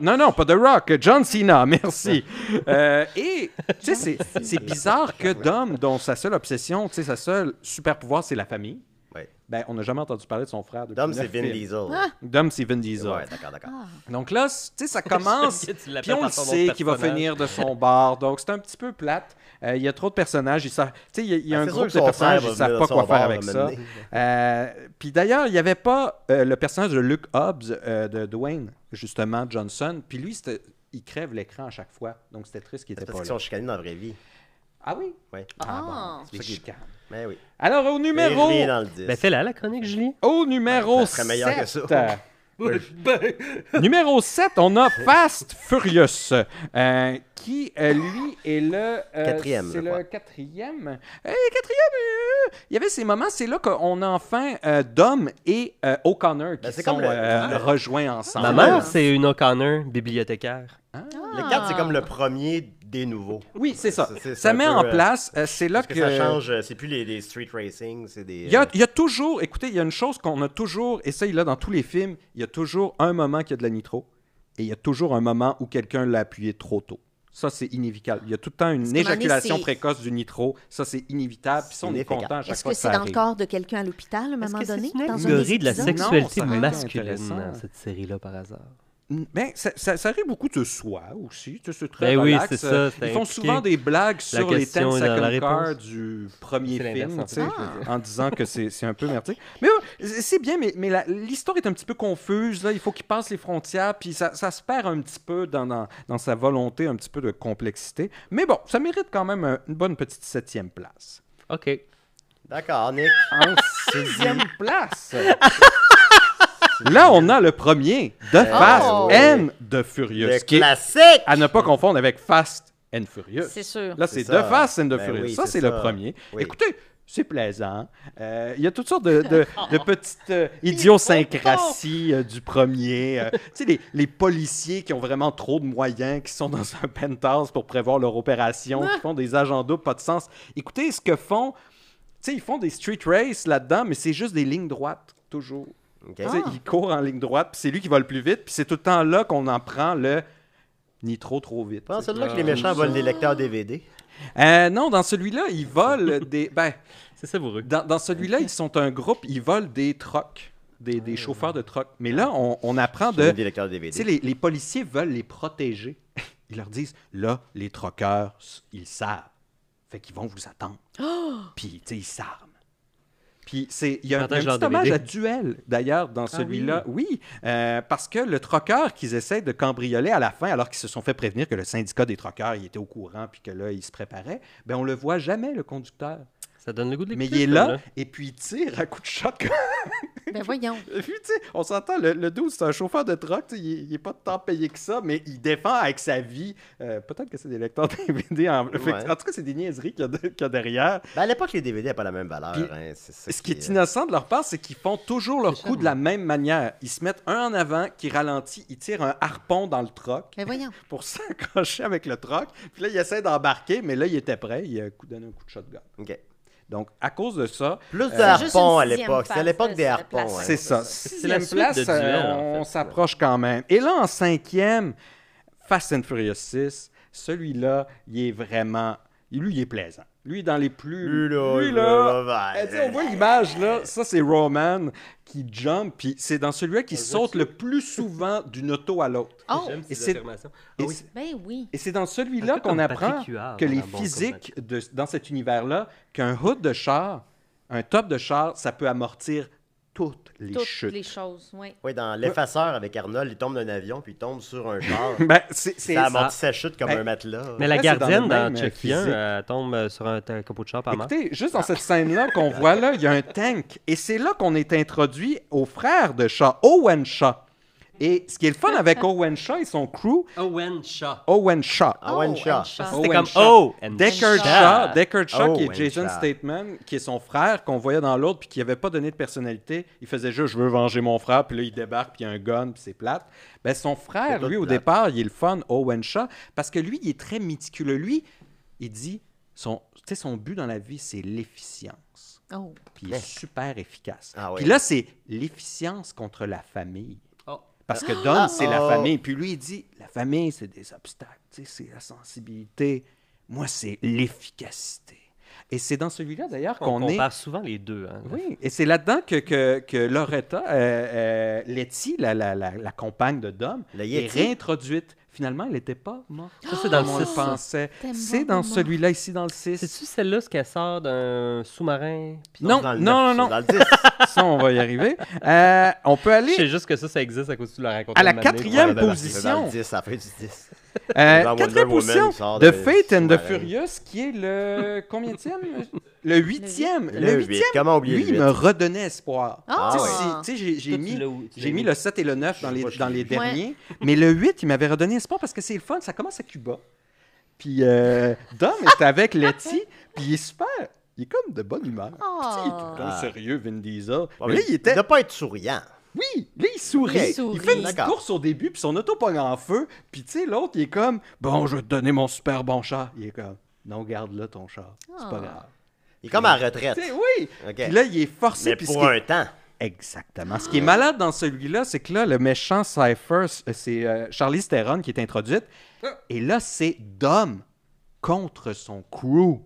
[SPEAKER 4] non, non, pas The Rock, John Cena, merci. Euh, et, tu sais, c'est- c'est bizarre que Dom, dont sa seule obsession, tu sais, sa seule super pouvoir, c'est la famille.
[SPEAKER 2] Ouais.
[SPEAKER 4] Ben, on n'a jamais entendu parler de son frère. depuis
[SPEAKER 2] Dom, c'est
[SPEAKER 4] neuf
[SPEAKER 2] Vin
[SPEAKER 4] films.
[SPEAKER 2] Diesel.
[SPEAKER 3] Ah.
[SPEAKER 4] Dom, c'est Vin Diesel.
[SPEAKER 2] Ouais, d'accord, d'accord.
[SPEAKER 4] Donc là, c- tu sais, ça commence.
[SPEAKER 5] J'aime bien que tu l'appelles
[SPEAKER 4] Puis on
[SPEAKER 5] par
[SPEAKER 4] le
[SPEAKER 5] son nom
[SPEAKER 4] sait
[SPEAKER 5] de
[SPEAKER 4] qu'il va
[SPEAKER 5] personnage.
[SPEAKER 4] finir de son bar. Donc c'est un petit peu plate. Euh, Il y a trop de personnages. ils savent- Tu sais, il y a, il y a
[SPEAKER 2] Ben,
[SPEAKER 4] un
[SPEAKER 2] c'est
[SPEAKER 4] groupe
[SPEAKER 2] sûr
[SPEAKER 4] de
[SPEAKER 2] que son frère
[SPEAKER 4] personnages
[SPEAKER 2] va
[SPEAKER 4] qui ne savent
[SPEAKER 2] venir
[SPEAKER 4] pas
[SPEAKER 2] de
[SPEAKER 4] quoi
[SPEAKER 2] son
[SPEAKER 4] faire
[SPEAKER 2] bord,
[SPEAKER 4] avec
[SPEAKER 2] à un
[SPEAKER 4] ça.
[SPEAKER 2] moment donné.
[SPEAKER 4] Euh, Puis d'ailleurs, il n'y avait pas euh, le personnage de Luke Hobbs, euh, de Dwayne, justement, Johnson. Puis lui, c'était- il crève l'écran à chaque fois. Donc c'était triste qu'il
[SPEAKER 2] C'est
[SPEAKER 4] était
[SPEAKER 2] parce
[SPEAKER 4] pas
[SPEAKER 2] qu'ils
[SPEAKER 4] là.
[SPEAKER 2] sont chicanés dans la vraie vie.
[SPEAKER 4] Ah oui?
[SPEAKER 2] Ouais.
[SPEAKER 3] Ah.
[SPEAKER 4] Ah bon, c'est pour ça
[SPEAKER 2] Les
[SPEAKER 4] qu'il est calme.
[SPEAKER 2] Mais oui.
[SPEAKER 4] Alors au numéro...
[SPEAKER 2] Les riz dans le disque.
[SPEAKER 5] Ben, fais-la, la chronique, Julie.
[SPEAKER 4] Au numéro
[SPEAKER 2] Ça serait meilleur que
[SPEAKER 4] 7.
[SPEAKER 2] ça.
[SPEAKER 4] Numéro 7, on a Fast Furious, euh, qui, euh, lui, est le... euh,
[SPEAKER 2] Quatrième,
[SPEAKER 4] C'est
[SPEAKER 2] je crois.
[SPEAKER 4] le quatrième. Eh, quatrième! euh, il y avait ces moments, c'est là qu'on a enfin euh, Dom et euh, O'Connor qui
[SPEAKER 2] Ben, c'est
[SPEAKER 4] sont
[SPEAKER 2] comme le-
[SPEAKER 4] euh,
[SPEAKER 2] le-
[SPEAKER 4] rejoints ensemble.
[SPEAKER 5] Ma mère, c'est une O'Connor, bibliothécaire.
[SPEAKER 3] Ah.
[SPEAKER 2] Le 4, c'est comme le premier des nouveaux.
[SPEAKER 4] Oui, c'est ça.
[SPEAKER 2] C'est- c'est- c'est
[SPEAKER 4] Ça
[SPEAKER 2] un
[SPEAKER 4] met
[SPEAKER 2] peu,
[SPEAKER 4] en
[SPEAKER 2] euh,
[SPEAKER 4] place, euh, c'est là
[SPEAKER 2] Parce
[SPEAKER 4] que...
[SPEAKER 2] que ça change, euh, c'est plus les, les street racing, c'est des.
[SPEAKER 4] Il y, a,
[SPEAKER 2] euh,
[SPEAKER 4] il y a toujours, écoutez, il y a une chose qu'on a toujours, et ça, il l'a dans tous les films, il y a toujours un moment qu'il y a de la nitro, et il y a toujours un moment où quelqu'un l'a appuyé trop tôt. Ça, c'est inévitable. Il y a tout le temps
[SPEAKER 3] Parce
[SPEAKER 4] une
[SPEAKER 3] qu'à un moment donné,
[SPEAKER 4] éjaculation
[SPEAKER 3] c'est-
[SPEAKER 4] précoce du nitro. Ça, c'est inévitable. Puis ça, on est
[SPEAKER 2] Inévitable.
[SPEAKER 4] content à chaque
[SPEAKER 3] Est-ce
[SPEAKER 4] fois
[SPEAKER 3] que
[SPEAKER 4] que ça
[SPEAKER 3] c'est dans le
[SPEAKER 4] arrive.
[SPEAKER 3] corps de quelqu'un à l'hôpital à un moment
[SPEAKER 5] Est-ce que
[SPEAKER 3] donné?
[SPEAKER 5] c'est une
[SPEAKER 3] dans
[SPEAKER 5] allégorie de la
[SPEAKER 3] épisode?
[SPEAKER 4] sexe-
[SPEAKER 5] sexualité
[SPEAKER 4] Non, ça aurait été
[SPEAKER 5] masculine,
[SPEAKER 4] intéressant.
[SPEAKER 5] cette série-là, par hasard?
[SPEAKER 4] Ben, ça, ça, ça arrive beaucoup de soi aussi. Tu sais, c'est très
[SPEAKER 5] Ben oui,
[SPEAKER 4] relax.
[SPEAKER 5] c'est ça,
[SPEAKER 4] Euh,
[SPEAKER 5] c'est
[SPEAKER 4] Ils font
[SPEAKER 5] impliqué.
[SPEAKER 4] souvent des blagues sur les
[SPEAKER 5] question
[SPEAKER 4] thèmes
[SPEAKER 5] et la- la
[SPEAKER 4] second car
[SPEAKER 5] réponse.
[SPEAKER 4] du premier
[SPEAKER 5] C'est l'inverse,
[SPEAKER 4] film,
[SPEAKER 5] en
[SPEAKER 4] tu sais,
[SPEAKER 5] fait.
[SPEAKER 4] en disant que c'est c'est un peu merdique. Mais ouais, c'est c'est bien, mais, mais la- l'histoire est un petit peu confuse. Là. Il faut qu'il passe les frontières, puis ça, ça se perd un petit peu dans, dans, dans sa volonté, un petit peu de complexité. Mais bon, ça mérite quand même un- une bonne petite septième place.
[SPEAKER 5] OK.
[SPEAKER 2] D'accord, Nick.
[SPEAKER 4] En sixième place. Là, on a le premier,
[SPEAKER 5] Eh
[SPEAKER 4] The Fast
[SPEAKER 3] Oh.
[SPEAKER 4] and the Furious,
[SPEAKER 2] Le
[SPEAKER 4] qui est
[SPEAKER 2] classique!
[SPEAKER 4] à ne pas confondre avec Fast and Furious.
[SPEAKER 3] C'est sûr.
[SPEAKER 4] Là, c'est
[SPEAKER 2] C'est ça.
[SPEAKER 4] The Fast and the
[SPEAKER 2] Ben
[SPEAKER 4] Furious.
[SPEAKER 2] oui,
[SPEAKER 4] ça,
[SPEAKER 2] c'est
[SPEAKER 4] c'est le
[SPEAKER 2] ça.
[SPEAKER 4] premier.
[SPEAKER 2] Oui.
[SPEAKER 4] Écoutez, c'est plaisant. Euh, Il y a toutes sortes de, de- de petites euh, idiosyncrasies euh, du premier. Euh, tu sais, les, les policiers qui ont vraiment trop de moyens, qui sont dans un penthouse pour prévoir leur opération, qui font des agendas pas de sens. Écoutez, ce que font... Tu sais, ils font des street races là-dedans, mais c'est juste des lignes droites, toujours.
[SPEAKER 2] Ok.
[SPEAKER 4] Tu sais, Il court en ligne droite, puis c'est lui qui va le plus vite, puis c'est tout le temps là qu'on en prend le ni trop trop vite.
[SPEAKER 2] Pendant celui-là que les
[SPEAKER 4] Ah.
[SPEAKER 2] méchants volent les lecteurs DVD.
[SPEAKER 4] Euh, non, dans celui-là, ils volent des. Ben,
[SPEAKER 5] C'est savoureux.
[SPEAKER 4] dans, dans celui-là, ils sont un groupe, ils volent des trocs, des, des chauffeurs de trocs. Mais là, on, on apprend de.
[SPEAKER 2] Des lecteurs
[SPEAKER 4] Tu sais,
[SPEAKER 2] DVD.
[SPEAKER 4] Ah, ben, les, les policiers veulent les protéger. Ils leur disent là, les troqueurs, s- ils savent. Fait qu'ils vont vous attendre. Puis, tu sais, ils s'arment. Puis, c'est- il y a un,
[SPEAKER 5] Partage
[SPEAKER 4] il y a un petit
[SPEAKER 5] leur
[SPEAKER 4] hommage
[SPEAKER 5] DVD.
[SPEAKER 4] à Duel, d'ailleurs, dans celui-là. Ah Oui, euh, parce que le troqueur qu'ils essaient de cambrioler à la fin, alors qu'ils se sont fait prévenir que le syndicat des troqueurs, il était au courant, puis que là, il se préparait, ben on le voit jamais, le conducteur.
[SPEAKER 5] Ça donne le goût de
[SPEAKER 4] Mais
[SPEAKER 5] l'écouter.
[SPEAKER 4] il est
[SPEAKER 5] ça,
[SPEAKER 4] là, et puis il tire à coups de shot comme
[SPEAKER 3] Ben voyons.
[SPEAKER 4] puis, tu sais, on s'entend, le, le dude, c'est un chauffeur de truck, tu sais, il, n'est est pas tant payé que ça, mais il défend avec sa vie. Euh, Peut-être que c'est des lecteurs DVD. En, fait que-
[SPEAKER 2] Ouais.
[SPEAKER 4] en tout cas, c'est des niaiseries qu'il y, a de- qu'il y a derrière.
[SPEAKER 2] Ben, à l'époque, les DVD n'avaient pas la même valeur.
[SPEAKER 4] Puis,
[SPEAKER 2] hein, c'est ça
[SPEAKER 4] Ce qui est innocent de leur part, c'est qu'ils font toujours leur coup de la même manière. Ils se mettent un en avant qui ralentit, ils tirent un harpon dans le truck
[SPEAKER 3] Ben voyons.
[SPEAKER 4] pour s'accrocher avec le truck. Puis là, il essaie d'embarquer, mais là, il était prêt, il a coup- donné un coup de shotgun.
[SPEAKER 2] Ok.
[SPEAKER 4] Donc, à cause de ça,
[SPEAKER 2] Plus de
[SPEAKER 4] C'est
[SPEAKER 3] juste
[SPEAKER 2] harpons
[SPEAKER 3] une
[SPEAKER 2] à
[SPEAKER 3] sixième euh,
[SPEAKER 2] l'époque. C'est à
[SPEAKER 3] phase
[SPEAKER 2] l'époque
[SPEAKER 3] de
[SPEAKER 2] des
[SPEAKER 3] la
[SPEAKER 2] harpons.
[SPEAKER 3] place.
[SPEAKER 2] hein.
[SPEAKER 4] C'est ça.
[SPEAKER 5] C'est
[SPEAKER 4] Sixième
[SPEAKER 5] la suite
[SPEAKER 4] place,
[SPEAKER 5] de Duel,
[SPEAKER 4] euh,
[SPEAKER 5] en fait.
[SPEAKER 4] on s'approche quand même. Et là, en cinquième, Fast and Furious 6, celui-là, il est vraiment... Lui, il est plaisant. Lui, dans les plus...
[SPEAKER 2] Lui, là,
[SPEAKER 4] Lui,
[SPEAKER 2] il
[SPEAKER 4] là,
[SPEAKER 2] veut la
[SPEAKER 4] eh,
[SPEAKER 2] vague.
[SPEAKER 4] tu sais, on voit l'image, là. Ça, c'est Roman qui jump, puis c'est dans celui-là
[SPEAKER 5] Ah,
[SPEAKER 4] qui saute le plus souvent d'une auto à l'autre.
[SPEAKER 3] Oh,
[SPEAKER 5] J'aime
[SPEAKER 4] Et
[SPEAKER 5] ces
[SPEAKER 4] c'est-
[SPEAKER 5] affirmations. Ah
[SPEAKER 4] Et
[SPEAKER 5] oui.
[SPEAKER 4] c'est-
[SPEAKER 3] ben oui.
[SPEAKER 4] et c'est dans
[SPEAKER 5] Un
[SPEAKER 4] celui-là
[SPEAKER 5] peu
[SPEAKER 4] qu'on
[SPEAKER 5] comme
[SPEAKER 4] apprend
[SPEAKER 5] Patrick Huard
[SPEAKER 4] que
[SPEAKER 5] dans
[SPEAKER 4] les
[SPEAKER 5] Bon
[SPEAKER 4] physiques de, dans cet univers-là, qu'un hood de char, un top de char, ça peut amortir toutes les
[SPEAKER 3] Toutes
[SPEAKER 4] chutes.
[SPEAKER 3] les choses, oui.
[SPEAKER 2] Oui, dans L'Effaceur avec Arnold, il tombe d'un avion puis il tombe sur un char.
[SPEAKER 4] Ben, c'est c'est-
[SPEAKER 2] ça amortit sa chute comme
[SPEAKER 4] Ben,
[SPEAKER 2] un matelas.
[SPEAKER 5] Mais la
[SPEAKER 4] Après, c'est dans le
[SPEAKER 5] gardienne dans,
[SPEAKER 4] même, euh,
[SPEAKER 5] Chucky 1
[SPEAKER 4] physique.
[SPEAKER 5] elle tombe euh, sur un, un capot de char par mort.
[SPEAKER 4] Écoutez, juste dans cette scène-là qu'on voit là, il y a un tank. Et c'est là qu'on est introduit au frère de Shaw, Owen Shaw. Et ce qui est le fun avec Owen Shaw et son crew,
[SPEAKER 5] Owen Shaw.
[SPEAKER 4] Owen Shaw.
[SPEAKER 2] Ah,
[SPEAKER 3] Oh,
[SPEAKER 5] Owen Shaw. Ça, c'était
[SPEAKER 4] Owen
[SPEAKER 5] comme
[SPEAKER 4] Shaw.
[SPEAKER 5] O and
[SPEAKER 4] oh,
[SPEAKER 5] Oh,
[SPEAKER 4] Deckard
[SPEAKER 5] Shaw.
[SPEAKER 4] Shaw. Deckard Shaw, qui
[SPEAKER 5] Owen
[SPEAKER 4] est Jason
[SPEAKER 5] Shaw.
[SPEAKER 4] Statham, qui est son frère, qu'on voyait dans l'autre, puis qui n'avait pas donné de personnalité. Il faisait juste, je veux venger mon frère, puis là, il débarque, puis il y a un gun, puis c'est plate. Ben, son frère, lui, au départ, il est le fun, Owen Shaw, parce que lui, il est très méticuleux. Lui, il dit, son, tu sais, son but dans la vie, c'est l'efficience.
[SPEAKER 3] Oh.
[SPEAKER 4] Puis il est super efficace.
[SPEAKER 2] oui.
[SPEAKER 4] Puis là, c'est l'efficience contre la famille.
[SPEAKER 5] Oh.
[SPEAKER 4] Parce que Don,
[SPEAKER 2] Ah.
[SPEAKER 4] c'est la
[SPEAKER 2] Oh.
[SPEAKER 4] famille. Puis lui, il dit la famille, c'est des obstacles, tu sais, c'est la sensibilité. Moi, c'est l'efficacité. Et c'est dans celui-là, d'ailleurs,
[SPEAKER 5] On
[SPEAKER 4] qu'on est.
[SPEAKER 5] compare souvent les deux. Hein.
[SPEAKER 4] Oui, et c'est là-dedans que, que, que Loretta, euh, euh, Letty, la, la, la, la compagne de Dom, est
[SPEAKER 5] Yeti.
[SPEAKER 4] réintroduite. Finalement, elle n'était pas morte.
[SPEAKER 5] Ça, Oh, c'est dans
[SPEAKER 4] comme on
[SPEAKER 5] le
[SPEAKER 4] le
[SPEAKER 5] six, ça.
[SPEAKER 4] pensait.
[SPEAKER 5] T'es
[SPEAKER 4] C'est
[SPEAKER 5] mort,
[SPEAKER 4] dans
[SPEAKER 5] mort.
[SPEAKER 4] celui-là, ici, dans le 6.
[SPEAKER 5] C'est-tu celle-là, ce qu'elle sort d'un sous-marin? puis-
[SPEAKER 4] Non, non, non, non. ça, on va y arriver. Euh, on peut aller.
[SPEAKER 5] Je sais juste que ça, ça existe à cause que tu l'as raconté.
[SPEAKER 4] À la
[SPEAKER 5] un moment donné.
[SPEAKER 4] quatrième
[SPEAKER 5] Ouais, ben, parce que
[SPEAKER 4] position.
[SPEAKER 5] c'est dans le
[SPEAKER 2] Le 10, à la fin du 10.
[SPEAKER 4] Euh,
[SPEAKER 2] Dans Wonder
[SPEAKER 4] quatrième
[SPEAKER 2] Woman,
[SPEAKER 4] position
[SPEAKER 2] il sort
[SPEAKER 4] de
[SPEAKER 2] de-
[SPEAKER 4] Fate and the
[SPEAKER 2] sous-marin.
[SPEAKER 4] Furious, qui est le combien Le huitième.
[SPEAKER 2] Le
[SPEAKER 4] Le
[SPEAKER 2] huit.
[SPEAKER 4] huitième.
[SPEAKER 2] Comment oublier
[SPEAKER 4] Lui,
[SPEAKER 2] le
[SPEAKER 4] il
[SPEAKER 2] huit?
[SPEAKER 4] me redonnait espoir.
[SPEAKER 2] Ah!
[SPEAKER 4] Tu
[SPEAKER 2] Ah
[SPEAKER 4] sais,
[SPEAKER 2] ouais.
[SPEAKER 4] c'est- tu sais, j'ai- j'ai
[SPEAKER 2] Toi, tu
[SPEAKER 4] mis,
[SPEAKER 2] l'as où? Tu
[SPEAKER 4] j'ai
[SPEAKER 2] l'as
[SPEAKER 4] mis
[SPEAKER 2] où?
[SPEAKER 4] le 7 et le 9 dans les, dans les
[SPEAKER 2] l'ai vu.
[SPEAKER 4] derniers,
[SPEAKER 2] Ouais.
[SPEAKER 4] mais le 8, il m'avait redonné espoir parce que c'est le fun. Ça commence à Cuba. Puis euh, Dom est avec Letty, puis il est super. Il est comme de bonne humeur. Puis tu sais, il est tout le temps
[SPEAKER 2] Ah.
[SPEAKER 4] sérieux, Vin Diesel.
[SPEAKER 2] Ouais,
[SPEAKER 4] mais
[SPEAKER 2] mais
[SPEAKER 4] là, il était.
[SPEAKER 2] Il doit pas être souriant.
[SPEAKER 4] Oui, là, il sourit.
[SPEAKER 2] Il
[SPEAKER 4] Il,
[SPEAKER 2] sourit.
[SPEAKER 4] fait une petite
[SPEAKER 2] D'accord.
[SPEAKER 4] course au début, puis son auto pogne en feu. Puis, tu sais, l'autre, il est comme Bon, je vais te donner mon super bon char. Il est comme Non, garde-le ton char. C'est pas
[SPEAKER 2] Ah.
[SPEAKER 4] grave.
[SPEAKER 2] Il est comme à la retraite.
[SPEAKER 4] Tu sais, oui.
[SPEAKER 2] OK.
[SPEAKER 4] Puis là, il est forcé.
[SPEAKER 2] Mais
[SPEAKER 4] puis
[SPEAKER 2] pour
[SPEAKER 4] ce qui-
[SPEAKER 2] un temps.
[SPEAKER 4] Exactement. Ce qui est malade dans celui-là, c'est que là, le méchant Cypher, c'est euh, Charlize Theron qui est introduite.
[SPEAKER 2] Ah.
[SPEAKER 4] Et là, c'est Dom contre son crew.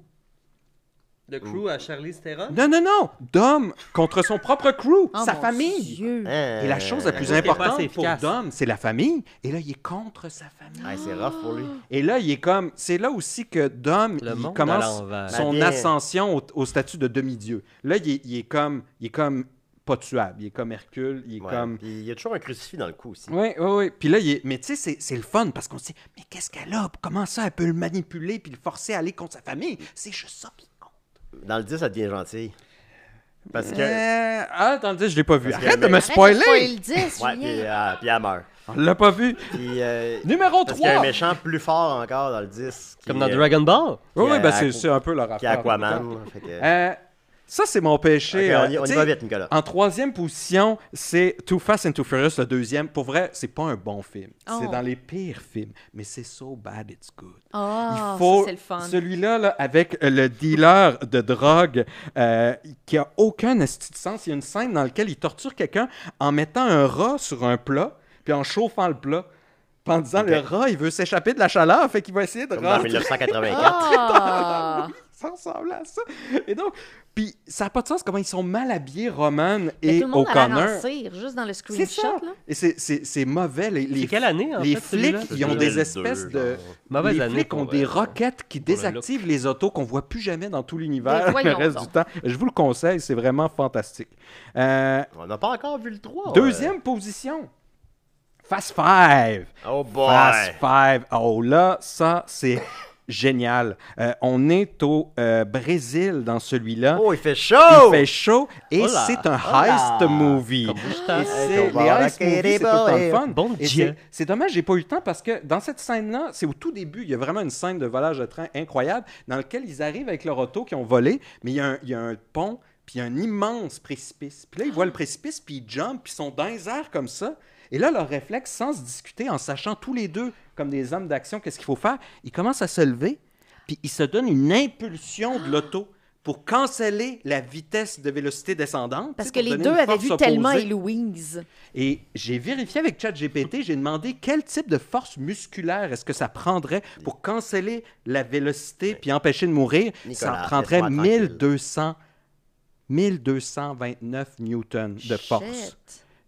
[SPEAKER 5] Le crew à Charlize Theron?
[SPEAKER 4] Non, non, non! Dom contre son propre crew,
[SPEAKER 5] Oh,
[SPEAKER 4] sa
[SPEAKER 5] mon
[SPEAKER 4] famille!
[SPEAKER 2] hein.
[SPEAKER 4] Et la chose Euh, la plus importante pour Dom, c'est la famille. Et là, il est contre sa famille.
[SPEAKER 2] c'est rough pour lui.
[SPEAKER 4] Et là, il est comme. C'est là aussi que Dom il
[SPEAKER 5] monde à
[SPEAKER 4] commence
[SPEAKER 5] l'envers.
[SPEAKER 4] son
[SPEAKER 5] Ben bien.
[SPEAKER 4] ascension au, au statut de demi-dieu. Là, il est, il est comme. Il est comme pas tuable. Il est comme Hercule. Il est
[SPEAKER 2] Ouais,
[SPEAKER 4] comme.
[SPEAKER 2] puis il y a toujours un crucifix dans le cou aussi.
[SPEAKER 4] Oui, oui, oui. Puis là, il est... mais tu sais, c'est- c'est le fun parce qu'on se dit, mais qu'est-ce qu'elle a? Comment ça, elle peut le manipuler puis le forcer à aller contre sa famille? C'est juste ça.
[SPEAKER 2] Dans le 10, ça devient gentil. Parce que.
[SPEAKER 4] Euh, Ah, dans le 10, je l'ai pas vu.
[SPEAKER 2] parce que-
[SPEAKER 4] Arrête de me
[SPEAKER 2] mais-
[SPEAKER 4] spoiler!
[SPEAKER 2] Ouais, puis, euh, puis elle meurt.
[SPEAKER 4] On l'a pas vu.
[SPEAKER 2] Puis, euh,
[SPEAKER 4] Numéro
[SPEAKER 2] parce qu'il y a un
[SPEAKER 4] 3.
[SPEAKER 2] méchant plus fort encore dans le 10. qui
[SPEAKER 5] Comme dans
[SPEAKER 4] euh,
[SPEAKER 2] est-
[SPEAKER 5] Dragon Ball?
[SPEAKER 4] Oui,
[SPEAKER 2] qui
[SPEAKER 4] oui,
[SPEAKER 2] est
[SPEAKER 4] ben c'est
[SPEAKER 2] Aqu-
[SPEAKER 4] c'est un peu leur affaire.
[SPEAKER 2] Qui est Aquaman. fait que-
[SPEAKER 4] Euh, ça, c'est mon péché.
[SPEAKER 2] Ok, on
[SPEAKER 4] euh,
[SPEAKER 2] y- on y
[SPEAKER 4] tu
[SPEAKER 2] va
[SPEAKER 4] sais,
[SPEAKER 2] vite, Nicolas.
[SPEAKER 4] En troisième position, c'est Too Fast and Too Furious, le deuxième. Pour vrai, c'est pas un bon film. C'est
[SPEAKER 3] Oh.
[SPEAKER 4] dans les pires films, mais c'est so bad it's good.
[SPEAKER 3] Ah,
[SPEAKER 4] Il faut
[SPEAKER 3] ça, c'est le fun.
[SPEAKER 4] celui-là là, avec euh, le dealer de drogue euh, qui a aucun esti de sens. Il y a une scène dans laquelle il torture quelqu'un en mettant un rat sur un plat puis en chauffant le plat. Puis En disant le rat, il veut s'échapper de la chaleur, fait qu'il va essayer de
[SPEAKER 2] Comme dans
[SPEAKER 4] rentrer-
[SPEAKER 3] Ah!
[SPEAKER 2] 1984.
[SPEAKER 4] Ah! rentrer dans- Ça ressemble à ça. Et donc, puis ça n'a pas de sens comment ils sont mal habillés, Roman
[SPEAKER 3] Mais
[SPEAKER 4] et
[SPEAKER 3] Ben, tout le monde a l'air en
[SPEAKER 4] O'Connor.
[SPEAKER 3] cire, juste dans le
[SPEAKER 4] C'est ça.
[SPEAKER 3] screenshot. là.
[SPEAKER 4] Et c'est- c'est c'est mauvais. Les, les,
[SPEAKER 5] C'est quelle année, en
[SPEAKER 4] les
[SPEAKER 5] fait, celui-là?
[SPEAKER 4] flics, ils ont des
[SPEAKER 5] 2002,
[SPEAKER 4] espèces de.
[SPEAKER 5] genre. Mauvaise
[SPEAKER 4] les
[SPEAKER 5] année
[SPEAKER 4] flics ont
[SPEAKER 5] pour,
[SPEAKER 4] des
[SPEAKER 5] euh,
[SPEAKER 4] roquettes qui
[SPEAKER 5] pour le
[SPEAKER 4] désactivent les autos qu'on voit plus jamais dans tout
[SPEAKER 2] Ben
[SPEAKER 4] l'univers le
[SPEAKER 2] voyons
[SPEAKER 4] reste
[SPEAKER 2] donc.
[SPEAKER 4] du temps. Je vous le conseille, c'est vraiment fantastique. Euh,
[SPEAKER 2] On n'a pas encore vu le
[SPEAKER 3] Oh,
[SPEAKER 2] 3.
[SPEAKER 4] Deuxième position. Fast Five.
[SPEAKER 2] Oh boy.
[SPEAKER 4] Fast Five. Oh là, ça, c'est génial. Euh, on est au euh, Brésil dans celui-là.
[SPEAKER 2] Oh, il fait chaud.
[SPEAKER 4] Il fait chaud et
[SPEAKER 2] Oh là.
[SPEAKER 4] c'est un
[SPEAKER 2] Oh là.
[SPEAKER 4] heist movie.
[SPEAKER 2] Comme je t'en-
[SPEAKER 4] Et c'est-
[SPEAKER 2] Hey, on
[SPEAKER 4] les
[SPEAKER 2] va
[SPEAKER 4] heist movies, c'est tout le temps le fun.
[SPEAKER 5] Bon
[SPEAKER 4] Et
[SPEAKER 5] Dieu.
[SPEAKER 4] c'est- C'est dommage, j'ai pas eu le temps parce que dans cette scène-là, c'est au tout début, il y a vraiment une scène de volage de train incroyable dans laquelle ils arrivent avec leur auto qui ont volé, mais il y a un, il y a un pont, puis il y a un immense précipice. Puis là, ils voient le précipice, puis ils jumpent, puis ils sont dans les airs comme ça. Et là, leur réflexe, sans se discuter, en sachant tous les deux, comme des hommes d'action, qu'est-ce qu'il faut faire, ils commencent à se lever, puis ils se donnent une impulsion de l'auto pour canceller la vitesse de vélocité descendante.
[SPEAKER 3] Parce
[SPEAKER 4] tu
[SPEAKER 3] que
[SPEAKER 4] sais, pour donner
[SPEAKER 3] les deux
[SPEAKER 4] une
[SPEAKER 3] avaient
[SPEAKER 4] force
[SPEAKER 3] vu tellement
[SPEAKER 4] opposée.
[SPEAKER 3] et Louise.
[SPEAKER 4] Et j'ai vérifié avec ChatGPT, j'ai demandé quel type de force musculaire est-ce que ça prendrait pour canceller la vélocité puis empêcher de mourir.
[SPEAKER 2] Nicolas,
[SPEAKER 4] ça prendrait
[SPEAKER 2] laisse-moi tranquille.
[SPEAKER 4] 1200, 1229 newtons de force.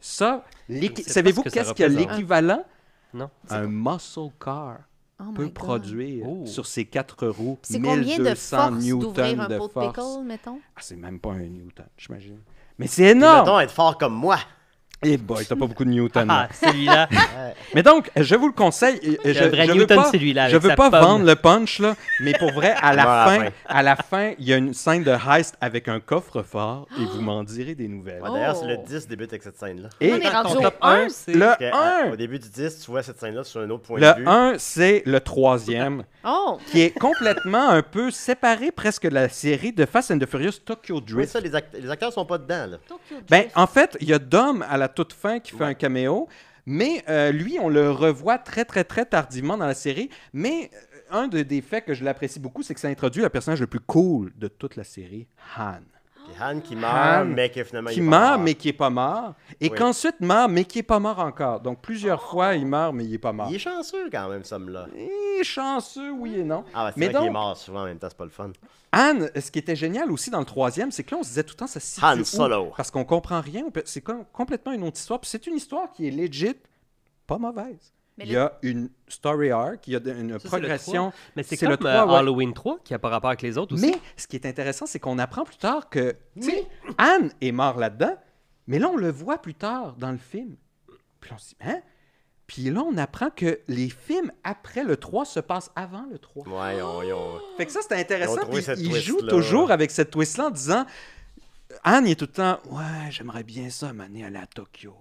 [SPEAKER 4] Ça, l'équi-
[SPEAKER 5] Je sais pas
[SPEAKER 4] savez-vous
[SPEAKER 5] ce que ça
[SPEAKER 4] qu'est-ce qu'il y a
[SPEAKER 5] représente.
[SPEAKER 4] l'équivalent?
[SPEAKER 5] Non.
[SPEAKER 4] Un muscle car
[SPEAKER 3] Oh
[SPEAKER 4] peut
[SPEAKER 3] my God.
[SPEAKER 4] produire
[SPEAKER 5] Oh.
[SPEAKER 4] sur ses quatre roues
[SPEAKER 3] C'est combien de
[SPEAKER 4] 1200
[SPEAKER 3] force d'ouvrir
[SPEAKER 4] newtons
[SPEAKER 3] un
[SPEAKER 4] de
[SPEAKER 3] pot de
[SPEAKER 4] force.
[SPEAKER 3] pickle, mettons?
[SPEAKER 4] Ah, c'est même pas un newton, j'imagine. Mais c'est énorme!
[SPEAKER 2] Mettons être fort comme moi.
[SPEAKER 4] Eh boy, t'as pas beaucoup de Newton. là.
[SPEAKER 5] Ah, celui-là.
[SPEAKER 4] mais donc, je vous le conseille. et- et
[SPEAKER 5] C'est un vrai
[SPEAKER 4] veux
[SPEAKER 5] Newton,
[SPEAKER 4] pas-
[SPEAKER 5] celui-là, avec
[SPEAKER 4] Je veux
[SPEAKER 5] sa
[SPEAKER 4] pas
[SPEAKER 5] pomme.
[SPEAKER 4] vendre le punch, là, mais pour vrai, à la,
[SPEAKER 2] Voilà,
[SPEAKER 4] fin,
[SPEAKER 2] ouais.
[SPEAKER 4] à la fin, il y a une scène de heist avec un coffre-fort et vous m'en direz des nouvelles.
[SPEAKER 2] Ouais, D'ailleurs,
[SPEAKER 3] Oh.
[SPEAKER 2] c'est le 10 débute avec cette scène-là.
[SPEAKER 4] Et
[SPEAKER 3] On est rendu
[SPEAKER 5] Ton
[SPEAKER 3] au
[SPEAKER 5] top
[SPEAKER 3] un.
[SPEAKER 5] 1, c'est.
[SPEAKER 4] le
[SPEAKER 2] Parce que, à-
[SPEAKER 4] 1,
[SPEAKER 2] Au début du 10, tu vois cette scène-là sur un autre euh, point de vue.
[SPEAKER 4] le 1, c'est le troisième,
[SPEAKER 3] Oh!
[SPEAKER 4] qui est complètement un peu séparé presque de la série de Fast and the Furious Tokyo
[SPEAKER 2] Oui,
[SPEAKER 4] Drift.
[SPEAKER 2] ça, les, act- les acteurs sont pas dedans. Là.
[SPEAKER 4] Ben, en fait, il y a Dom à la toute fin qui fait un caméo, mais euh, lui, on le revoit très, très, très tardivement dans la série. Mais euh, un de- des faits que je l'apprécie beaucoup, c'est que ça introduit le personnage le plus cool de toute la série, Han.
[SPEAKER 2] Puis Han qui meurt,
[SPEAKER 4] Han
[SPEAKER 2] mais que finalement.
[SPEAKER 4] Qui
[SPEAKER 2] il est pas
[SPEAKER 4] meurt,
[SPEAKER 2] mort.
[SPEAKER 4] mais qui est pas mort. Et
[SPEAKER 2] Oui. Oh.
[SPEAKER 4] qu'ensuite meurt, mais qui est pas mort encore. Donc, plusieurs fois, il meurt, mais il est pas mort.
[SPEAKER 2] Il est chanceux quand même, somme là.
[SPEAKER 4] Il est chanceux, oui et non.
[SPEAKER 2] Ah, ouais, c'est
[SPEAKER 4] Mais
[SPEAKER 2] vrai qu'il est
[SPEAKER 4] donc-
[SPEAKER 2] mort souvent en même temps, c'est pas le fun.
[SPEAKER 4] Anne, ce qui était génial aussi dans le troisième, c'est que là, on se disait tout le temps, ça se situe
[SPEAKER 2] Han
[SPEAKER 4] où?
[SPEAKER 2] Solo.
[SPEAKER 4] Parce qu'on comprend rien. on peut- C'est comme complètement une autre histoire. Puis c'est une histoire qui est legit, pas mauvaise.
[SPEAKER 3] Mais
[SPEAKER 4] il y a une story arc, il y a de- une
[SPEAKER 5] le
[SPEAKER 4] progression.
[SPEAKER 5] Mais c'est
[SPEAKER 4] C'est
[SPEAKER 5] comme
[SPEAKER 4] le
[SPEAKER 5] euh,
[SPEAKER 4] 3, ouais.
[SPEAKER 5] Halloween 3 qui a pas rapport avec les autres aussi.
[SPEAKER 4] Mais ce qui est intéressant, c'est qu'on apprend plus tard que tu sais, Anne est mort là-dedans, mais là, on le voit plus tard dans le film. Puis on se dit, hein? Puis là, on apprend que les films après le 3 se passent avant le 3.
[SPEAKER 2] Ouais, ils ont- ils ont-
[SPEAKER 4] Fait que ça, c'est intéressant.
[SPEAKER 2] Ils ont trouvé
[SPEAKER 4] puis
[SPEAKER 2] cette
[SPEAKER 4] il joue
[SPEAKER 2] twist-là,
[SPEAKER 4] toujours avec cette twist-là en disant Anne il est tout le temps Ouais, j'aimerais bien ça, m'amener aller à Tokyo.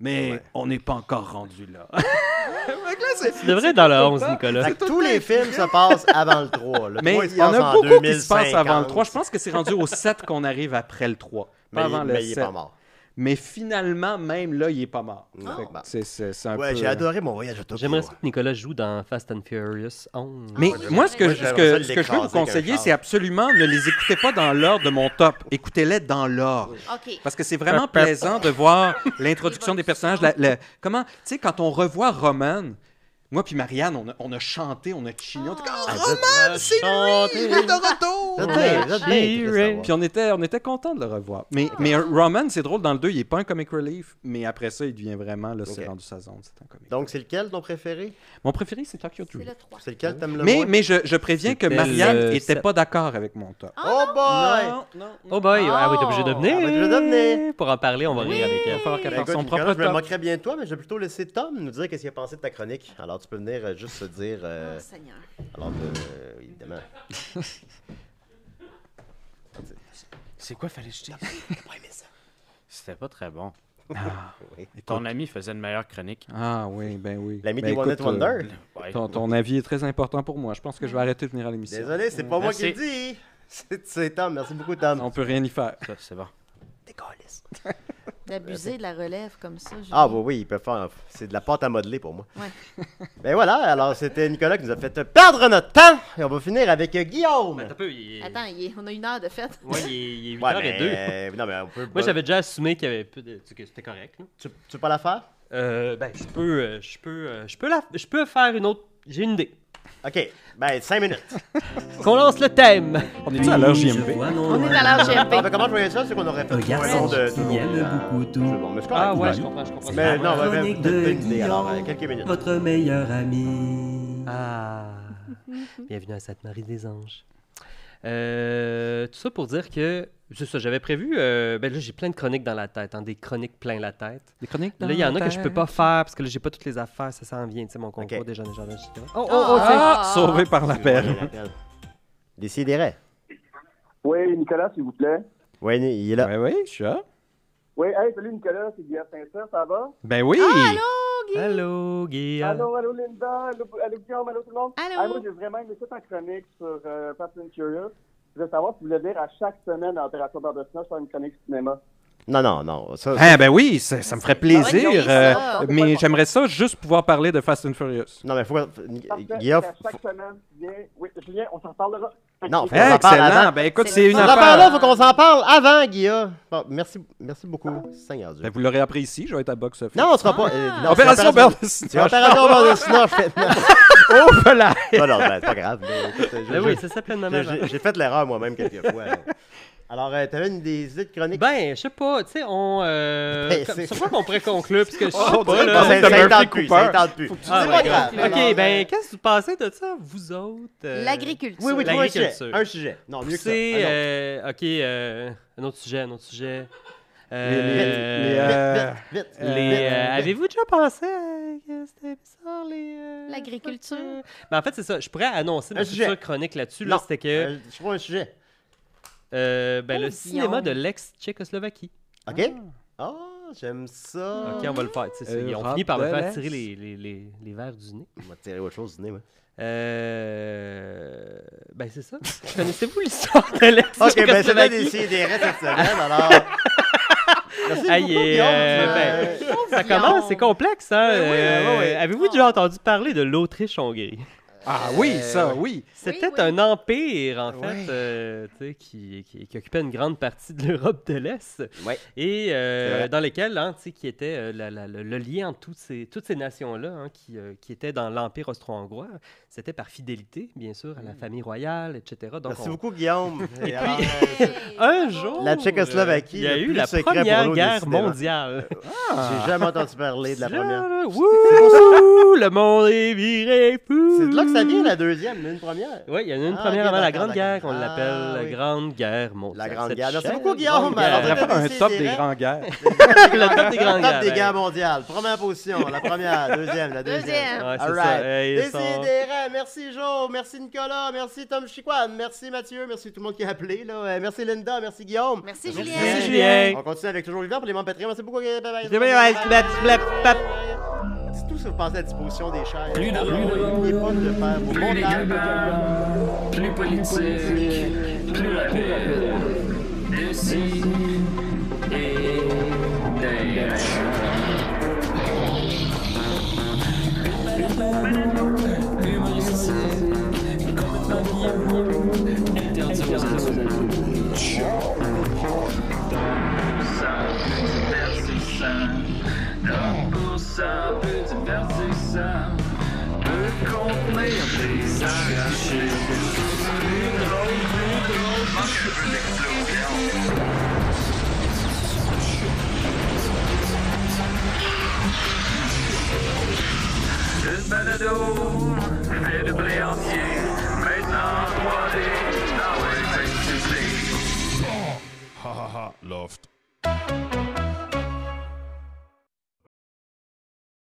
[SPEAKER 4] Mais
[SPEAKER 2] Ouais.
[SPEAKER 4] on n'est pas encore rendu là. Fait que là, c'est-
[SPEAKER 5] Tu devrais être dans le
[SPEAKER 4] tout le
[SPEAKER 5] 11,
[SPEAKER 4] temps.
[SPEAKER 5] Nicolas.
[SPEAKER 2] Fait que tous les films se passent avant le 3. Le
[SPEAKER 4] mais
[SPEAKER 2] 3
[SPEAKER 4] il y en a beaucoup qui se passent avant le 3. Je pense que c'est rendu au 7 qu'on arrive après le 3. Pas
[SPEAKER 2] mais,
[SPEAKER 4] avant
[SPEAKER 2] il,
[SPEAKER 4] le
[SPEAKER 2] mais il est
[SPEAKER 4] 7.
[SPEAKER 2] pas mort.
[SPEAKER 4] Mais finalement, même là, il est pas mort.
[SPEAKER 2] Non.
[SPEAKER 4] Fait que
[SPEAKER 2] Bon.
[SPEAKER 4] c'est- C'est c'est un
[SPEAKER 2] Ouais,
[SPEAKER 4] peu- euh,
[SPEAKER 2] j'ai adoré mon voyage à Tokyo.
[SPEAKER 5] J'aimerais ça que Nicolas joue dans Fast and Furious 11.
[SPEAKER 4] Mais
[SPEAKER 3] Ah oui,
[SPEAKER 4] moi, ce que,
[SPEAKER 3] j'aimerais
[SPEAKER 4] je-
[SPEAKER 2] ça. J'aimerais
[SPEAKER 4] ce
[SPEAKER 2] ça
[SPEAKER 4] que, ce que je veux vous
[SPEAKER 2] l'écraser avec un
[SPEAKER 4] conseiller,
[SPEAKER 2] char.
[SPEAKER 4] c'est absolument ne les écoutez pas dans l'ordre de mon top. Écoutez-les dans l'ordre.
[SPEAKER 3] OK.
[SPEAKER 4] Parce que c'est vraiment plaisant de voir l'introduction des personnages. la- la- comment, tu sais, quand on revoit Roman, moi puis Marianne, on a, on a chanté, on a chigné. on était comme, Ah, Roman,
[SPEAKER 5] Euh,
[SPEAKER 4] c'est lui, il est de
[SPEAKER 2] Vous êtes
[SPEAKER 4] retour!
[SPEAKER 2] bien, vous êtes bien,
[SPEAKER 5] Chérie.
[SPEAKER 2] Christophe.
[SPEAKER 4] Puis on était, on était content de le revoir. Mais, mais Roman, c'est drôle, dans le 2, il n'est pas un comic relief, mais après ça, il devient vraiment, là, c'est
[SPEAKER 2] Ok.
[SPEAKER 4] rendu sa zone, c'est un comic.
[SPEAKER 2] Donc, c'est lequel ton préféré
[SPEAKER 4] Mon préféré, c'est Tokyo Drift.
[SPEAKER 3] C'est le 3.
[SPEAKER 2] C'est lequel t'aimes le
[SPEAKER 4] Mais,
[SPEAKER 2] moins
[SPEAKER 4] mais je, je préviens que
[SPEAKER 5] C'était
[SPEAKER 4] Marianne
[SPEAKER 5] le
[SPEAKER 4] n'était
[SPEAKER 5] sept.
[SPEAKER 4] pas d'accord avec mon top.
[SPEAKER 2] Oh boy
[SPEAKER 4] non,
[SPEAKER 5] Oh boy, ah oui, t'es obligé de venir.
[SPEAKER 2] Ah, ben, je vais devenir.
[SPEAKER 5] Pour en parler, on va rire avec elle.
[SPEAKER 4] falloir qu'elle
[SPEAKER 2] Ben,
[SPEAKER 4] fasse
[SPEAKER 2] écoute,
[SPEAKER 4] son
[SPEAKER 2] Nicolas,
[SPEAKER 4] propre
[SPEAKER 2] je me
[SPEAKER 4] top.
[SPEAKER 2] moquerais bien de toi, mais je vais plutôt laisser Tom nous dire qu'est-ce qu'il a pensé de ta chronique. Alors, tu peux venir euh, juste se dire. euh,
[SPEAKER 3] Oh, Seigneur.
[SPEAKER 2] alors, euh, évidemment.
[SPEAKER 8] C'est quoi, fallait jeter?
[SPEAKER 2] Pas aimé ça.
[SPEAKER 8] C'était pas très bon.
[SPEAKER 2] Oui.
[SPEAKER 8] Ton ami faisait une meilleure chronique.
[SPEAKER 4] Ah oui, ben oui.
[SPEAKER 2] L'ami
[SPEAKER 4] Ben
[SPEAKER 2] des One
[SPEAKER 4] écoute,
[SPEAKER 2] Hit Wonder.
[SPEAKER 4] euh,
[SPEAKER 8] Ouais.
[SPEAKER 4] ton, ton avis est très important pour moi. Je pense que je vais arrêter de venir à l'émission.
[SPEAKER 2] Désolé, c'est pas moi qui le dis. C'est- C'est Tom. Merci beaucoup, Tom.
[SPEAKER 4] On peut rien y faire.
[SPEAKER 8] Ça, c'est bon.
[SPEAKER 3] D'abuser de la relève comme ça. Julie.
[SPEAKER 2] Ah oui, oui, il peut faire. C'est de la pâte à modeler pour moi.
[SPEAKER 3] Ouais.
[SPEAKER 2] ben voilà, alors c'était Nicolas qui nous a fait euh, perdre notre temps. Et on va finir avec euh, Guillaume.
[SPEAKER 5] Attends un peu, il est-
[SPEAKER 3] Attends, il est- on a une heure de fête.
[SPEAKER 5] Ouais, il est 8
[SPEAKER 2] Ouais,
[SPEAKER 5] h
[SPEAKER 2] mais,
[SPEAKER 5] 02
[SPEAKER 2] euh, non, mais on peut.
[SPEAKER 5] Moi, j'avais déjà assumé qu'il y avait peu de. tu- que c'était correct. là.
[SPEAKER 2] Tu, tu veux pas la faire
[SPEAKER 5] Euh, ben, je peux. euh, Je peux. euh, Je peux la- je peux faire une autre. J'ai une idée.
[SPEAKER 2] Ok, ben 5 minutes.
[SPEAKER 5] Qu'on lance le thème.
[SPEAKER 4] On est-tu à l'heure JMP?
[SPEAKER 3] On est à l'heure GMP.
[SPEAKER 2] Ah, ben, comment je voyais ça C'est qu'on aurait fait le poison de tout le monde.
[SPEAKER 11] beaucoup
[SPEAKER 2] C'est bon, mais c'est correct.
[SPEAKER 5] Ah ouais, je comprends, je comprends.
[SPEAKER 2] Mais non,
[SPEAKER 11] la
[SPEAKER 2] ouais, ouais,
[SPEAKER 11] chronique
[SPEAKER 2] t'as
[SPEAKER 11] de
[SPEAKER 2] une idée, alors euh,
[SPEAKER 11] Guillaume.
[SPEAKER 2] quelques minutes.
[SPEAKER 11] Votre meilleur ami.
[SPEAKER 5] Ah, bienvenue à Sainte-Marie des Anges. Euh, tout ça pour dire que, c'est ça, j'avais prévu, euh, ben là j'ai plein de chroniques dans la tête, hein, des chroniques plein la tête.
[SPEAKER 4] Des chroniques
[SPEAKER 5] Là, il y en a que je peux pas faire parce que là j'ai pas toutes les affaires, ça s'en vient, tu sais, mon concours
[SPEAKER 2] Ok.
[SPEAKER 5] des gens, des gens, des gens.
[SPEAKER 3] Oh,
[SPEAKER 4] Ah, sauvé par la perle.
[SPEAKER 2] Décidérez.
[SPEAKER 7] Oui, Nicolas, s'il vous plaît.
[SPEAKER 2] Ouais, il est là.
[SPEAKER 4] Ben Oui, oui, je suis là.
[SPEAKER 7] Oui, hey, salut Nicolas, c'est Guillaume Saint-Cyr, ça va?
[SPEAKER 4] Ben oui!
[SPEAKER 5] Allô, Guy.
[SPEAKER 7] Allô, allô Linda, allô, allô Guillaume, allô tout le monde.
[SPEAKER 3] Allô.
[SPEAKER 7] Ah, moi, j'ai vraiment aimé ça ta chronique sur euh, Fast and Curious. Je voulais savoir si vous voulez dire à chaque semaine à Opération Barbecue sur une chronique cinéma.
[SPEAKER 4] Euh,
[SPEAKER 2] Non, non, non. Ça, ça-
[SPEAKER 4] Ah ben oui, ça, ça me ferait plaisir.
[SPEAKER 3] idée,
[SPEAKER 4] euh,
[SPEAKER 3] ça.
[SPEAKER 4] mais j'aimerais ça juste pouvoir parler de Fast and Furious.
[SPEAKER 2] Non, mais faut.
[SPEAKER 7] Parfait.
[SPEAKER 2] Guillaume.
[SPEAKER 7] À chaque semaine, Julien, oui, Julien, on s'en parlera.
[SPEAKER 2] Non, faut-
[SPEAKER 4] Excellent!
[SPEAKER 2] en parle avant.
[SPEAKER 4] Ben écoute,
[SPEAKER 3] C'est
[SPEAKER 4] c'est une
[SPEAKER 2] Ces
[SPEAKER 4] affaire.
[SPEAKER 2] affaires-là, faut qu'on s'en parle avant, Guillaume. Bon, merci, merci beaucoup. Seigneur Dieu.
[SPEAKER 4] Ben, vous l'aurez appris ici, je vais être à box office.
[SPEAKER 2] Non, on sera pas. euh, non, c'est
[SPEAKER 4] Opération Belle
[SPEAKER 2] C'est Opération Belle Snor, finalement.
[SPEAKER 4] Oh voilà!
[SPEAKER 2] Non, non, ben, c'est pas grave. mais écoute, je-
[SPEAKER 5] Ben oui,
[SPEAKER 2] je-
[SPEAKER 5] c'est ça plein de
[SPEAKER 2] je- j'ai- J'ai fait l'erreur moi-même quelques fois. Alors, euh, t'avais une des idées de chronique?
[SPEAKER 5] Ben, je sais pas, tu sais, on. Euh,
[SPEAKER 2] Ben,
[SPEAKER 5] comme-
[SPEAKER 2] c'est-
[SPEAKER 5] c'est quoi qu'on pourrait conclure parce que je sais
[SPEAKER 2] Oh,
[SPEAKER 5] pas,
[SPEAKER 2] bon,
[SPEAKER 5] là.
[SPEAKER 2] ça-
[SPEAKER 4] de
[SPEAKER 2] ça y
[SPEAKER 4] Murphy
[SPEAKER 2] tente plus, ça y
[SPEAKER 4] Cooper.
[SPEAKER 2] tente plus. C'est
[SPEAKER 5] Ah,
[SPEAKER 2] pas
[SPEAKER 5] ouais,
[SPEAKER 2] grave.
[SPEAKER 5] ok,
[SPEAKER 2] Alors, euh,
[SPEAKER 5] ben, qu'est-ce que vous pensez de ça, vous autres euh,
[SPEAKER 3] L'agriculture.
[SPEAKER 2] Oui, oui, trouve un sujet.
[SPEAKER 5] l'agriculture.
[SPEAKER 2] Un sujet. Ah, Non, mieux que ça.
[SPEAKER 5] Pousser,
[SPEAKER 2] Un autre.
[SPEAKER 5] euh, ok, euh, un autre sujet, un autre sujet.
[SPEAKER 8] Euh,
[SPEAKER 5] Les- les-
[SPEAKER 8] euh,
[SPEAKER 5] vite, vite, vite,
[SPEAKER 8] les, euh,
[SPEAKER 5] vite, vite.
[SPEAKER 8] Avez-vous déjà pensé à- que c'était bizarre, les, euh,
[SPEAKER 3] L'agriculture.
[SPEAKER 5] Mais Ben, en fait, c'est ça. Je pourrais annoncer ma
[SPEAKER 2] Un sujet.
[SPEAKER 5] future chronique là-dessus. Là,
[SPEAKER 2] Non.
[SPEAKER 5] c'était que.
[SPEAKER 2] Euh, je trouve un sujet.
[SPEAKER 5] ben, le
[SPEAKER 2] Oh,
[SPEAKER 5] cinéma
[SPEAKER 2] Guillaume.
[SPEAKER 5] de l'ex-Tchécoslovaquie.
[SPEAKER 2] OK? Ah, j'aime ça.
[SPEAKER 5] Ok, Euh, on va le faire. tu sais, ça, Ils ont
[SPEAKER 2] Europe
[SPEAKER 5] fini par me
[SPEAKER 2] de
[SPEAKER 5] faire
[SPEAKER 2] l'Est.
[SPEAKER 5] tirer les, les, les, les verres du nez.
[SPEAKER 2] On va tirer autre chose du nez, ouais.
[SPEAKER 5] Euh... Ben, c'est ça. Connaissez-vous l'histoire de l'ex
[SPEAKER 2] Ok, ben, c'est la décidérée cette semaine, alors. Merci
[SPEAKER 5] Aïe,
[SPEAKER 2] beaucoup,
[SPEAKER 5] euh,
[SPEAKER 2] Guillaume.
[SPEAKER 5] ben,
[SPEAKER 2] Euh,
[SPEAKER 5] ça
[SPEAKER 2] Guillaume.
[SPEAKER 5] commence, c'est complexe, hein?
[SPEAKER 2] Ben oui, ben oui.
[SPEAKER 5] Euh, Avez-vous déjà entendu parler de l'Autriche-Hongrie?
[SPEAKER 4] Ah oui, ça,
[SPEAKER 5] ouais.
[SPEAKER 4] oui.
[SPEAKER 5] C'était un empire, en
[SPEAKER 4] Ouais.
[SPEAKER 5] fait, euh, tu sais, qui, qui- qui occupait une grande partie de l'Europe de l'Est.
[SPEAKER 2] Ouais.
[SPEAKER 5] Et euh,
[SPEAKER 2] C'est vrai.
[SPEAKER 5] dans lesquels, hein, tu sais, qui était euh, la- la- le, le lien entre toutes ces, toutes ces nations-là, hein, qui, euh, qui étaient dans l'empire austro-hongrois, c'était par fidélité, bien sûr, à la famille royale, etc. Donc,
[SPEAKER 2] Mm. Merci
[SPEAKER 5] on-
[SPEAKER 2] beaucoup, Guillaume.
[SPEAKER 5] Et
[SPEAKER 2] Et
[SPEAKER 5] puis,
[SPEAKER 2] alors,
[SPEAKER 5] un jour,
[SPEAKER 2] La Tchécoslovaquie,
[SPEAKER 5] il y a
[SPEAKER 2] le
[SPEAKER 5] eu
[SPEAKER 2] plus
[SPEAKER 5] la
[SPEAKER 2] secret pour
[SPEAKER 5] première
[SPEAKER 2] nous,
[SPEAKER 5] guerre
[SPEAKER 2] décidément.
[SPEAKER 5] mondiale.
[SPEAKER 2] Ah. J'ai jamais entendu parler de la
[SPEAKER 5] Là,
[SPEAKER 2] première.
[SPEAKER 5] là, Wouh, le monde est viré fou.
[SPEAKER 2] C'est de là que ça vient, la deuxième, mais une première.
[SPEAKER 5] Oui, il y en a une
[SPEAKER 2] Ah,
[SPEAKER 5] première
[SPEAKER 2] ok,
[SPEAKER 5] avant la
[SPEAKER 2] d'accord,
[SPEAKER 5] Grande Guerre, qu'on
[SPEAKER 2] d'accord.
[SPEAKER 5] l'appelle
[SPEAKER 2] Ah,
[SPEAKER 5] la
[SPEAKER 2] oui.
[SPEAKER 5] Grande Guerre mondiale.
[SPEAKER 2] La Grande
[SPEAKER 5] Cette
[SPEAKER 2] Guerre. Merci
[SPEAKER 5] chère
[SPEAKER 2] beaucoup, Guillaume.
[SPEAKER 5] Grande
[SPEAKER 2] Alors,
[SPEAKER 5] Guerre.
[SPEAKER 2] on devrait
[SPEAKER 4] Un top
[SPEAKER 2] décider,
[SPEAKER 4] des
[SPEAKER 2] hein.
[SPEAKER 4] grandes guerres.
[SPEAKER 5] Le top des Grandes
[SPEAKER 2] Top
[SPEAKER 5] Guerres.
[SPEAKER 2] des
[SPEAKER 5] ouais.
[SPEAKER 2] guerres mondiales. Première position, la première, deuxième, la deuxième.
[SPEAKER 3] Deuxième.
[SPEAKER 5] Ouais, c'est
[SPEAKER 2] All
[SPEAKER 5] ça.
[SPEAKER 2] right.
[SPEAKER 5] Hey, ils sont-
[SPEAKER 2] Décidérez. Merci Jo, merci Nicolas, merci Tom Chiquan, merci Mathieu, merci tout le monde qui a appelé. Là. Euh, Merci Linda, merci Guillaume.
[SPEAKER 3] Merci,
[SPEAKER 5] Julien. Merci, Julien.
[SPEAKER 2] On continue avec Toujours Vivant pour les membres Patreon. Merci beaucoup. Bye bye.
[SPEAKER 5] Bye bye, bye, bye, bye.
[SPEAKER 2] Dites tout ce que vous pensez de la disposition des chaises. Plus de N'oubliez pas de le faire. Vos montages.
[SPEAKER 10] Plus politique, plus rapide, d'ici et d'ailleurs. Interdit aux adultes. Dans sa petite vertissant, dans pour sa petite vertissant, peut contenir des arrachés. Une drôle, une drôle, manque un peu d'explosion. Le balado fait de blé entier, maintenant 3D, now effectively.
[SPEAKER 12] Ha ha ha, loft.